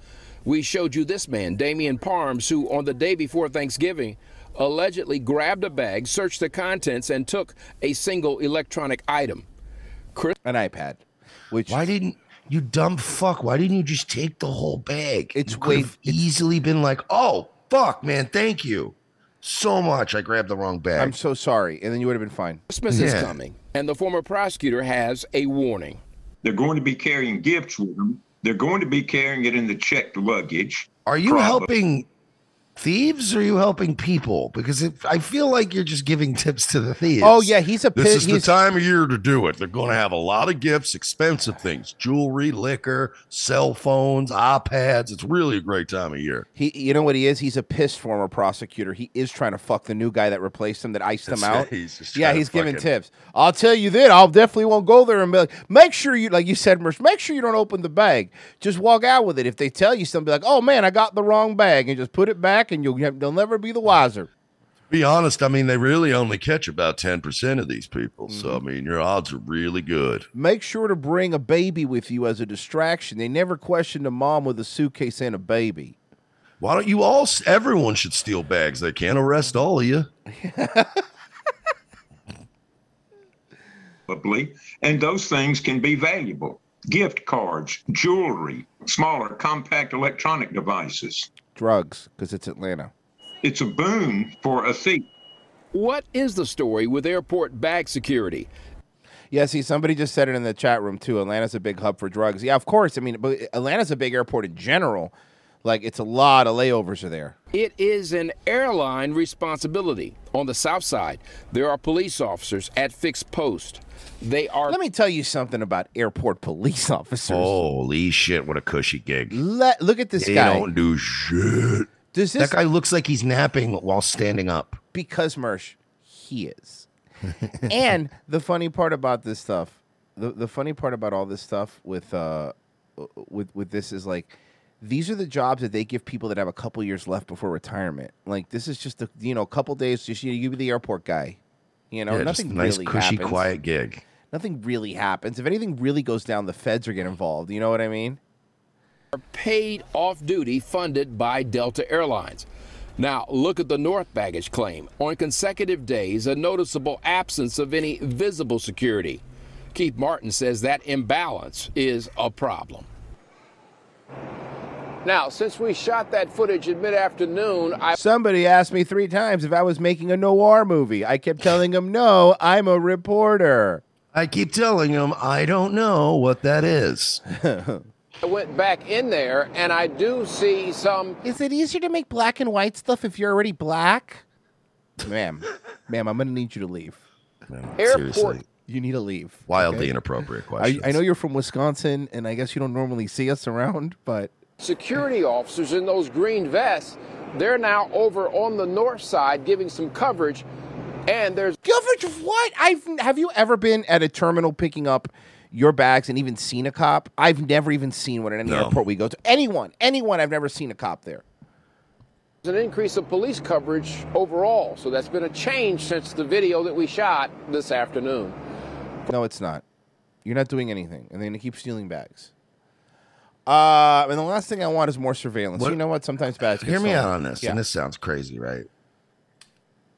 Speaker 1: We showed you this man, Damian Parms, who on the day before Thanksgiving allegedly grabbed a bag, searched the contents, and took a single electronic item. Chris-
Speaker 8: An iPad. Which
Speaker 2: why didn't you dumb fuck? Why didn't you just take the whole bag? It's
Speaker 8: way-
Speaker 2: have easily been like, oh fuck, man, thank you so much. I grabbed the wrong bag.
Speaker 8: I'm so sorry, and then you would have been fine.
Speaker 1: Christmas is coming, and the former prosecutor has a warning.
Speaker 19: They're going to be carrying gifts with them. They're going to be carrying it in the checked luggage.
Speaker 2: Are you
Speaker 19: Probably.
Speaker 2: helping thieves or are you helping people? Because if, I feel like you're just giving tips to the thieves.
Speaker 8: Oh, yeah, he's a
Speaker 2: This
Speaker 8: pit-
Speaker 2: is
Speaker 8: he's-
Speaker 2: the time of year to do it. They're going to have a lot of gifts, expensive things, jewelry, liquor, cell phones, iPads. It's really a great time of year.
Speaker 8: He, you know what he is? He's a pissed former prosecutor. He is trying to fuck the new guy that replaced him, that iced him
Speaker 2: That's-
Speaker 8: out.
Speaker 2: he's just
Speaker 8: yeah,
Speaker 2: trying to
Speaker 8: he's giving
Speaker 2: fucking-
Speaker 8: tips. I'll tell you that I'll definitely won't go there and be like, make sure you, like you said, Merch, make sure you don't open the bag. Just walk out with it. If they tell you something, be like, oh man, I got the wrong bag, and just put it back, and you'll they'll never be the wiser.
Speaker 2: Be honest, I mean, they really only catch about 10% of these people. So,
Speaker 8: Mm-hmm.
Speaker 2: I mean, your odds are really good.
Speaker 8: Make sure to bring a baby with you as a distraction. They never question a mom with a suitcase and a baby.
Speaker 2: Why don't you all, s- everyone should steal bags? They can't arrest all of you.
Speaker 19: probably, and those things can be valuable. Gift cards, jewelry, smaller compact electronic devices.
Speaker 8: Drugs, because it's Atlanta.
Speaker 19: It's a boon for a thief.
Speaker 1: What is the story with airport bag security?
Speaker 8: Yeah, see, somebody just said it in the chat room too. Atlanta's a big hub for drugs. Yeah, of course. I mean, but Atlanta's a big airport in general. Like, it's a lot of layovers are there.
Speaker 1: It is an airline responsibility. On the south side, there are police officers at fixed post. They are
Speaker 8: Let me tell you something about airport police officers.
Speaker 2: Holy shit, what a cushy gig.
Speaker 8: Let, look at this
Speaker 2: They
Speaker 8: guy.
Speaker 2: don't do shit.
Speaker 8: Does this-
Speaker 2: that guy looks like he's napping while standing up?
Speaker 8: Because Mersh, he is. and the funny part about this stuff, the, the funny part about all this stuff with uh with with this is like these are the jobs that they give people that have a couple years left before retirement. Like this is just a you know, a couple days just you, you be the airport guy. You know,
Speaker 2: Yeah, just
Speaker 8: nothing
Speaker 2: a nice
Speaker 8: really
Speaker 2: cushy
Speaker 8: happens.
Speaker 2: quiet gig.
Speaker 8: Nothing really happens. If anything really goes down, the feds are getting involved. You know what I mean?
Speaker 1: paid off duty funded by Delta Airlines. Now, look at the North baggage claim. On consecutive days, a noticeable absence of any visible security. Keith Martin says that imbalance is a problem. Now, since we shot that footage in mid afternoon, I.
Speaker 8: Somebody asked me three times if I was making a noir movie. I kept telling him, no, I'm a reporter.
Speaker 2: I keep telling him I don't know what that is.
Speaker 1: I went back in there and I do see some.
Speaker 8: Is it easier to make black and white stuff if you're already black? Ma'am, ma'am, I'm gonna need you to leave.
Speaker 1: Airport- seriously.
Speaker 8: You need to leave.
Speaker 2: Wildly inappropriate
Speaker 8: I,
Speaker 2: questions.
Speaker 8: I know you're from Wisconsin, and I guess you don't normally see us around, but
Speaker 1: security officers in those green vests. They're now over on the north side giving some coverage, and there's
Speaker 8: coverage of what? I've have you ever been at a terminal picking up your bags and even seen a cop? I've never even seen one at any
Speaker 1: No.
Speaker 8: airport we go to. Anyone, anyone, I've never seen a cop there.
Speaker 1: an increase of police coverage overall. So that's been a change since the video that we shot this afternoon.
Speaker 8: No, it's not. You're not doing anything, and then you keep stealing bags. Uh, and the last thing I want is more surveillance.
Speaker 2: What-
Speaker 8: You know what? Sometimes bags. get
Speaker 2: Hear me
Speaker 8: stolen.
Speaker 2: out on this,
Speaker 8: Yeah.
Speaker 2: and this sounds crazy, right?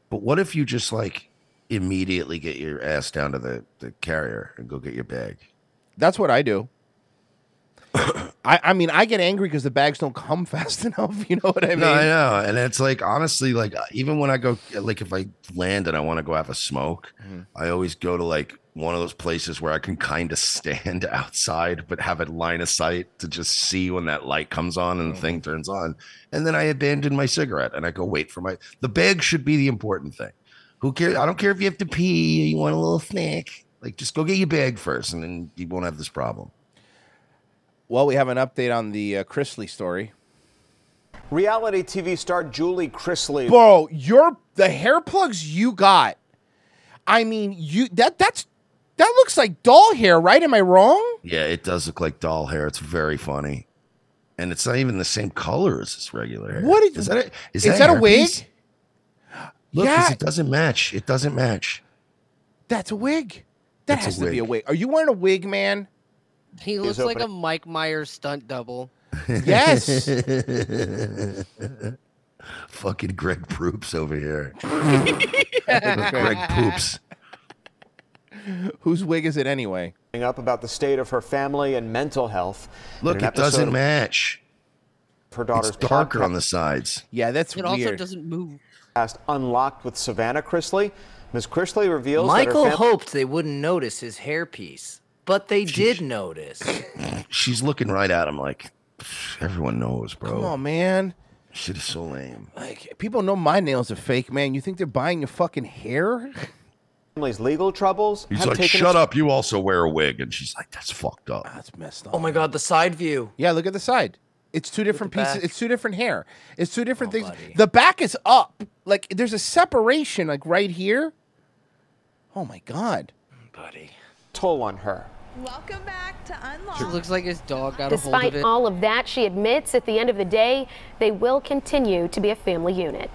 Speaker 2: But what if you just like immediately get your ass down to the, the carrier and go get your bag?
Speaker 8: That's what I do. I, I mean, I get angry because the bags don't come fast enough. You know what I mean?
Speaker 2: no, I know, and it's like honestly, like uh, even when I go, like if I land and I want to go have a smoke,
Speaker 8: Mm-hmm.
Speaker 2: I always go to like one of those places where I can kind of stand outside but have a line of sight to just see when that light comes on
Speaker 8: Mm-hmm.
Speaker 2: and the thing turns on, and then I abandon my cigarette and I go wait for my. The bag should be the important thing. Who cares? I don't care if you have to pee. You want a little snack? Like just go get your bag first, and then you won't have this problem.
Speaker 8: Well, we have an update on the uh, Chrisley story.
Speaker 3: Reality TV star Julie Chrisley.
Speaker 8: Bro, your the hair plugs you got. I mean, you that that's that looks like doll hair, right? Am I wrong?
Speaker 2: Yeah, it does look like doll hair. It's very funny, and it's not even the same color as this regular hair.
Speaker 8: What is-
Speaker 2: is that? A, is,
Speaker 8: is that a wig?
Speaker 2: hairpiece? Look, 'cause
Speaker 8: Yeah.
Speaker 2: it doesn't match. It doesn't match.
Speaker 8: That's a wig. That
Speaker 2: It's a
Speaker 8: has to be a wig. Are you wearing a wig, man?
Speaker 15: He looks like a Mike Myers stunt double.
Speaker 8: Yes.
Speaker 2: Fucking Greg Proops over here. Greg Poops.
Speaker 8: Whose wig is it anyway?
Speaker 3: Up about the state of her family and mental health.
Speaker 2: Look,
Speaker 3: In an
Speaker 2: it doesn't
Speaker 3: episode of
Speaker 2: match.
Speaker 3: Her daughter's
Speaker 2: It's darker
Speaker 3: podcast-
Speaker 2: on the sides.
Speaker 8: Yeah, that's
Speaker 3: It also weird.
Speaker 15: doesn't move.
Speaker 3: Past unlocked with Savannah Chrisley. Ms. Chrisley reveals
Speaker 9: Michael
Speaker 3: that her fam-
Speaker 9: hoped they wouldn't notice his hairpiece, but they did notice.
Speaker 2: She's looking right at him like everyone knows, bro.
Speaker 8: Come on, man.
Speaker 2: Shit is so lame.
Speaker 8: Like people know my nails are fake, man. You think they're buying your fucking hair?
Speaker 3: family's legal troubles.
Speaker 2: He's
Speaker 3: have
Speaker 2: like,
Speaker 3: taken
Speaker 2: shut
Speaker 3: a-
Speaker 2: up. You also wear a wig. And she's like, that's fucked up.
Speaker 8: That's messed up.
Speaker 9: Oh my god, the side view.
Speaker 8: Yeah, look at the side. It's two different
Speaker 9: the
Speaker 8: pieces.
Speaker 9: back. Oh,
Speaker 8: It's two different hair. It's two different things. The back is up. Like there's a separation, like right here. Oh my god.
Speaker 3: Toll on her.
Speaker 15: Welcome back to Unlock. It looks like his dog got a hold
Speaker 29: Despite
Speaker 15: of it.
Speaker 29: all of that, she admits at the end of the day, they will continue to be a family unit.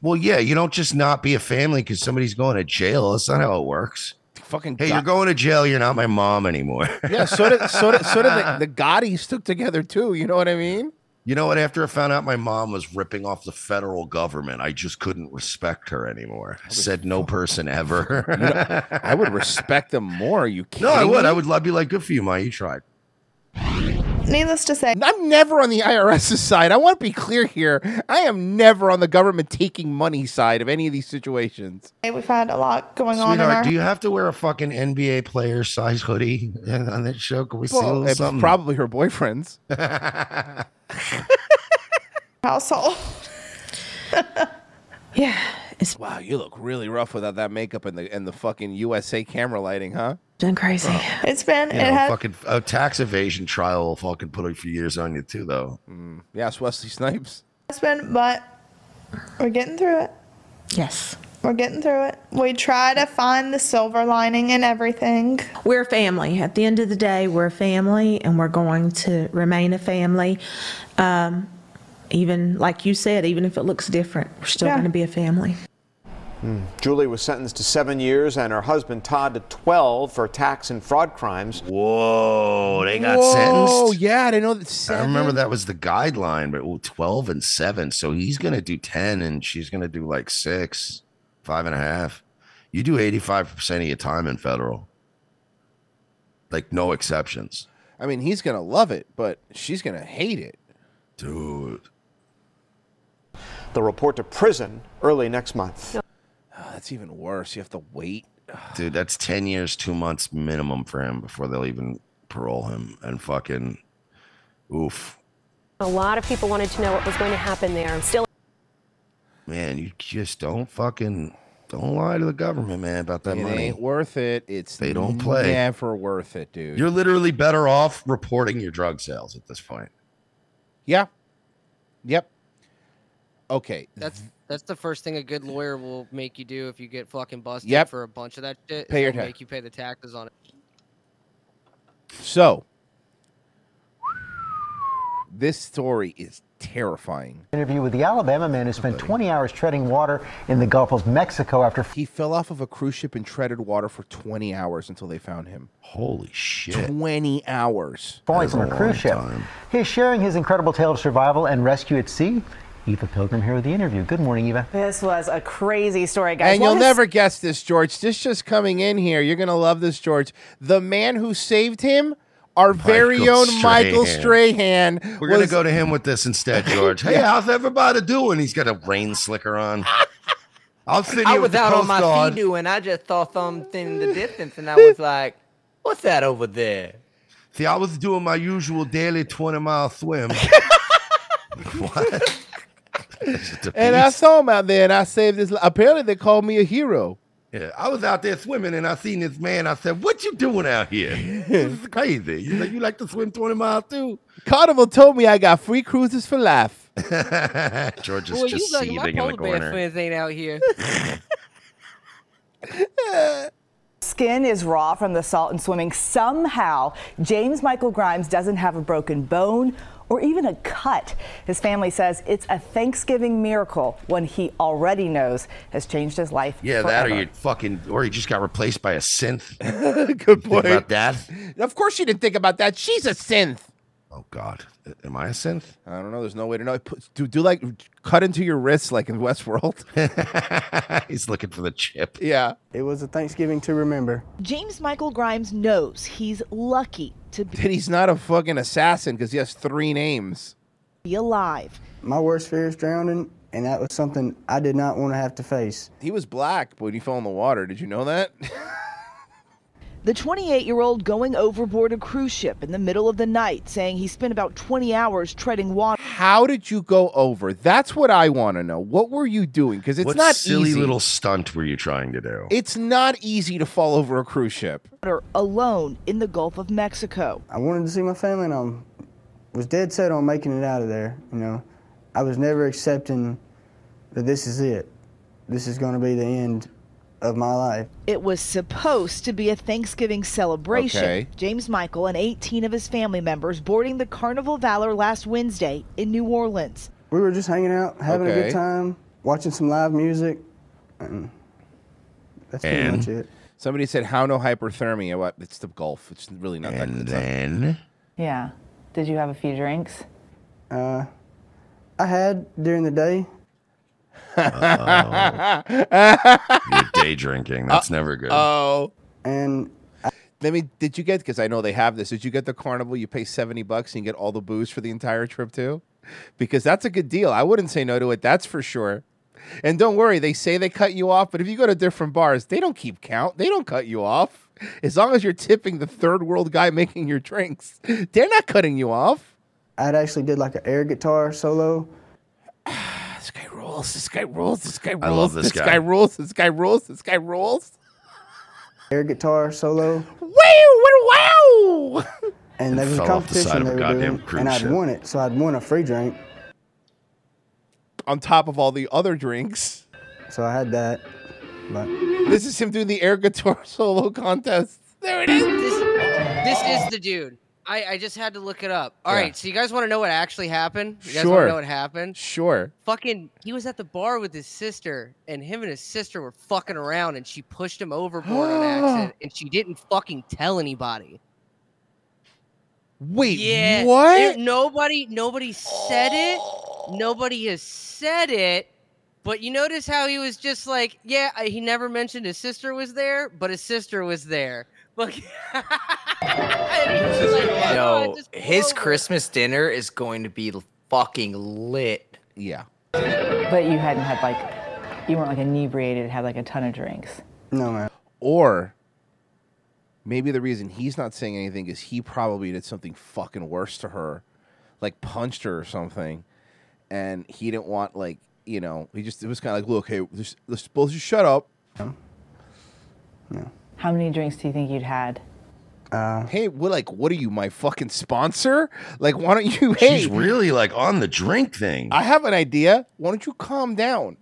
Speaker 2: Well, yeah, you don't just not be a family because somebody's going to jail. That's not how it works.
Speaker 8: Fucking
Speaker 2: hey,
Speaker 8: God.
Speaker 2: you're going to jail. You're not my mom anymore.
Speaker 8: Yeah, so did so did, so did the, the Gaudis took together too. You know what I mean?
Speaker 2: you know what? After I found out my mom was ripping off the federal government, I just couldn't respect her anymore. Said no person
Speaker 8: You know,
Speaker 2: ever.
Speaker 8: I would respect them more. Are you kidding?
Speaker 2: no, I would.
Speaker 8: me?
Speaker 2: I would. I'd be like, good for you, Ma. You tried.
Speaker 8: Needless to say, I'm never on the IRS's side. I want to be clear here. I am never on the government taking money side of any of these situations.
Speaker 28: We've had a lot going on in our
Speaker 2: Sweetheart, do you have to wear a fucking NBA player size hoodie on that show? Can we see a
Speaker 28: Well,
Speaker 2: little
Speaker 28: it's
Speaker 2: something?
Speaker 8: eh, Probably her boyfriend's.
Speaker 28: household. yeah,
Speaker 8: It's- wow, you look really rough without that makeup and the and the fucking USA camera lighting, huh?
Speaker 28: been crazy. It's been,
Speaker 2: You
Speaker 28: it
Speaker 2: know,
Speaker 28: has
Speaker 2: fucking a tax evasion trial will fucking put a few years on you too, though.
Speaker 8: Yes, Mm, Wesley Snipes.
Speaker 28: been, but we're getting through it.
Speaker 31: Yes.
Speaker 28: We're getting through it. We try to find the silver lining in everything.
Speaker 31: We're a family. At the end of the day, we're a family and we're going to remain a family. Um, even like you said, even if it looks different, we're still going to be a family.
Speaker 3: Julie was sentenced to seven years and her husband Todd to 12 for tax and fraud crimes.
Speaker 2: Whoa, they got sentenced.
Speaker 8: Oh yeah, I didn't know that.
Speaker 2: I
Speaker 8: Seven?
Speaker 2: remember that was the guideline, but well, 12 and seven. So he's going to do 10 and she's going to do like six, five and a half. You do 85% of your time in federal, like no exceptions.
Speaker 8: I mean, he's gonna love it, but she's gonna hate it.
Speaker 2: Dude.
Speaker 3: They'll report to prison early next month.
Speaker 8: Ah, that's even worse. You have to wait.
Speaker 2: Dude, that's 10 years, two months minimum for him before they'll even parole him. And fucking, Oof.
Speaker 29: A lot of people wanted to know what was going to happen there. I'm still
Speaker 2: Man, you just don't fucking don't lie to the government, man, about that
Speaker 8: It
Speaker 2: money.
Speaker 8: ain't worth it. It's
Speaker 2: They don't play.
Speaker 8: Never worth it, dude.
Speaker 2: You're literally better off reporting your drug sales at this point.
Speaker 8: yeah. Yep. Okay.
Speaker 15: That's that's the first thing a good lawyer will make you do if you get fucking busted
Speaker 8: Yep.
Speaker 15: for a bunch of that shit. is
Speaker 8: Pay your
Speaker 15: they'll
Speaker 8: tax.
Speaker 15: make you pay the taxes on it.
Speaker 8: So this story is terrifying.
Speaker 4: Interview with the Alabama man who spent 20 hours treading water in the Gulf of Mexico after
Speaker 8: He fell off of a cruise ship and treaded water for 20 hours until they found him.
Speaker 2: Holy shit.
Speaker 8: 20 hours.
Speaker 4: falling from a cruise ship. He is sharing his incredible tale of survival and rescue at sea. Eva Pilgrim here with the interview. Good morning, Eva.
Speaker 32: This was a crazy story, guys.
Speaker 8: And
Speaker 32: What
Speaker 8: you'll
Speaker 32: is-
Speaker 8: never guess this, George. This just coming in here. You're going to love this, George. The man who saved him, our very own Michael Strahan.
Speaker 2: We're gonna
Speaker 8: was-
Speaker 2: go to him with this instead, George. Hey,
Speaker 8: Yeah.
Speaker 2: how's everybody doing? He's got a rain slicker on. I'm sitting
Speaker 9: I
Speaker 2: here
Speaker 9: was
Speaker 2: with the
Speaker 9: out on
Speaker 2: Coast
Speaker 9: my
Speaker 2: Guard.
Speaker 9: feet and I just saw something in the distance, and I was like, "What's that over there?"
Speaker 2: See, I was doing my usual daily 20 mile swim. what?
Speaker 8: And I saw him out there and I saved his life. Apparently, they called me a hero.
Speaker 2: Yeah, I was out there swimming and I seen this man. I said, What you doing out here? This is crazy. You like, you like to swim 20 miles too?
Speaker 8: Carnival told me I got free cruises for life.
Speaker 2: George is
Speaker 15: Boy,
Speaker 2: just
Speaker 15: you like my
Speaker 2: seething in the
Speaker 15: polar bear
Speaker 2: corner.
Speaker 15: friends ain't out here.
Speaker 33: Skin is raw from the salt and swimming. Somehow, James Michael Grimes doesn't have a broken bone or even a cut. His family says it's a Thanksgiving miracle, one he already knows has changed his life.
Speaker 2: Yeah, that or you fucking, or you just got replaced by a synth.
Speaker 8: Good
Speaker 2: point. About that?
Speaker 8: Of course, she didn't think about that. She's a synth.
Speaker 2: Oh God, am I a synth?
Speaker 8: I don't know. There's no way to know. Put- Do do like cut into your wrists like in Westworld.
Speaker 2: He's looking for the chip.
Speaker 8: Yeah.
Speaker 23: It was a Thanksgiving to remember.
Speaker 28: James Michael Grimes knows he's lucky to be
Speaker 8: That he's not a fucking assassin because he has three names.
Speaker 28: alive.
Speaker 23: My worst fear is drowning, and that was something I did not want to have to face.
Speaker 8: He was black when he fell in the water. Did you know that?
Speaker 28: The 28 year old going overboard a cruise ship in the middle of the night, saying he spent about 20 hours treading water.
Speaker 8: How did you go over? That's what I want to know. What were you doing? Because it's
Speaker 2: what
Speaker 8: not
Speaker 2: silly
Speaker 8: easy.
Speaker 2: little stunt were you trying to do?
Speaker 8: It's not easy to fall over a cruise ship.
Speaker 28: alone in the Gulf of Mexico.
Speaker 23: I wanted to see my family, and I was dead set on making it out of there. You know, I was never accepting that this is it. This is going to be the end of my life.
Speaker 28: It was supposed to be a Thanksgiving celebration.
Speaker 23: Okay.
Speaker 28: James Michael and 18 of his family members boarding the Carnival Valor last Wednesday in New Orleans.
Speaker 23: We were just hanging out, having a
Speaker 8: Okay.
Speaker 23: good time, watching some live music, and that's pretty
Speaker 8: And?
Speaker 23: much it.
Speaker 8: Somebody said, "How no hyperthermia?" What? It's the Gulf. It's really not that. Good
Speaker 2: then
Speaker 23: Yeah. Did you have a few drinks? Uh, I had during the day.
Speaker 2: You're day drinking.
Speaker 8: Uh,
Speaker 2: That's never good.
Speaker 8: Oh.
Speaker 23: And
Speaker 8: let me. Did you get? Because I know they have this. Did you get the carnival? You pay seventy bucks and you get all the booze for the entire trip too, because that's a good deal. I wouldn't say no to it. That's for sure. And don't worry, they say they cut you off, but if you go to different bars, they don't keep count. They don't cut you off. As long as you're tipping the third world guy making your drinks, they're not cutting you off.
Speaker 23: I actually did like an air guitar solo.
Speaker 8: this guy rules. This guy rules. This guy rules.
Speaker 23: I love this
Speaker 8: guy.
Speaker 23: guy.
Speaker 8: rules. This guy rules. This guy rules.
Speaker 23: Air guitar solo.
Speaker 8: Wow! Wow!
Speaker 23: And there was a
Speaker 2: Fell off the side
Speaker 23: competition
Speaker 2: of
Speaker 23: they
Speaker 2: a
Speaker 23: were
Speaker 2: goddamn
Speaker 23: doing,
Speaker 2: cruise
Speaker 23: and I'd
Speaker 2: ship.
Speaker 23: won it, so I'd won a free drink.
Speaker 8: On top of all the other drinks.
Speaker 23: So I had that. But
Speaker 8: This is him doing the air guitar solo contest. There it is.
Speaker 15: This is the dude. I, I just had to look it up. All right,
Speaker 8: Yeah.
Speaker 15: so you guys want to know what actually happened? You guys want
Speaker 8: Sure.
Speaker 15: to know what happened?
Speaker 8: Sure.
Speaker 15: Fucking, he was at the bar with his sister, and him and his sister were fucking around, and she pushed him overboard on accident, and she didn't fucking tell anybody.
Speaker 8: Wait,
Speaker 15: Yeah,
Speaker 8: what?
Speaker 15: it- nobody, nobody said it. Nobody has said it. But you notice how he was just like, yeah, I- he never mentioned his sister was there, but his sister was there. Look,
Speaker 9: Yo, his Christmas dinner is going to be fucking lit.
Speaker 8: Yeah.
Speaker 34: But you hadn't had like, you weren't like inebriated, had like a ton of drinks.
Speaker 23: No, man.
Speaker 8: Or maybe the reason he's not saying anything is he probably did something fucking worse to her like punched her or something, and he didn't want like you know he just it was kind of like look hey just, let's both just shut up.
Speaker 28: How many drinks do you think you'd had?
Speaker 23: Uh,
Speaker 8: hey, what like what are you my fucking sponsor? Like why don't you? Hey,
Speaker 2: She's really like on the drink thing.
Speaker 8: I have an idea. Why don't you calm down?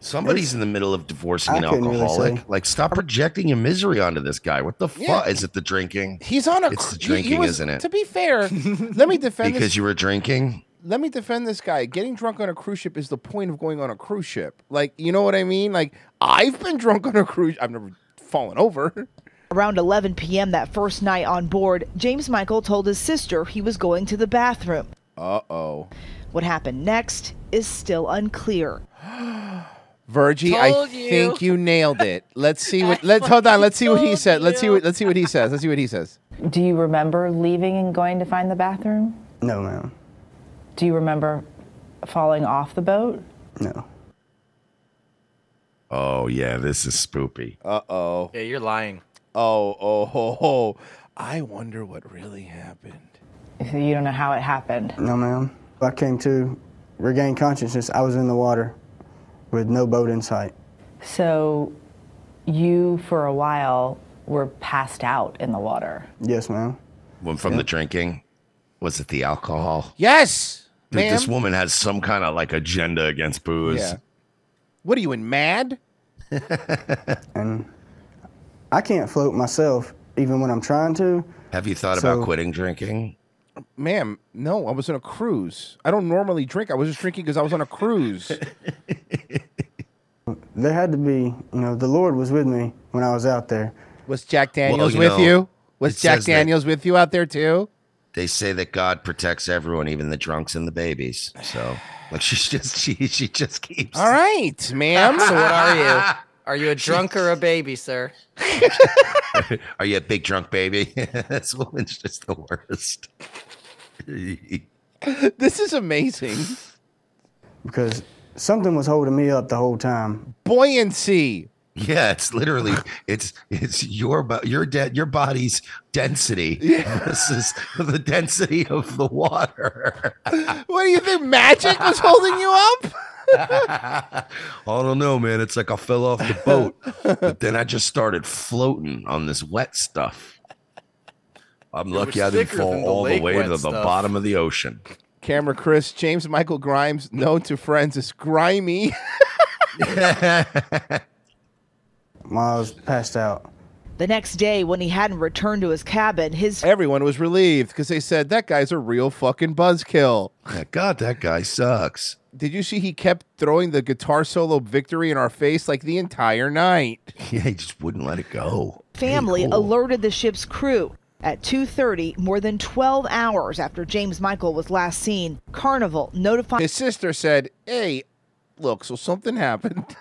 Speaker 2: Somebody's in the middle of divorcing
Speaker 8: I
Speaker 2: an
Speaker 8: couldn't really
Speaker 2: alcoholic.
Speaker 8: say.
Speaker 2: like, stop projecting your misery onto this guy. What the
Speaker 8: Yeah.
Speaker 2: fuck? Is it the drinking?
Speaker 8: He's on a.
Speaker 2: It's the
Speaker 8: cr- he- he
Speaker 2: drinking,
Speaker 8: was-
Speaker 2: isn't it?
Speaker 8: To be fair, let me defend
Speaker 2: because
Speaker 8: this.
Speaker 2: you were drinking.
Speaker 8: let me defend this guy. Getting drunk on a cruise ship is the point of going on a cruise ship. Like, you know what I mean? Like, I've been drunk on a cruise. I've never fallen over.
Speaker 24: Around 11 p.m. that first night on board, James Michael told his sister he was going to the bathroom.
Speaker 8: Uh oh.
Speaker 24: What happened next is still unclear.
Speaker 8: Virgie, I
Speaker 24: Told you.
Speaker 8: think you nailed it. Let's see what. Let's hold on. Let's see what he said. Let's see what. Let's see what he says. Let's see what he says.
Speaker 28: Do you remember leaving and going to find the bathroom?
Speaker 23: No, ma'am.
Speaker 28: Do you remember falling off the boat?
Speaker 23: No.
Speaker 2: Oh yeah, this is spoopy.
Speaker 8: Uh oh.
Speaker 9: Yeah, you're lying.
Speaker 8: Oh oh ho ho. I wonder what really happened.
Speaker 28: So you don't know how it happened.
Speaker 23: No, ma'am. I came to regain consciousness. I was in the water with no boat in sight.
Speaker 28: So you, for a while, were passed out in the water.
Speaker 23: Yes, ma'am.
Speaker 2: When from the drinking, was it the alcohol?
Speaker 8: Yes.
Speaker 2: Dude, this
Speaker 8: ma'am.
Speaker 2: woman has some kind of like agenda against booze.
Speaker 8: Yeah. What are you in mad?
Speaker 23: And I can't float myself, even when I'm trying to.
Speaker 2: Have you thought
Speaker 23: So-
Speaker 2: about quitting drinking?
Speaker 8: Ma'am, no, I was on a cruise. I don't normally drink. I was just drinking because I was on a cruise.
Speaker 23: There had to be, you know, the Lord was with me when I was out there.
Speaker 8: Was Jack Daniels
Speaker 2: you
Speaker 8: with
Speaker 2: know,
Speaker 8: you? Was
Speaker 2: it
Speaker 8: Jack
Speaker 2: says that-
Speaker 8: Daniels with you out there too?
Speaker 2: They say that God protects everyone, even the drunks and the babies. So, like, she's just she she just keeps.
Speaker 8: All right, ma'am.
Speaker 9: so what are you? Are you a drunk or a baby, sir?
Speaker 2: Are you a big drunk baby? this woman's just the worst.
Speaker 8: this is amazing.
Speaker 23: Because something was holding me up the whole time.
Speaker 8: Buoyancy.
Speaker 2: Yeah, it's literally it's it's your bo- your de- your body's density versus the density of the water.
Speaker 8: What do you think? Magic was holding you up?
Speaker 2: I don't know, man. It's like I fell off the boat, but then I just started floating on this wet stuff. I'm
Speaker 8: It was
Speaker 2: lucky I didn't
Speaker 8: thicker
Speaker 2: fall
Speaker 8: than the
Speaker 2: all the
Speaker 8: lake
Speaker 2: way
Speaker 8: wet
Speaker 2: to the
Speaker 8: stuff.
Speaker 2: bottom of the ocean.
Speaker 8: Camera Chris, James Michael Grimes, known to friends as Grimy.
Speaker 23: While I was passed out.
Speaker 24: The next day, when he hadn't returned to his cabin, his
Speaker 8: Everyone was relieved because they said that guy's a real fucking buzzkill.
Speaker 2: God, that guy sucks.
Speaker 8: Did you see he kept throwing the guitar solo victory in our face like the entire night?
Speaker 2: Yeah, he just wouldn't let it go.
Speaker 24: family
Speaker 8: oh.
Speaker 24: alerted the ship's crew. At 2:30, more than 12 hours after James Michael was last seen, Carnival notified
Speaker 8: His sister said, "Hey, look, so something happened."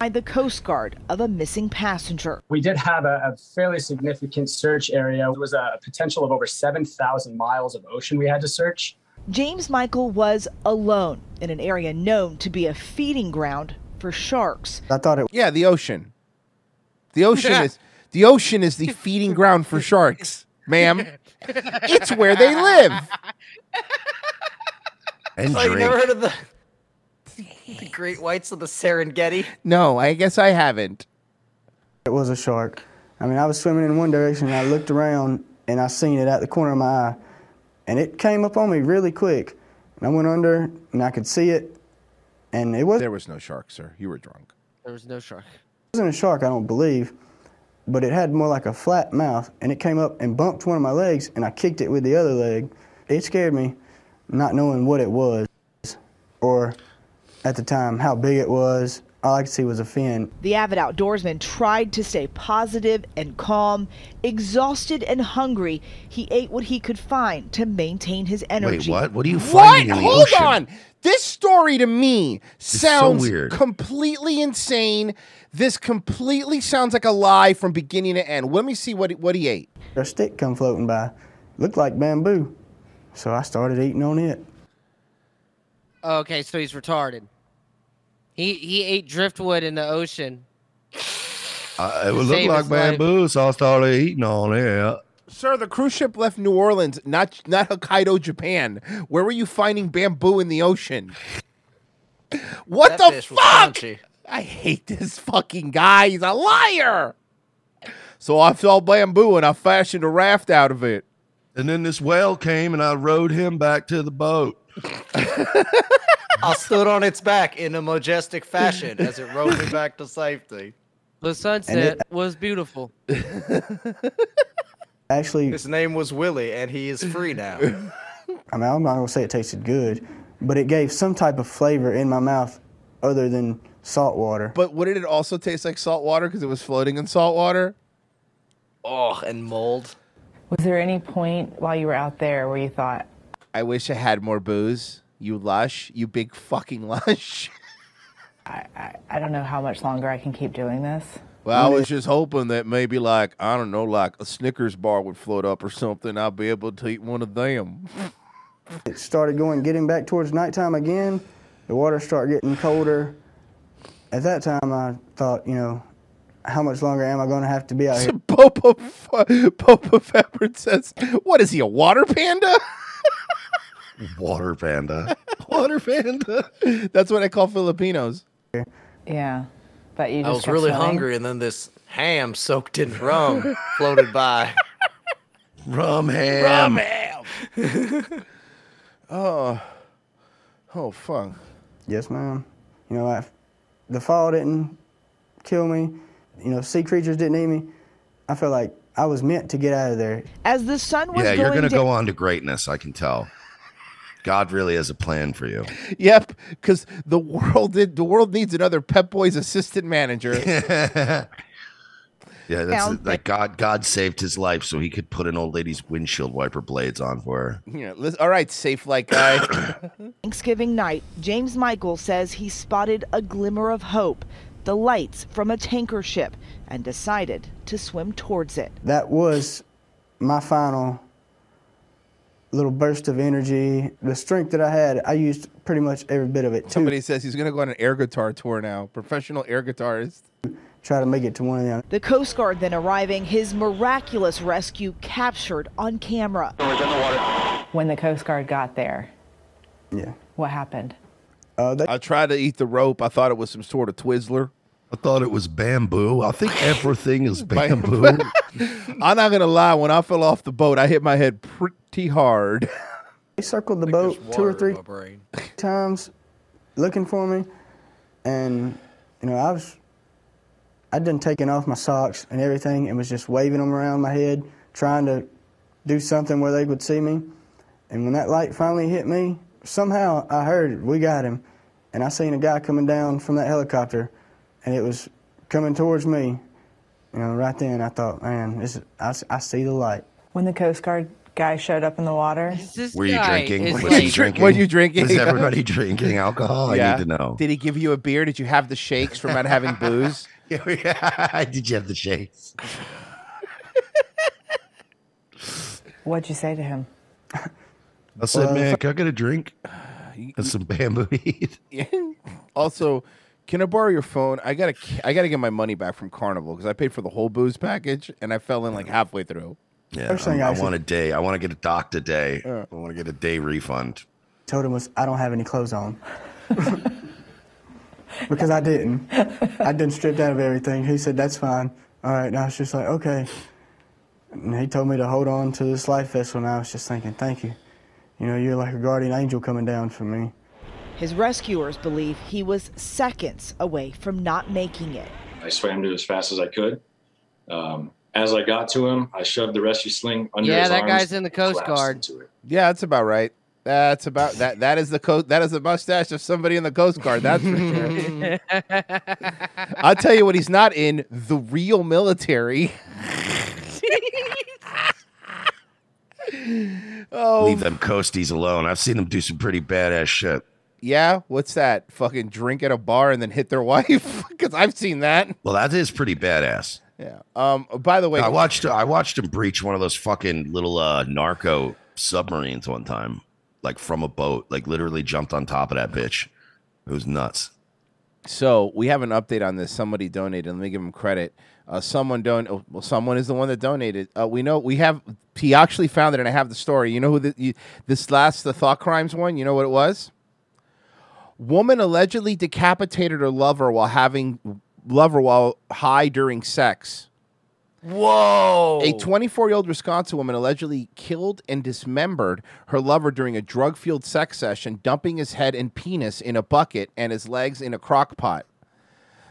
Speaker 24: the Coast Guard of a missing passenger.
Speaker 10: We did have a, a fairly significant search area. It was a potential of over 7,000 miles of ocean we had to search.
Speaker 24: James Michael was alone in an area known to be a feeding ground for sharks.
Speaker 23: I thought it.
Speaker 8: Yeah, the ocean. The ocean is the ocean is the feeding ground for sharks, ma'am. It's where they live.
Speaker 2: And
Speaker 9: Oh, you never heard of the, the Great Whites of the Serengeti?
Speaker 8: No, I guess I haven't.
Speaker 23: It was a shark. I mean, I was swimming in one direction and I looked around and I seen it out the corner of my eye. And it came up on me really quick. And I went under and I could see it. And it was
Speaker 8: There was no shark, sir. You were drunk.
Speaker 15: There was no shark.
Speaker 23: wasn't a shark, I don't believe, but it had more like a flat mouth, and it came up and bumped one of my legs, and I kicked it with the other leg. It scared me, not knowing what it was, or at the time how big it was. All I could see was a fin.
Speaker 24: The avid outdoorsman tried to stay positive and calm. Exhausted and hungry, he ate what he could find to maintain his energy.
Speaker 2: what? What do you
Speaker 8: What?
Speaker 2: in the
Speaker 8: Hold
Speaker 2: ocean.
Speaker 8: on. This story to me
Speaker 2: so
Speaker 8: sounds
Speaker 2: weird.
Speaker 8: completely insane. This completely sounds like a lie from beginning to end. Let me see what he- what he ate.
Speaker 23: A stick come floating by, looked like bamboo, so I started eating on it.
Speaker 15: Oh, Okay, so he's retarded. He he ate driftwood in the ocean.
Speaker 2: Uh, it
Speaker 15: To
Speaker 2: would
Speaker 15: save
Speaker 2: look like
Speaker 15: his life.
Speaker 2: bamboo, so I started eating on it.
Speaker 8: Sir, the cruise ship left New Orleans, not not Hokkaido, Japan. Where were you finding bamboo in the ocean? What
Speaker 9: That
Speaker 8: the
Speaker 9: fish was
Speaker 8: fuck?
Speaker 9: crunchy.
Speaker 8: I hate this fucking guy. He's a liar. So I saw bamboo and I fashioned a raft out of it.
Speaker 2: And then this whale came and I rode him back to the boat.
Speaker 9: I stood on its back in a majestic fashion as it rowed me back to safety.
Speaker 15: The sunset was beautiful.
Speaker 23: Actually,
Speaker 9: His name was Willie, and he is free now.
Speaker 23: I mean, I'm not gonna say it tasted good, but it gave some type of flavor in my mouth other than salt water.
Speaker 8: But wouldn't it also taste like salt water because it was floating in salt water?
Speaker 9: oh, and mold.
Speaker 35: Was there any point while you were out there where you thought,
Speaker 8: I wish I had more booze. You lush, you big fucking lush.
Speaker 35: I don't know how much longer I can keep doing this?
Speaker 8: Well, I was just hoping that maybe like I don't know, like a Snickers bar would float up or something. I'd be able to eat one of them.
Speaker 23: It started going, getting back towards nighttime again. The water started getting colder. At that time, I thought, you know, how much longer am I gonna have to be out here?
Speaker 8: Popo Popo Fabric says, "What is he? A water panda?
Speaker 2: Water panda.
Speaker 8: water panda? That's what I call Filipinos."
Speaker 35: Yeah. But you
Speaker 9: I
Speaker 35: just
Speaker 9: was
Speaker 35: kept
Speaker 9: really
Speaker 35: swimming?
Speaker 9: hungry, and then this ham soaked in rum floated by.
Speaker 2: Rum ham.
Speaker 8: Rum ham. oh, oh fuck.
Speaker 23: Yes, ma'am. You know, I, the fall didn't kill me. You know, sea creatures didn't eat me. I felt like I was meant to get out of there.
Speaker 28: As the sun was
Speaker 2: Yeah,
Speaker 28: going
Speaker 2: you're going to
Speaker 28: down-
Speaker 2: go on to greatness. I can tell. God really has a plan for you.
Speaker 8: Yep, because the world did, the world needs another Pep Boys assistant manager.
Speaker 2: Yeah, that's
Speaker 8: Down.
Speaker 2: it. like God. God saved his life so he could put an old lady's windshield wiper blades on for her.
Speaker 8: yeah, lis- all right, safe like guy.
Speaker 28: Thanksgiving night, James Michael says he spotted a glimmer of hope, the lights from a tanker ship, and decided to swim towards it.
Speaker 23: That was my final little burst of energy. The strength that I had, I used pretty much every bit of it to
Speaker 8: Somebody says he's gonna go on an air guitar tour now. Professional air guitarist.
Speaker 23: try to make it to one of them.
Speaker 28: The Coast Guard then arriving, his miraculous rescue captured on camera.
Speaker 35: When the Coast Guard got there,
Speaker 23: yeah,
Speaker 35: what happened?
Speaker 8: I tried to eat the rope. I thought it was some sort of Twizzler.
Speaker 2: I thought it was bamboo. I think everything is bamboo.
Speaker 8: I'm not gonna lie. When I fell off the boat, I hit my head pretty hard.
Speaker 23: They circled the boat two or three
Speaker 9: brain.
Speaker 23: times looking for me. And, you know, I was, I'd done taken off my socks and everything and was just waving them around my head, trying to do something where they would see me. And when that light finally hit me, somehow I heard, we got him. And I seen a guy coming down from that helicopter and it was coming towards me. You know, right then I thought, man, this is, I, s- I see the light.
Speaker 35: When the Coast Guard guy showed up in the water?
Speaker 2: Were you drinking? Was
Speaker 35: like-
Speaker 2: he drinking?
Speaker 35: Were you drinking?
Speaker 2: Is everybody drinking alcohol? I need to know.
Speaker 8: Did he give you a beer? Did you have the shakes from not having booze?
Speaker 2: yeah. Did you have the shakes?
Speaker 35: What'd you say to him?
Speaker 2: I said,
Speaker 35: Well,
Speaker 2: man,
Speaker 35: if-
Speaker 2: can I get a drink and some bamboo to eat?
Speaker 8: also, can I borrow your phone? I gotta, I gotta get my money back from Carnival because I paid for the whole booze package and I fell in like halfway through.
Speaker 2: Yeah,
Speaker 23: First thing
Speaker 2: I'm-
Speaker 23: I
Speaker 2: I
Speaker 23: should-
Speaker 2: want a day. I want to get a docked a day. I want to get a day refund.
Speaker 23: told him was I don't have any clothes on. because I didn't. I didn't stripped out of everything. He said, That's fine. All right. And I was just like, Okay. And he told me to hold on to this life vessel and I was just thinking, Thank you. You know, you're like a guardian angel coming down for me.
Speaker 28: His rescuers believe he was seconds away from not making it.
Speaker 17: I swam to it as fast as I could. Um, as I got to him, I shoved the rescue sling under
Speaker 15: yeah,
Speaker 17: his
Speaker 15: that
Speaker 17: arms.
Speaker 15: guy's in the Coast
Speaker 17: collapsed
Speaker 15: Guard.
Speaker 17: into it.
Speaker 8: Yeah, that's about right. That's about that. That is the coast. That is the mustache of somebody in the Coast Guard. That's for sure. I'll tell you what. He's not in the real military. oh
Speaker 2: Leave them coasties alone. I've seen them do some pretty badass shit.
Speaker 8: yeah. What's that? Fucking drink at a bar and then hit their wife? Because I've seen that.
Speaker 2: Well, that is pretty badass.
Speaker 8: Yeah. Um. By the way,
Speaker 2: I watched I watched him breach one of those fucking little uh, narco submarines one time, like from a boat. Like literally jumped on top of that bitch. It was nuts.
Speaker 8: So we have an update on this. Somebody donated. Let me give him credit. Uh, someone don. oh, Well, someone is the one that donated. Uh, we know we have. He actually found it, and I have the story. You know who the, you, this last the thought crimes one. You know what it was? Woman allegedly decapitated her lover while having lover while high during sex.
Speaker 9: Whoa!
Speaker 8: A 24 year old Wisconsin woman allegedly killed and dismembered her lover during a drug fueled sex session, dumping his head and penis in a bucket and his legs in a crock pot.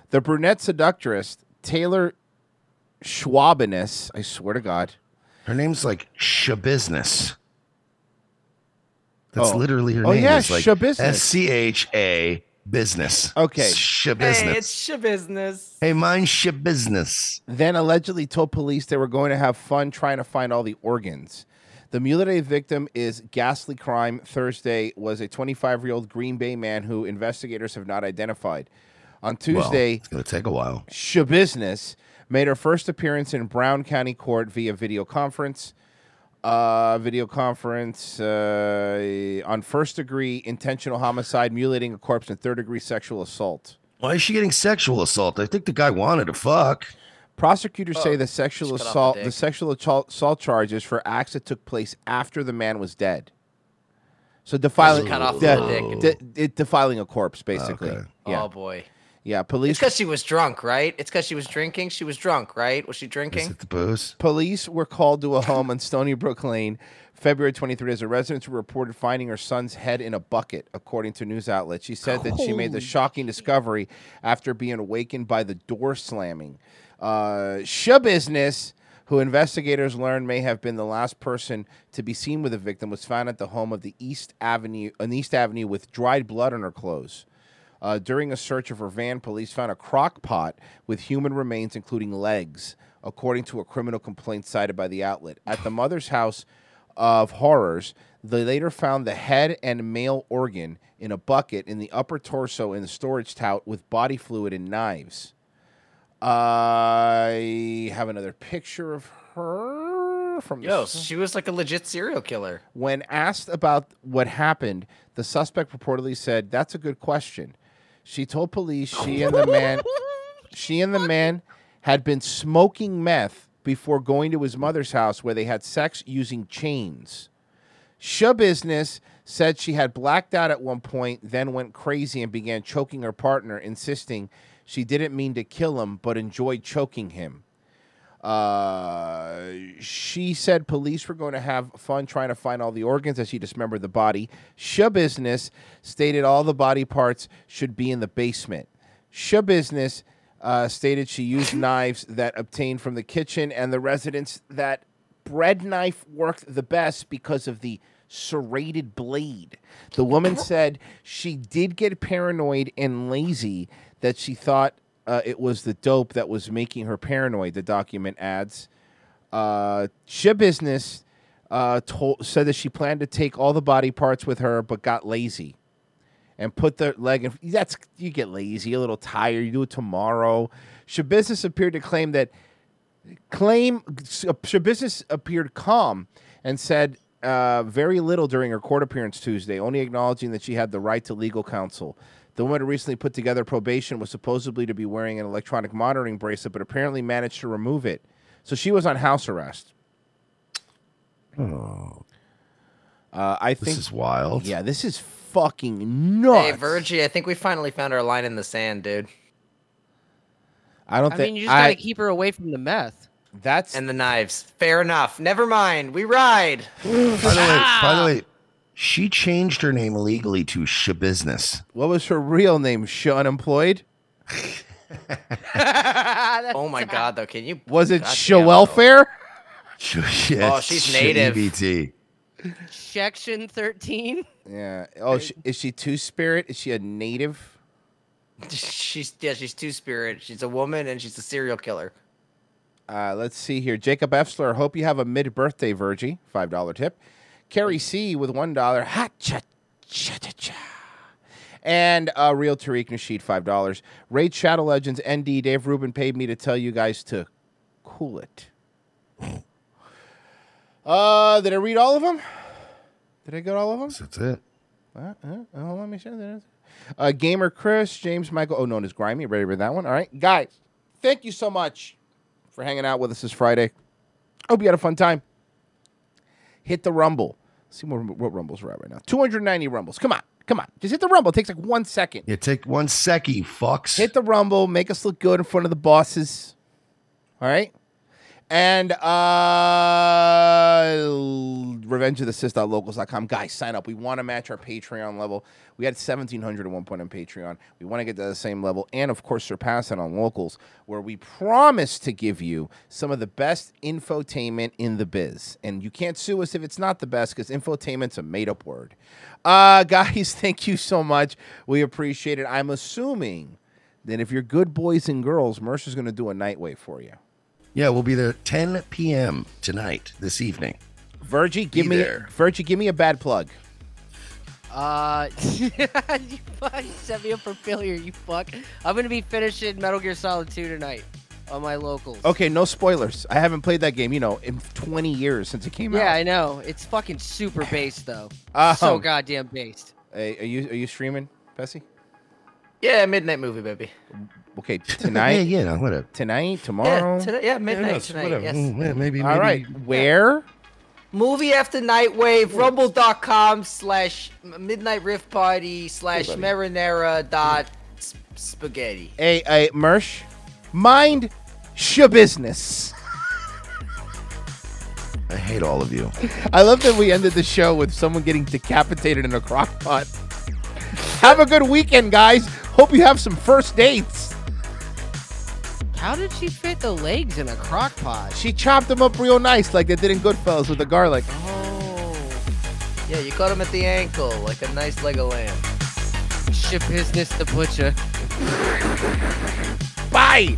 Speaker 8: The brunette seductress, Taylor Schwabiness, I swear to God.
Speaker 2: Her name's like Shabusiness. That's
Speaker 8: Oh.
Speaker 2: literally her
Speaker 8: Oh,
Speaker 2: name.
Speaker 8: yeah,
Speaker 2: It's like
Speaker 8: Shabusiness.
Speaker 2: S C H A business.
Speaker 8: Okay.
Speaker 2: Shabusiness.
Speaker 15: it's your business.
Speaker 2: Hey, mind your business.
Speaker 8: Then allegedly told police they were going to have fun trying to find all the organs. The Mueller Day victim is ghastly crime. Thursday was a 25 year old Green Bay man who investigators have not identified. On
Speaker 2: Well,
Speaker 8: Tuesday,
Speaker 2: it's gonna take a while.
Speaker 8: Shabusiness made her first appearance in Brown County Court via video conference. Uh, video conference uh, on first degree intentional homicide, mutilating a corpse, and third degree sexual assault.
Speaker 2: Why is she getting sexual assault? I think the guy wanted to fuck.
Speaker 8: Prosecutors say the sexual
Speaker 2: just Oh, cut off the
Speaker 8: assault, the
Speaker 2: dick.
Speaker 8: sexual assault assault charges for acts that took place after the man was dead. So defiling,
Speaker 9: cut off
Speaker 8: de-
Speaker 9: the dick.
Speaker 8: de- it- defiling a corpse, basically. Yeah,
Speaker 9: Oh boy.
Speaker 8: yeah.
Speaker 9: It's
Speaker 8: Police
Speaker 9: because she was drunk, right? It's because she was drinking. She was drunk, right? Was she drinking?
Speaker 8: Police were called to a home on Stony Brook Lane February 23 as the residents were reported finding her son's head in a bucket, according to news outlets. She said that she made the
Speaker 17: Holy
Speaker 8: shocking discovery after being awakened by the door slamming. Uh, Shabusiness, who investigators learned may have been the last person to be seen with the victim, was found at the home of the East Avenue, on East Avenue, with dried blood on her clothes. Uh, during a search of her van, police found a crock pot with human remains, including legs, according to a criminal complaint cited by the outlet. At the mother's house of horrors, they later found the head and male organ in a bucket in the upper torso in the storage tout with body fluid and knives. I have another picture of her from the
Speaker 9: Yo, she was like a legit serial killer.
Speaker 8: when asked about what happened, the suspect reportedly said, "That's a good question." She told police she and the man she and the man had been smoking meth before going to his mother's house where they had sex using chains. Showbusiness said she had blacked out at one point, then went crazy and began choking her partner, insisting she didn't mean to kill him but enjoyed choking him. Uh, she said police were going to have fun trying to find all the organs as she dismembered the body. Shabusiness stated all the body parts should be in the basement. Shabusiness uh, stated she used knives that obtained from the kitchen and the residents that bread knife worked the best because of the serrated blade. The woman said she did get paranoid and lazy that she thought uh, it was the dope that was making her paranoid. The document adds, uh, Shib Business uh, told, said that she planned to take all the body parts with her, but got lazy and put the leg in. That's you get lazy, a little tired. You do it tomorrow. Shabusiness appeared to claim that claim Shabusiness appeared calm and said uh, very little during her court appearance Tuesday, only acknowledging that she had the right to legal counsel. The woman who recently put together probation was supposedly to be wearing an electronic monitoring bracelet, but apparently managed to remove it. So she was on house arrest.
Speaker 2: Oh.
Speaker 8: Uh, I think
Speaker 2: is wild.
Speaker 8: Yeah, this is fucking nuts.
Speaker 9: Hey, Virgie, I think we finally found our line in the sand, dude.
Speaker 8: I don't
Speaker 15: I mean,
Speaker 8: think
Speaker 15: you just gotta keep her away from the meth.
Speaker 8: That's
Speaker 9: and the knives. Fair enough. Never mind. We ride.
Speaker 2: By the way, by the way, she changed her name legally to Shabusiness.
Speaker 8: What was her real name? She unemployed?
Speaker 9: oh my god, though, can you?
Speaker 8: Was it
Speaker 9: God
Speaker 8: show welfare?
Speaker 9: Oh, she's
Speaker 2: E
Speaker 9: native.
Speaker 2: EBT.
Speaker 15: Section 13.
Speaker 8: Yeah. Oh, she, is she two spirit? Is she a native?
Speaker 9: damn. She's yeah, she's two spirit. She's a woman and she's a serial killer.
Speaker 8: Uh, let's see here. Jacob Efsler, hope you have a mid birthday, Virgie. Five dollar tip. Carrie C with one dollar. Ha cha cha cha cha. And uh, real Tariq Nasheed, five dollars. Raid Shadow Legends ND. Dave Rubin paid me to tell you guys to cool it. Uh, did I read all of them? Did I get all of them?
Speaker 2: That's it.
Speaker 8: Uh, uh, hold on, let me show that. Uh, Gamer Chris, James Michael, oh, known as Grimy. Ready for that one? All right. Guys, thank you so much for hanging out with us this Friday. Hope you had a fun time. Hit the Rumble. see what, what Rumbles are at right now. 290 Rumbles. Come on. Come on. Just hit the Rumble. It takes like one second.
Speaker 2: You take one sec, you fucks.
Speaker 8: Hit the Rumble. Make us look good in front of the bosses. All right. And uh, revenge of the sis.locals.com. Guys, sign up. We want to match our Patreon level. We had 1,700 at one point on Patreon. We want to get to the same level and, of course, surpass it on locals, where we promise to give you some of the best infotainment in the biz. And you can't sue us if it's not the best because infotainment's a made up word. Uh, guys, thank you so much. We appreciate it. I'm assuming that if you're good boys and girls, Mercer's going to do a night wave for you.
Speaker 2: Yeah, we'll be there 10 p.m. tonight, this evening.
Speaker 8: Virgie, give me
Speaker 2: there.
Speaker 8: Virgie, give me a bad plug.
Speaker 15: Uh, you fucking set me up for failure, you fuck. I'm gonna be finishing Metal Gear Solid 2 tonight on my locals.
Speaker 9: Oh,
Speaker 8: Okay, no spoilers. I haven't played that game, you know, in 20 years since it came
Speaker 15: yeah,
Speaker 8: out.
Speaker 15: I know. It's fucking super based though.
Speaker 9: Oh.
Speaker 8: Um,
Speaker 15: so goddamn based.
Speaker 8: Hey, are you are you streaming, Pessy?
Speaker 9: Yeah, midnight movie, baby.
Speaker 8: Okay, tonight.
Speaker 2: Yeah, you know, whatever.
Speaker 8: Tonight, tomorrow.
Speaker 9: today- yeah, midnight
Speaker 2: knows,
Speaker 9: tonight,
Speaker 2: Whatever.
Speaker 9: yes.
Speaker 2: Mm, yeah, maybe.
Speaker 8: All right, where?
Speaker 9: Movie after Nightwave, rumble.com slash midnight riff party slash
Speaker 8: buddy.
Speaker 9: marinara dot sp- spaghetti.
Speaker 8: Hey, hey, Mersh, mind your business.
Speaker 2: I hate all of you.
Speaker 8: I love that we ended the show with someone getting decapitated in a crock pot. Have a good weekend, guys. Hope you have some first dates.
Speaker 15: How did she fit the legs in a crock pot?
Speaker 8: She chopped them up real nice, like they did in Goodfellas with the garlic.
Speaker 9: Yeah, you caught him at the ankle like a nice leg of lamb.
Speaker 15: Ship business to butcher.
Speaker 8: Bye.